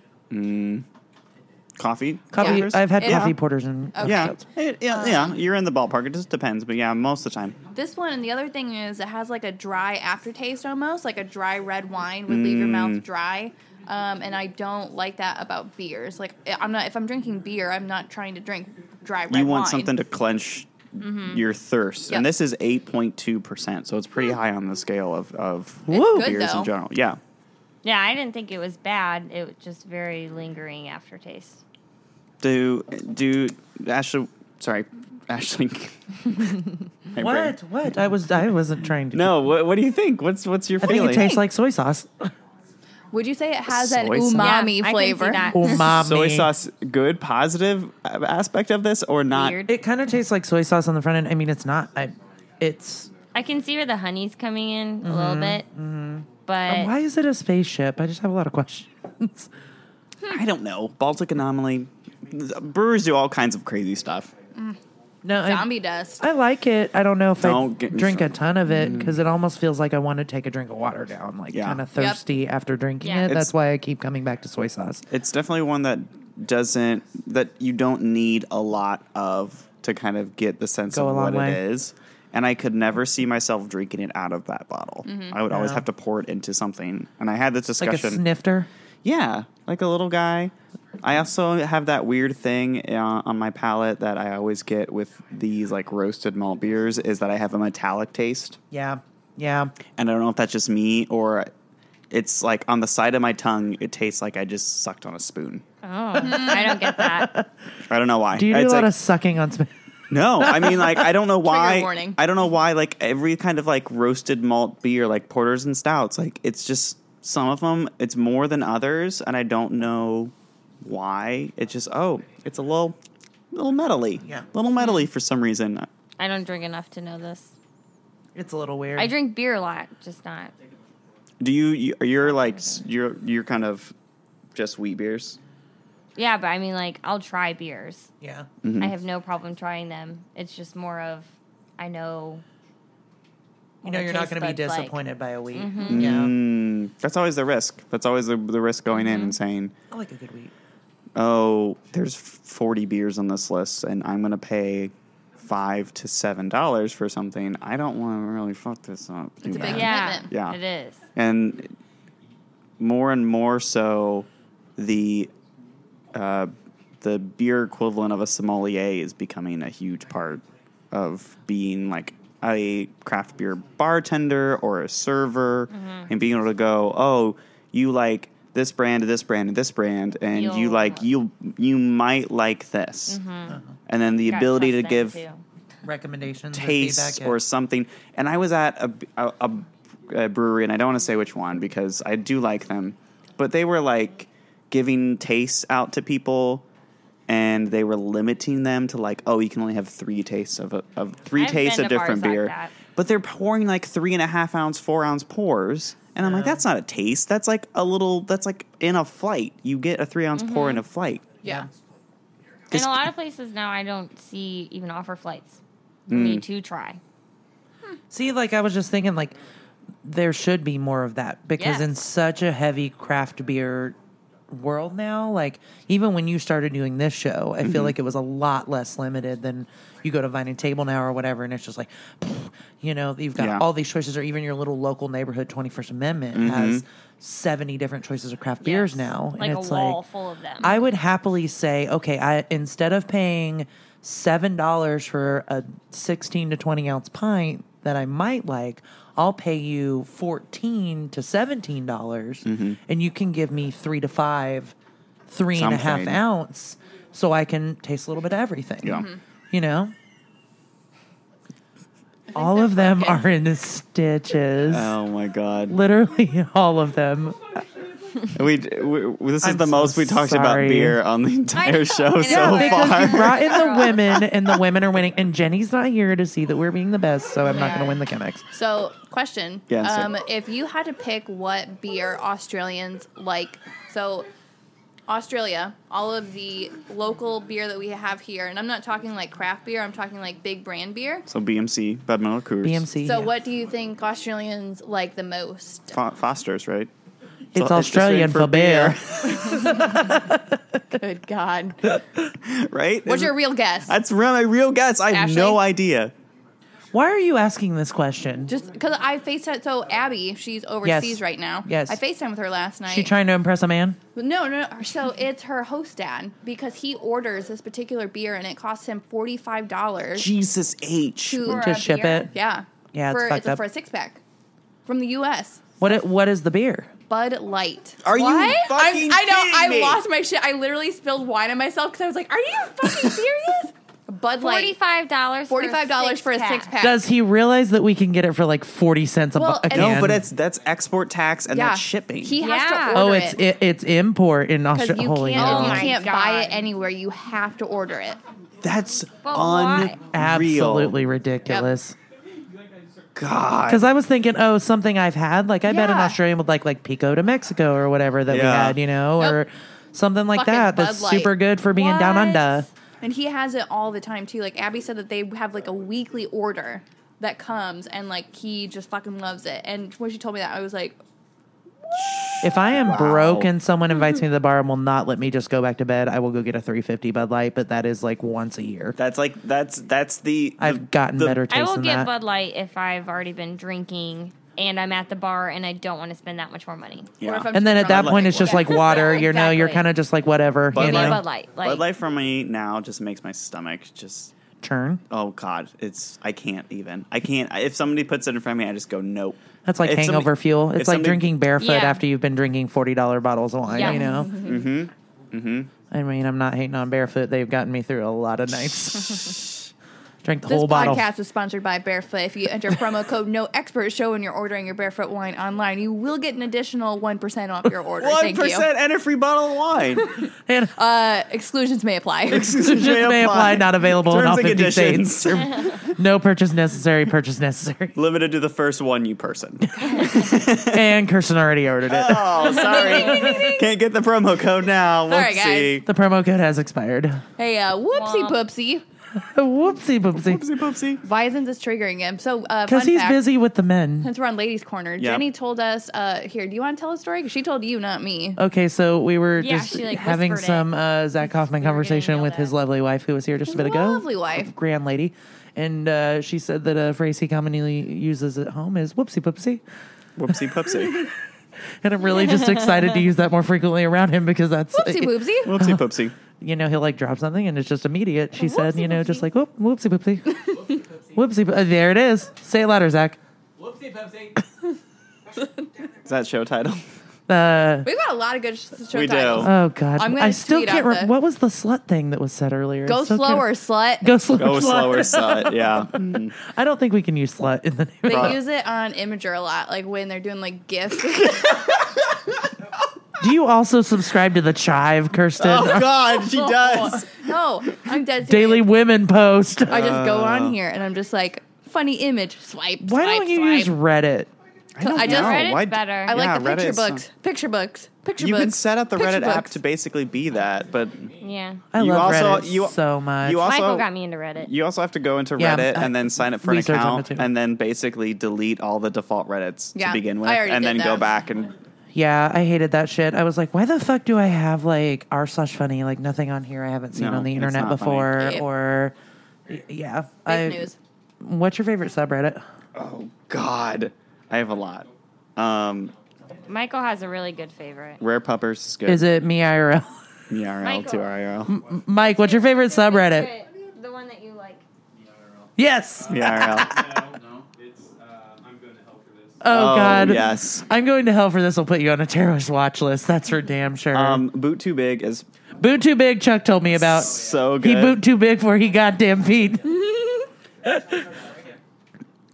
Speaker 4: Coffee,
Speaker 7: coffee.
Speaker 4: Porters?
Speaker 7: I've had
Speaker 2: Yeah.
Speaker 7: coffee porters and
Speaker 2: Okay.
Speaker 4: yeah, It- yeah, yeah. You're in the ballpark. It just depends, but yeah, most of the time.
Speaker 2: This one and the other thing is it has like a dry aftertaste almost, like a dry red wine would leave your mouth dry. Um, and I don't like that about beers. Like I- I'm not if I'm drinking beer, I'm not trying to drink dry red wine.
Speaker 4: you want something to clench your thirst.
Speaker 2: Mm-hmm. Yep. Hmm.
Speaker 4: And this is 8.2%, so it's pretty high on the scale of, of
Speaker 2: It's good,
Speaker 4: beers
Speaker 2: though.
Speaker 4: in general. Yeah.
Speaker 10: Yeah, I didn't think it was bad. It was just very lingering aftertaste.
Speaker 4: Do, do, Ashley, sorry, Ashley. My brain.
Speaker 7: What? What? I was I wasn't trying to.
Speaker 4: No, what, what do you think? What's, what's your
Speaker 7: I think
Speaker 4: feeling?
Speaker 7: it tastes like soy sauce.
Speaker 2: Would you say it has that
Speaker 4: Soy sauce?
Speaker 2: umami
Speaker 10: Yeah, I can see
Speaker 2: flavor?
Speaker 10: that.
Speaker 7: Umami.
Speaker 4: Soy sauce, good, positive uh, aspect of this, or not?
Speaker 10: Weird.
Speaker 7: It kind of tastes like soy sauce on the front end. I mean, it's not. I, it's.
Speaker 10: I can see where the honey's coming in a
Speaker 4: Mm-hmm,
Speaker 10: little bit, but
Speaker 7: why is it a spaceship? I just have a lot of questions.
Speaker 4: I don't know. Baltic Anomaly. Brewers do all kinds of crazy stuff.
Speaker 7: no, I,
Speaker 2: Zombie dust.
Speaker 7: I like it. I don't know if I
Speaker 4: Don't get me
Speaker 7: drink a
Speaker 4: started.
Speaker 7: ton of it because it almost feels like I want to take a drink of water down. Like
Speaker 4: Yeah.
Speaker 7: kind of thirsty after drinking
Speaker 10: Yeah.
Speaker 7: it.
Speaker 4: It's-
Speaker 7: That's why I keep coming back to soy sauce.
Speaker 4: It's definitely one that doesn't that you don't need a lot of to kind of get the sense
Speaker 7: Go a
Speaker 4: of
Speaker 7: long
Speaker 4: what
Speaker 7: way.
Speaker 4: it is. And I could never see myself drinking it out of that bottle. I would always
Speaker 7: Yeah.
Speaker 4: have to pour it into something. And I had this
Speaker 7: Like a
Speaker 4: discussion.
Speaker 7: snifter.
Speaker 4: yeah, like a little guy. I also have that weird thing uh, on my palate that I always get with these like roasted malt beers is that I have a metallic taste
Speaker 7: Yeah. Yeah.
Speaker 4: and I don't know if that's just me or it's like on the side of my tongue. It tastes like I just sucked on a spoon.
Speaker 10: oh, I don't get that.
Speaker 4: I don't know why.
Speaker 7: Do you do
Speaker 4: it's
Speaker 7: a lot
Speaker 4: like,
Speaker 7: of sucking on spaceship?
Speaker 4: no? I mean, like I don't know why.
Speaker 2: warning.
Speaker 4: I don't know why. Like every kind of like roasted malt beer, like porters and stouts, like it's just some of them. It's more than others, and I don't know why. It's just oh, it's a little, little metally,
Speaker 7: Yeah.
Speaker 4: little metally for some reason.
Speaker 10: I don't drink enough to know this.
Speaker 7: It's a little weird.
Speaker 10: I drink beer a lot, just not.
Speaker 4: Do you? you- You're like s- you're you're kind of just wheat beers.
Speaker 10: Yeah, but I mean, like, I'll try beers.
Speaker 7: Yeah.
Speaker 4: Mm-hmm.
Speaker 10: I have no problem trying them. It's just more of, I know.
Speaker 7: You know, you're not going to be
Speaker 10: taste buds like. mm-hmm.
Speaker 7: disappointed by a wheat. Yeah.
Speaker 4: Mm, that's always the risk. That's always the, the risk going in and saying,
Speaker 7: I like a good wheat.
Speaker 4: "Oh, there's 40 beers on this list, and I'm going to pay five to seven dollars for something. I don't want to really fuck this up." It's
Speaker 2: a big-
Speaker 10: Yeah,
Speaker 2: commitment.
Speaker 4: Yeah.
Speaker 10: it is.
Speaker 4: and more and more so, the uh, the beer equivalent of a sommelier is becoming a huge part of being like a craft beer bartender or a server
Speaker 10: Mm-hmm.
Speaker 4: and being able to go, oh, you like this brand, this brand, and this brand, and you
Speaker 10: You'll- Mm-hmm.
Speaker 4: like you you might like this, and then the
Speaker 10: Gotta
Speaker 4: ability to
Speaker 10: trust
Speaker 4: give
Speaker 10: them,
Speaker 7: Recommendations, or
Speaker 4: taste
Speaker 7: feedback,
Speaker 4: or
Speaker 7: yeah.
Speaker 4: something. And I was at a, a, a, a brewery, and I don't want to say which one because I do like them, but they were like giving tastes out to people, and they were limiting them to like, oh, you can only have three tastes of a, of 3
Speaker 10: I've
Speaker 4: tastes
Speaker 10: been
Speaker 4: of
Speaker 10: to
Speaker 4: different
Speaker 10: bars like
Speaker 4: beer.
Speaker 10: that.
Speaker 4: but they're pouring like three and a half ounce, four ounce pours, And I'm like, that's not a taste. That's like a little. That's like in a flight. You get a three ounce pour in
Speaker 10: Mm-hmm.
Speaker 4: a flight.
Speaker 2: Yeah.
Speaker 10: In a lot of places now, I don't see even offer flights for
Speaker 7: Hmm.
Speaker 4: Mm.
Speaker 10: me to try.
Speaker 7: See, like I was just thinking, like there should be more of that because
Speaker 10: Yes.
Speaker 7: in such a heavy craft beer world now, like even when you started doing this show, I feel like it was a lot less limited than you go to Vine and Table now or whatever, and it's just like, you know, you've got
Speaker 4: Yeah.
Speaker 7: all these choices, or even your little local neighborhood Twenty First Amendment has seventy different choices of craft beers now,
Speaker 10: Like
Speaker 7: and
Speaker 10: a
Speaker 7: it's
Speaker 10: wall
Speaker 7: like
Speaker 10: full of them.
Speaker 7: I would happily say, okay, I instead of paying seven dollars for a sixteen to twenty ounce pint that I might like, I'll pay you fourteen to seventeen dollars,
Speaker 4: Mm-hmm.
Speaker 7: and you can give me three to five, three and a half
Speaker 4: Something.
Speaker 7: ounce, so I can taste a little bit of everything.
Speaker 4: Yeah.
Speaker 10: Mm-hmm.
Speaker 4: Mhm.
Speaker 7: you know. All of them are in stitches.
Speaker 4: Oh my god.
Speaker 7: Literally, all of them.
Speaker 4: We, we this is
Speaker 7: I'm
Speaker 4: the
Speaker 7: so
Speaker 4: most we talked
Speaker 7: sorry.
Speaker 4: about beer on the entire
Speaker 10: know.
Speaker 4: show
Speaker 10: Yeah,
Speaker 4: so
Speaker 7: because
Speaker 4: far.
Speaker 7: you brought in the women, and the women are winning. And Jenny's not here to see that we're being the best, so I'm not going to win the Chemex.
Speaker 2: So, question.
Speaker 4: Yeah, answer.
Speaker 2: um, if you had to pick what beer Australians like, so Australia, all of the local beer that we have here, and I'm not talking like craft beer, I'm talking like big brand beer.
Speaker 4: So BMC, Badminton Coors,
Speaker 7: BMC.
Speaker 2: So,
Speaker 7: yeah.
Speaker 2: what do you think Australians like the most?
Speaker 4: Fo- Foster's, right?
Speaker 7: It's
Speaker 4: the
Speaker 7: Australian
Speaker 4: same
Speaker 7: for beer.
Speaker 2: Good God.
Speaker 4: right?
Speaker 2: What's your real guess?
Speaker 4: That's real- my real guess. I have
Speaker 2: Ashley?
Speaker 4: no idea.
Speaker 7: Why are you asking this question?
Speaker 2: Just because I FaceTime, so Abby, she's overseas right now.
Speaker 7: Yes.
Speaker 2: I FaceTime with her last night.
Speaker 7: She trying to impress a man?
Speaker 2: No, no, no. So it's her host dad because he orders this particular beer and it costs him forty five dollars
Speaker 4: Jesus H.
Speaker 2: to
Speaker 10: For
Speaker 7: To
Speaker 10: a
Speaker 7: ship
Speaker 10: beer?
Speaker 7: it?
Speaker 2: yeah
Speaker 7: Yeah, it's
Speaker 2: for
Speaker 7: fucked
Speaker 2: a,
Speaker 7: up.
Speaker 2: for a six pack from the U.S.
Speaker 7: What? It, what is the beer?
Speaker 2: Bud Light.
Speaker 4: Are you
Speaker 2: What?
Speaker 4: fucking
Speaker 2: I, I know. I
Speaker 4: kidding me?
Speaker 2: lost my shit. I literally spilled wine on myself because I was like, "Are you fucking serious?" Bud Light.
Speaker 10: Forty-five dollars.
Speaker 2: Forty-five dollars for a six pack.
Speaker 7: Does he realize that we can get it for like forty cents a, bu-
Speaker 2: Well,
Speaker 7: a
Speaker 2: and- No,
Speaker 7: can?
Speaker 4: No, but it's that's export tax and that's shipping.
Speaker 2: He has
Speaker 10: Yeah.
Speaker 2: to
Speaker 7: oh,
Speaker 2: order
Speaker 7: it's
Speaker 2: it.
Speaker 7: it, it's import in
Speaker 2: Because
Speaker 7: Australia.
Speaker 2: you
Speaker 7: Holy
Speaker 2: can't,
Speaker 10: Oh
Speaker 2: you
Speaker 10: my
Speaker 2: can't buy it
Speaker 10: God.
Speaker 2: anywhere. You have to order it.
Speaker 4: that's
Speaker 10: But why?
Speaker 4: unreal.
Speaker 7: absolutely ridiculous.
Speaker 4: God.
Speaker 7: Because I was thinking, oh, something I've had. Like I bet an
Speaker 2: Yeah.
Speaker 7: Australian would like like pico de Mexico or whatever that we
Speaker 4: Yeah.
Speaker 7: had, you know, or
Speaker 2: Nope.
Speaker 7: something like
Speaker 2: Fucking
Speaker 7: that.
Speaker 2: Bud
Speaker 7: That's
Speaker 2: Light.
Speaker 7: super good for being down
Speaker 10: What?
Speaker 7: under.
Speaker 2: And he has it all the time too. Like Abby said that they have like a weekly order that comes and like he just fucking loves it. And when she told me that, I was like,
Speaker 7: If I am
Speaker 4: Wow.
Speaker 7: broke and someone invites me to the bar and will not let me just go back to bed, I will go get a three fifty Bud Light. But that is like once a year.
Speaker 4: That's like that's that's the, the-
Speaker 7: I've gotten
Speaker 4: the-
Speaker 7: better taste
Speaker 10: I will
Speaker 7: than
Speaker 10: get
Speaker 7: that.
Speaker 10: Bud Light if I've already been drinking and I'm at the bar and I don't want to spend that much more money.
Speaker 2: or
Speaker 4: Yeah.
Speaker 2: if I'm
Speaker 7: and then
Speaker 2: too
Speaker 7: at that
Speaker 2: drunk,
Speaker 7: point, it's just like water. You know, you're
Speaker 10: Exactly.
Speaker 7: kind of just like whatever.
Speaker 4: Bud
Speaker 7: you
Speaker 10: Give me
Speaker 7: know,
Speaker 10: a Bud Light. Like,
Speaker 4: Bud Light for me now just makes my stomach just
Speaker 7: churn.
Speaker 4: oh god, it's I can't even. I can't. If somebody puts it in front of me, I just go nope.
Speaker 7: That's like
Speaker 4: If somebody-
Speaker 7: hangover fuel.
Speaker 4: if
Speaker 7: It's like
Speaker 4: somebody-
Speaker 7: drinking barefoot
Speaker 10: Yeah.
Speaker 7: after you've been drinking forty dollar bottles of wine.
Speaker 10: Yeah.
Speaker 7: You know. Mm-hmm. Mm-hmm. I mean, I'm not hating on barefoot. They've gotten me through a lot of nights. Drank the
Speaker 2: This
Speaker 7: whole
Speaker 2: podcast
Speaker 7: bottle.
Speaker 2: is sponsored by Barefoot. If you enter promo code No Expert Show when you're ordering your Barefoot wine online, you will get an additional one percent off your order.
Speaker 4: One
Speaker 2: Thank you.
Speaker 4: percent and a free bottle of wine.
Speaker 7: And
Speaker 2: Uh, exclusions may apply.
Speaker 4: Exclusions
Speaker 7: just may apply. Not available in
Speaker 4: Terms
Speaker 7: all
Speaker 4: and
Speaker 7: 50
Speaker 4: conditions.
Speaker 7: states. no purchase necessary. Purchase necessary.
Speaker 4: Limited to the first one, you person.
Speaker 7: and Kirsten already ordered it.
Speaker 4: Oh, sorry. Can't get the promo code now.
Speaker 2: Sorry,
Speaker 4: Whoopsie.
Speaker 7: The promo code has expired.
Speaker 2: hey, uh, whoopsie
Speaker 10: Womp.
Speaker 2: poopsie.
Speaker 7: Whoopsie poopsie.
Speaker 4: Whoopsie poopsie.
Speaker 2: Visons is triggering him. So, uh,
Speaker 7: Because
Speaker 2: fun
Speaker 7: he's
Speaker 2: fact,
Speaker 7: busy with the men.
Speaker 2: Since we're on ladies' corner,
Speaker 4: Yeah.
Speaker 2: Jenny told us. Uh, here, do you want to tell a story? 'Cause she told you, not me.
Speaker 7: Okay, so we were
Speaker 10: Yeah,
Speaker 7: just
Speaker 10: she, like,
Speaker 7: having
Speaker 10: whispered it.
Speaker 7: some uh, Zach Hoffman
Speaker 10: were gonna
Speaker 7: conversation
Speaker 10: nail
Speaker 7: with
Speaker 10: that.
Speaker 7: his lovely wife, who was here just a bit ago.
Speaker 2: Lovely wife.
Speaker 7: grand lady, and uh, she said that a phrase he commonly uses at home is "whoopsie poopsie,"
Speaker 4: Whoopsie poopsie.
Speaker 7: and I'm really just excited to use that more frequently around him because that's
Speaker 2: Whoopsie poopsie.
Speaker 4: Whoopsie
Speaker 7: Oh.
Speaker 4: poopsie.
Speaker 7: you know he'll like drop something and it's just immediate. She said,
Speaker 10: whoopsie
Speaker 7: you know, just
Speaker 10: poopsie.
Speaker 7: like whoop whoopsie poopsie, whoopsie. po- uh, there it is. Say it louder, Zach.
Speaker 9: Whoopsie pepsi.
Speaker 4: Is that show title?
Speaker 7: Uh,
Speaker 2: We've got a lot of good sh- show
Speaker 4: We do.
Speaker 2: titles.
Speaker 7: oh God,
Speaker 2: I'm gonna
Speaker 7: I still
Speaker 2: tweet
Speaker 7: can't.
Speaker 2: out
Speaker 7: Re-
Speaker 2: the-
Speaker 7: what was the slut thing that was said earlier? I
Speaker 2: Go
Speaker 7: still can't-
Speaker 2: slower, slut.
Speaker 7: Go slower.
Speaker 4: Go
Speaker 7: slut.
Speaker 4: slower, slut. Yeah. Mm.
Speaker 7: I don't think we can use slut in the name.
Speaker 2: They
Speaker 7: of
Speaker 4: Right.
Speaker 2: use it on Imager a lot, like when they're doing like gifts.
Speaker 7: Do you also subscribe to the Chive, Kirsten?
Speaker 4: Oh God, she does.
Speaker 2: no, I'm dead. serious.
Speaker 7: Daily Women Post.
Speaker 4: Oh.
Speaker 2: I just go on here and I'm just like funny image swipe.
Speaker 7: Why
Speaker 2: swipe,
Speaker 7: don't you
Speaker 2: swipe.
Speaker 7: use Reddit?
Speaker 2: So
Speaker 4: don't
Speaker 2: I just
Speaker 4: know.
Speaker 2: read
Speaker 10: Reddit's
Speaker 4: Why-
Speaker 10: better.
Speaker 2: I like
Speaker 4: Yeah,
Speaker 2: the picture
Speaker 4: Reddit's-
Speaker 2: books, picture books, picture
Speaker 4: You
Speaker 2: books.
Speaker 4: can set up the
Speaker 2: picture
Speaker 4: Reddit app
Speaker 2: books.
Speaker 4: to basically be that, but
Speaker 10: Yeah.
Speaker 7: I
Speaker 4: You
Speaker 7: love
Speaker 4: also-
Speaker 7: Reddit
Speaker 4: you-
Speaker 7: so much.
Speaker 4: you also
Speaker 10: Michael got me into Reddit.
Speaker 4: you also have to go into
Speaker 7: Yeah,
Speaker 4: Reddit
Speaker 7: I-
Speaker 4: and then sign up for an
Speaker 7: research on
Speaker 4: account
Speaker 7: it too.
Speaker 4: and then basically delete all the default Reddits
Speaker 2: Yeah,
Speaker 4: to begin with
Speaker 2: I already
Speaker 4: and
Speaker 2: did
Speaker 4: then go
Speaker 2: that.
Speaker 4: back and
Speaker 7: yeah, I hated that shit. I was like, why the fuck do I have like r slash funny like nothing on here I haven't seen
Speaker 4: No,
Speaker 7: on the
Speaker 4: it's
Speaker 7: internet
Speaker 4: not funny.
Speaker 7: before
Speaker 2: Yeah.
Speaker 7: or y- yeah. I,
Speaker 2: Fake news.
Speaker 7: What's your favorite subreddit?
Speaker 4: oh god, I have a lot. Um,
Speaker 10: Michael has a really good favorite.
Speaker 4: Rare Puppers is good.
Speaker 7: Is it me IRL?
Speaker 4: ERL
Speaker 10: Michael.
Speaker 4: to IRL?
Speaker 7: Mike, what's your favorite subreddit?
Speaker 10: The one that you like.
Speaker 7: Yes. Oh,
Speaker 4: ERL.
Speaker 9: no, it's uh, I'm going to hell for this.
Speaker 7: Oh, God.
Speaker 4: Yes.
Speaker 7: I'm going to hell for this. I'll put you on a terrorist watch list. That's for damn sure.
Speaker 4: Um, boot too big is
Speaker 7: boot too big. Chuck told me about.
Speaker 4: so
Speaker 7: He
Speaker 4: good.
Speaker 7: boot too big for he goddamn feet.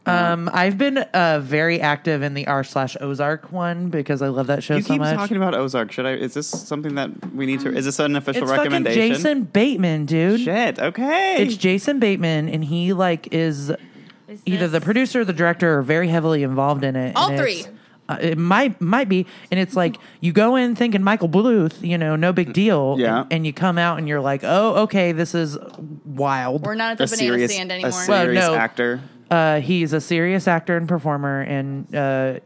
Speaker 7: um, I've been uh, very active in the r slash Ozark one because I love that show
Speaker 4: you
Speaker 7: so
Speaker 4: keep
Speaker 7: much.
Speaker 4: talking about Ozark. Should I? Is this something that we need to? Is this an official
Speaker 7: it's fucking
Speaker 4: recommendation?
Speaker 7: Jason Bateman, dude.
Speaker 4: Shit. Okay.
Speaker 7: It's Jason Bateman, and he like is
Speaker 10: Is
Speaker 7: either the
Speaker 10: this-
Speaker 7: producer or the director are very heavily involved in it.
Speaker 2: All
Speaker 7: and
Speaker 2: three.
Speaker 7: it's- Uh, it might might be, and it's like you go in thinking Michael Bluth, you know, no big deal,
Speaker 4: Yeah.
Speaker 7: and, and you come out and you're like, oh, okay, this is wild.
Speaker 2: We're not at the
Speaker 4: a
Speaker 2: banana
Speaker 4: serious,
Speaker 2: stand
Speaker 4: a
Speaker 2: anymore.
Speaker 4: serious
Speaker 7: Well, no.
Speaker 4: actor.
Speaker 7: Uh, he's a serious actor and performer, and uh,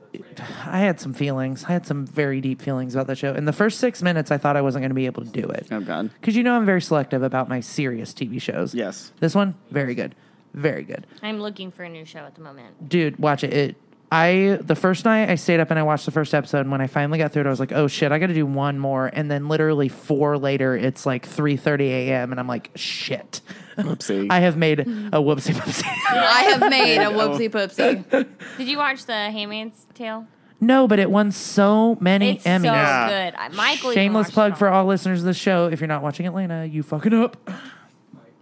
Speaker 7: I had some feelings. I had some very deep feelings about that show. In the first six minutes, I thought I wasn't going to be able to do it
Speaker 4: Oh god.
Speaker 7: because you know I'm very selective about my serious TV shows.
Speaker 4: Yes.
Speaker 7: this one very good, very good.
Speaker 10: I'm looking for a new show at the moment.
Speaker 7: dude, watch it. It. I the first night I stayed up and I watched the first episode. And when I finally got through it, I was like, "Oh shit, I got to do one more." And then literally four later, it's like three thirty a.m. and I'm like, "Shit,
Speaker 4: Whoopsie.
Speaker 7: I have made a whoopsie whoopsie."
Speaker 2: I have made
Speaker 4: Oh.
Speaker 2: a whoopsie poopsie.
Speaker 10: Did you watch the Handmaid's Tale?
Speaker 7: no, but it won so many
Speaker 10: It's
Speaker 7: Emmys.
Speaker 10: so
Speaker 4: Yeah.
Speaker 10: good. I- Michael. even
Speaker 7: Shameless
Speaker 10: watched
Speaker 7: plug
Speaker 10: it
Speaker 7: for all listeners of the show. If you're not watching Atlanta, you fucking up.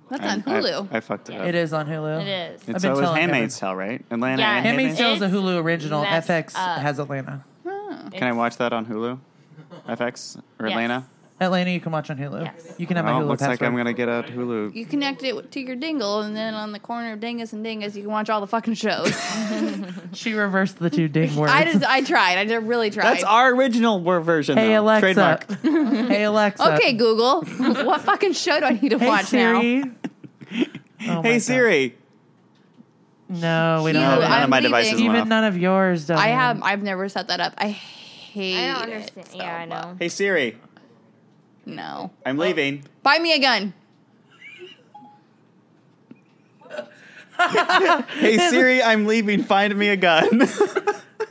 Speaker 2: That's
Speaker 4: I-
Speaker 2: on
Speaker 4: I-
Speaker 2: Hulu.
Speaker 4: I, fucked it up.
Speaker 7: It is on Hulu.
Speaker 10: It is.
Speaker 4: And
Speaker 7: I've
Speaker 4: so
Speaker 7: been
Speaker 4: is
Speaker 7: telling
Speaker 4: Handmaid's Tale, right? Atlanta.
Speaker 10: Yeah.
Speaker 4: and
Speaker 7: Handmaid's Tale is a
Speaker 10: It's
Speaker 7: Hulu original.
Speaker 10: messed
Speaker 7: FX
Speaker 10: up.
Speaker 7: has Atlanta.
Speaker 4: Can I watch that on Hulu? FX or
Speaker 10: Yes.
Speaker 4: Atlanta?
Speaker 7: Atlanta, you can watch on Hulu.
Speaker 10: Yes.
Speaker 7: You can have my
Speaker 4: Oh,
Speaker 7: Hulu
Speaker 4: looks
Speaker 7: password.
Speaker 4: like I'm gonna get a Hulu.
Speaker 2: You connect it to your dingle, and then on the corner of dingus and dingus, you can watch all the fucking shows.
Speaker 7: She reversed the two ding words.
Speaker 2: I just, I tried. I did really tried.
Speaker 4: That's our original wor- version.
Speaker 7: Hey
Speaker 4: though.
Speaker 7: Alexa. Oh
Speaker 4: Trademark.
Speaker 7: hey Alexa.
Speaker 2: okay, Google, what fucking show do I need to
Speaker 7: Hey
Speaker 2: watch now?
Speaker 7: Siri. Oh my
Speaker 4: Hey Siri.
Speaker 7: God. No, we don't.
Speaker 2: You,
Speaker 4: No,
Speaker 7: have
Speaker 4: none
Speaker 2: I'm
Speaker 4: of my
Speaker 2: leaving.
Speaker 4: devices went
Speaker 7: Even
Speaker 4: off.
Speaker 7: none of yours does.
Speaker 2: I have. I've never set that up. I hate.
Speaker 10: I don't
Speaker 2: it
Speaker 10: understand.
Speaker 2: so
Speaker 10: yeah, I know.
Speaker 4: Hey Siri.
Speaker 2: much. No.
Speaker 4: I'm leaving.
Speaker 2: Buy me a gun.
Speaker 4: Hey Siri, I'm leaving. Find me a gun.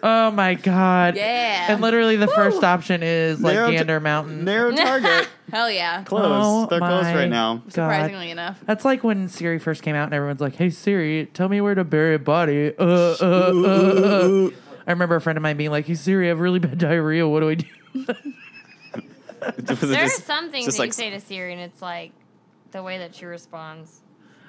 Speaker 7: Oh my god.
Speaker 2: Yeah.
Speaker 7: And literally, the first option is like
Speaker 4: Narrow t-
Speaker 7: Gander Mountain.
Speaker 4: Narrow target.
Speaker 2: Hell yeah.
Speaker 4: Close.
Speaker 7: Oh
Speaker 4: They're closed
Speaker 7: my
Speaker 4: right now.
Speaker 7: God.
Speaker 2: Surprisingly enough.
Speaker 7: That's like when Siri first came out, and everyone's like, "Hey Siri, tell me where to bury a body." Uh, uh, uh, uh. I remember a friend of mine being like, "Hey Siri, I have really bad diarrhea. What do I do?"
Speaker 4: Was it
Speaker 10: There
Speaker 4: just-
Speaker 10: are some things
Speaker 4: just
Speaker 10: that you
Speaker 4: like-
Speaker 10: say to Siri, and it's like the way that she responds.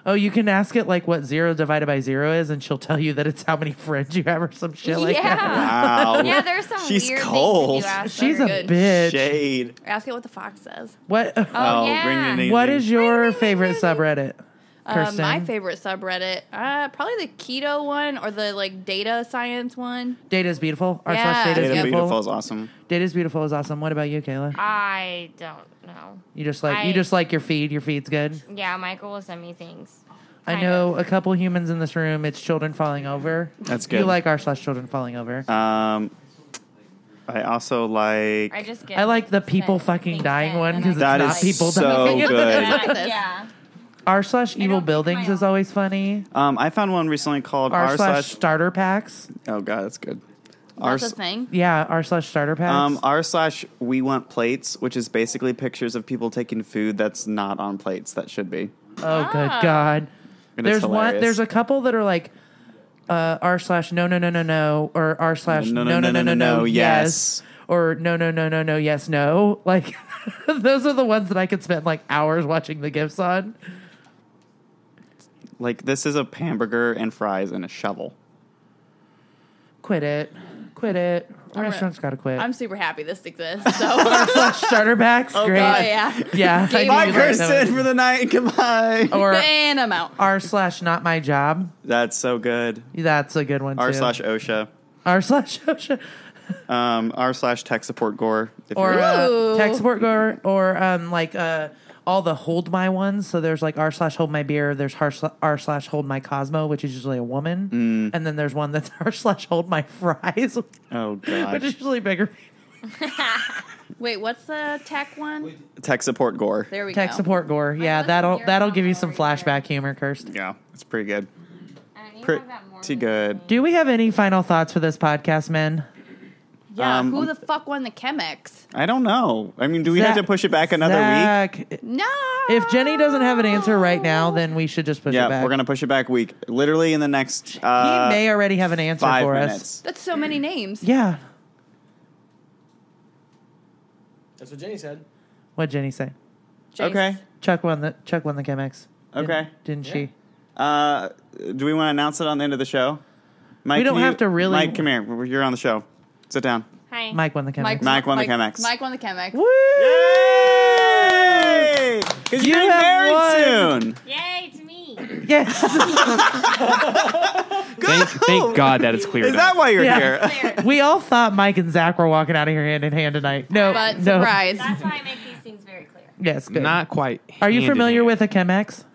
Speaker 7: Oh, you can ask it like what zero divided by zero is, and she'll tell you that it's how many friends you have or some shit like that.
Speaker 10: yeah.
Speaker 4: Wow.
Speaker 10: Yeah, there's some
Speaker 4: She's
Speaker 10: weird
Speaker 4: cold.
Speaker 10: things that you ask.
Speaker 7: She's a
Speaker 10: her.
Speaker 2: Good
Speaker 7: bitch.
Speaker 4: Shade.
Speaker 2: Ask it what the fox says.
Speaker 7: What?
Speaker 10: Oh,
Speaker 4: Oh,
Speaker 10: yeah.
Speaker 4: ring, ring,
Speaker 7: What
Speaker 4: ring.
Speaker 7: is your favorite subreddit?
Speaker 2: Uh,
Speaker 7: Kirsten?
Speaker 2: my favorite subreddit, uh, probably the keto one or the like data science one.
Speaker 7: Data is beautiful. R slash
Speaker 2: Yeah.
Speaker 7: data is
Speaker 4: Data
Speaker 2: Yeah.
Speaker 7: beautiful.
Speaker 4: beautiful is awesome.
Speaker 7: Data is beautiful is awesome. What about you, Kayla?
Speaker 10: I don't know.
Speaker 7: You just like
Speaker 10: I-
Speaker 7: you just like your feed. Your feed's good.
Speaker 10: Yeah, Michael will send me things.
Speaker 7: I
Speaker 10: Kind
Speaker 7: know a couple humans in this room. It's children falling over.
Speaker 4: That's
Speaker 7: You
Speaker 4: good.
Speaker 7: like R slash children falling over.
Speaker 4: Um, I also like.
Speaker 10: I just get.
Speaker 7: I like the people
Speaker 10: sent
Speaker 7: fucking
Speaker 10: things
Speaker 7: dying
Speaker 10: sent,
Speaker 7: one
Speaker 10: and
Speaker 7: because it's
Speaker 10: I
Speaker 4: That
Speaker 7: not
Speaker 4: is
Speaker 7: people
Speaker 4: so
Speaker 7: dying.
Speaker 4: good.
Speaker 2: Look at this.
Speaker 10: Yeah.
Speaker 7: R slash evil
Speaker 10: think
Speaker 7: buildings
Speaker 10: my
Speaker 7: is
Speaker 10: own-
Speaker 7: always funny.
Speaker 4: um, I found one recently called
Speaker 7: Uh, R
Speaker 4: r slash.
Speaker 7: slash starter packs.
Speaker 4: Oh god, that's good. R
Speaker 2: That's a thing.
Speaker 7: Yeah, R slash starter packs.
Speaker 4: um r slash we want plates, which is basically pictures of people taking food that's not on plates that should be.
Speaker 7: Oh, good
Speaker 10: Ah.
Speaker 7: God.
Speaker 4: And it's
Speaker 7: There's one.
Speaker 4: hilarious.
Speaker 7: There's a couple that are like uh, r slash no no no no no or r slash no no no no no no yes or no no no no no yes no. Like those are the ones that I could spend like hours watching the gifs on.
Speaker 4: Like this is a hamburger and fries and a shovel.
Speaker 7: Quit it. Quit it.
Speaker 2: re-
Speaker 7: Restaurants gotta quit.
Speaker 2: I'm super happy this exists. So, oh
Speaker 7: slash starter packs. Great.
Speaker 2: yeah,
Speaker 7: Yeah. I
Speaker 2: Oh, Game
Speaker 7: knew
Speaker 2: over.
Speaker 7: you
Speaker 4: Bye,
Speaker 7: liked that
Speaker 4: Kirsten,
Speaker 7: one. Oh.
Speaker 4: for the night. Goodbye.
Speaker 7: Or
Speaker 2: and I'm out.
Speaker 7: r slash not my job.
Speaker 4: That's so good.
Speaker 7: That's a good one.
Speaker 4: R
Speaker 7: too.
Speaker 4: slash OSHA.
Speaker 7: R slash oh, OSHA.
Speaker 4: Um, R slash tech support gore. If
Speaker 7: or
Speaker 4: you're-
Speaker 7: uh,
Speaker 2: Ooh.
Speaker 7: tech support gore, or um, like uh, all the hold my ones. So there's like r slash hold my beer. There's r sla- r slash hold my Cosmo, which is usually a woman,
Speaker 4: Mm.
Speaker 7: and then there's one that's r slash hold my fries,
Speaker 4: oh
Speaker 7: which
Speaker 4: gosh,
Speaker 7: is usually bigger.
Speaker 2: Wait, what's the tech one?
Speaker 4: tech support gore.
Speaker 2: There we
Speaker 7: Tech
Speaker 2: go.
Speaker 7: support gore. Yeah,
Speaker 10: love
Speaker 7: that'll
Speaker 10: your
Speaker 7: that'll give you
Speaker 10: combo
Speaker 7: some
Speaker 10: right there.
Speaker 7: flashback humor, Kirst.
Speaker 4: Yeah, it's pretty good.
Speaker 10: And you have that
Speaker 4: Pretty
Speaker 10: Mormon
Speaker 4: good.
Speaker 7: Do we have any final thoughts for this podcast, men?
Speaker 2: Yeah,
Speaker 4: Um,
Speaker 2: who the fuck won the Chemex?
Speaker 4: I don't know. I mean, do we have to
Speaker 7: Zach-
Speaker 4: push it back another week?
Speaker 7: Zach,
Speaker 2: No.
Speaker 7: If Jenny doesn't have an answer right now, then we should just push it
Speaker 4: Yeah,
Speaker 7: back.
Speaker 4: we're gonna push it back a week. Literally in the next
Speaker 7: He
Speaker 4: uh,
Speaker 7: may already have an answer
Speaker 4: five
Speaker 7: for us.
Speaker 4: minutes.
Speaker 2: That's so many names.
Speaker 7: Yeah.
Speaker 3: That's what Jenny said.
Speaker 7: What Jenny say?
Speaker 2: Jace.
Speaker 4: Okay.
Speaker 7: Chuck won the Chuck won the Chemex. Didn't-
Speaker 4: Okay.
Speaker 7: Didn't she?
Speaker 4: Uh, do we want to announce it on the end of the show? Mike,
Speaker 7: We don't
Speaker 4: can
Speaker 7: have to really-
Speaker 4: Mike, come here. You're on the show. Sit down.
Speaker 10: Hi.
Speaker 7: Mike won the Chemex.
Speaker 4: Mike won the Chemex.
Speaker 2: Mike won the Chemex.
Speaker 7: Woo!
Speaker 4: Yay! Because
Speaker 7: You
Speaker 4: you're getting
Speaker 7: have
Speaker 4: married
Speaker 7: won.
Speaker 4: soon.
Speaker 10: Yay, it's me.
Speaker 7: Yes.
Speaker 3: Thank, thank God that it's cleared
Speaker 4: Is that
Speaker 3: up.
Speaker 4: why you're
Speaker 7: Yeah.
Speaker 4: here?
Speaker 10: There.
Speaker 7: we all thought Mike and Zach were walking out of here hand in hand tonight. No.
Speaker 2: But
Speaker 7: no.
Speaker 2: surprise.
Speaker 10: That's why I make these things very clear.
Speaker 7: Yes. Good.
Speaker 9: Not quite.
Speaker 7: Are you
Speaker 9: hand in
Speaker 7: familiar
Speaker 9: hand.
Speaker 7: with a Chemex?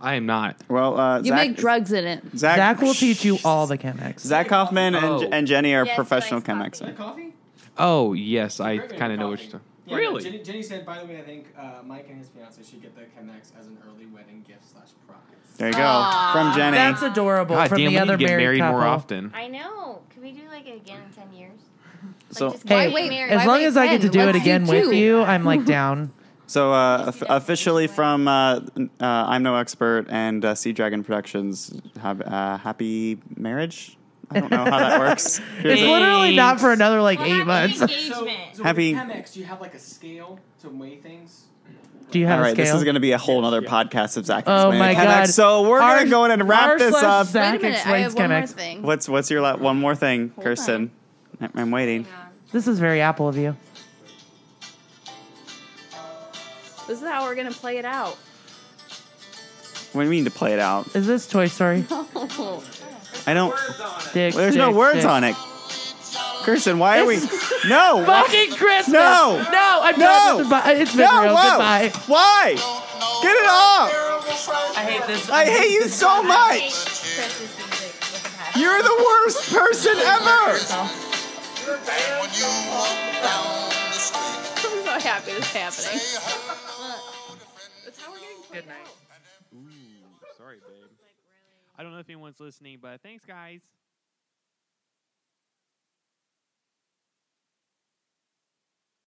Speaker 9: I am not.
Speaker 4: Well, uh,
Speaker 2: You
Speaker 4: Zach,
Speaker 2: make drugs in it.
Speaker 4: Zach,
Speaker 7: Zach will teach you all the Chemex.
Speaker 4: Zach Hoffman and,
Speaker 9: Oh.
Speaker 4: and Jenny are
Speaker 10: Yes,
Speaker 4: professional
Speaker 10: Mike's
Speaker 4: Chemex.
Speaker 10: coffee.
Speaker 3: coffee?
Speaker 9: Oh yes, I kind of know what you're talking. Really?
Speaker 3: Jenny, Jenny said, by the way, I think uh, Mike and his fiance should get the Chemex as an early wedding gift slash prize.
Speaker 4: There you go.
Speaker 2: Aw.
Speaker 4: From Jenny.
Speaker 7: That's adorable.
Speaker 9: God
Speaker 7: from
Speaker 9: damn,
Speaker 7: the
Speaker 9: we need
Speaker 7: other
Speaker 9: to get married
Speaker 7: couple.
Speaker 9: more often.
Speaker 10: I know. Can we do like again in 10 years? Like,
Speaker 4: So-
Speaker 10: just
Speaker 7: Hey,
Speaker 10: get
Speaker 2: wait,
Speaker 10: married.
Speaker 2: why
Speaker 7: As long
Speaker 2: wait
Speaker 7: as I get to
Speaker 2: 10?
Speaker 7: do it
Speaker 2: Let's do
Speaker 7: again with
Speaker 2: two.
Speaker 7: you, I'm like down.
Speaker 4: So uh, of- officially from uh, uh, I'm no expert and uh, Sea Dragon Productions have uh, happy marriage. I don't know how that works.
Speaker 7: It's
Speaker 4: Here's a-
Speaker 7: literally not for another like
Speaker 10: Well,
Speaker 7: eight
Speaker 10: not really
Speaker 7: months.
Speaker 10: Engagement.
Speaker 4: Happy-
Speaker 3: Chemex, do you have like a scale to weigh things?
Speaker 7: Do you have
Speaker 4: all
Speaker 7: a
Speaker 4: right,
Speaker 7: scale?
Speaker 4: this is going to be a whole other podcast of Zach.
Speaker 7: Oh
Speaker 4: explaining
Speaker 7: my
Speaker 4: Chemex.
Speaker 7: god!
Speaker 4: So we're
Speaker 7: R-
Speaker 4: going to go in and wrap
Speaker 7: R
Speaker 4: this
Speaker 7: slash
Speaker 4: up.
Speaker 2: Wait a
Speaker 7: Zach
Speaker 2: minute. I have
Speaker 7: explains
Speaker 2: one more
Speaker 7: Chemex.
Speaker 2: thing.
Speaker 4: What's what's your la- one more thing,
Speaker 2: Hold
Speaker 4: Kirsten? I- I'm waiting.
Speaker 7: This is very Apple of you.
Speaker 2: This is how we're going to play it out.
Speaker 4: We need to play it out.
Speaker 7: Is this Toy Story?
Speaker 4: I don't.
Speaker 7: Dick.
Speaker 4: There's no
Speaker 7: dick,
Speaker 4: words
Speaker 7: dick.
Speaker 4: on it. Kirsten, why are we? No. why-
Speaker 7: Fucking Christmas!
Speaker 4: No.
Speaker 7: no, I'm
Speaker 4: No.
Speaker 7: done. This is bu- It's been
Speaker 4: no.
Speaker 7: real.
Speaker 4: whoa.
Speaker 7: Goodbye.
Speaker 4: Why? Get it off!
Speaker 7: I hate this.
Speaker 4: I hate you so much. You're the worst person ever.
Speaker 2: I'm so happy this is happening.
Speaker 7: Good night.
Speaker 9: Sorry, babe. I don't know if anyone's listening, but thanks, guys.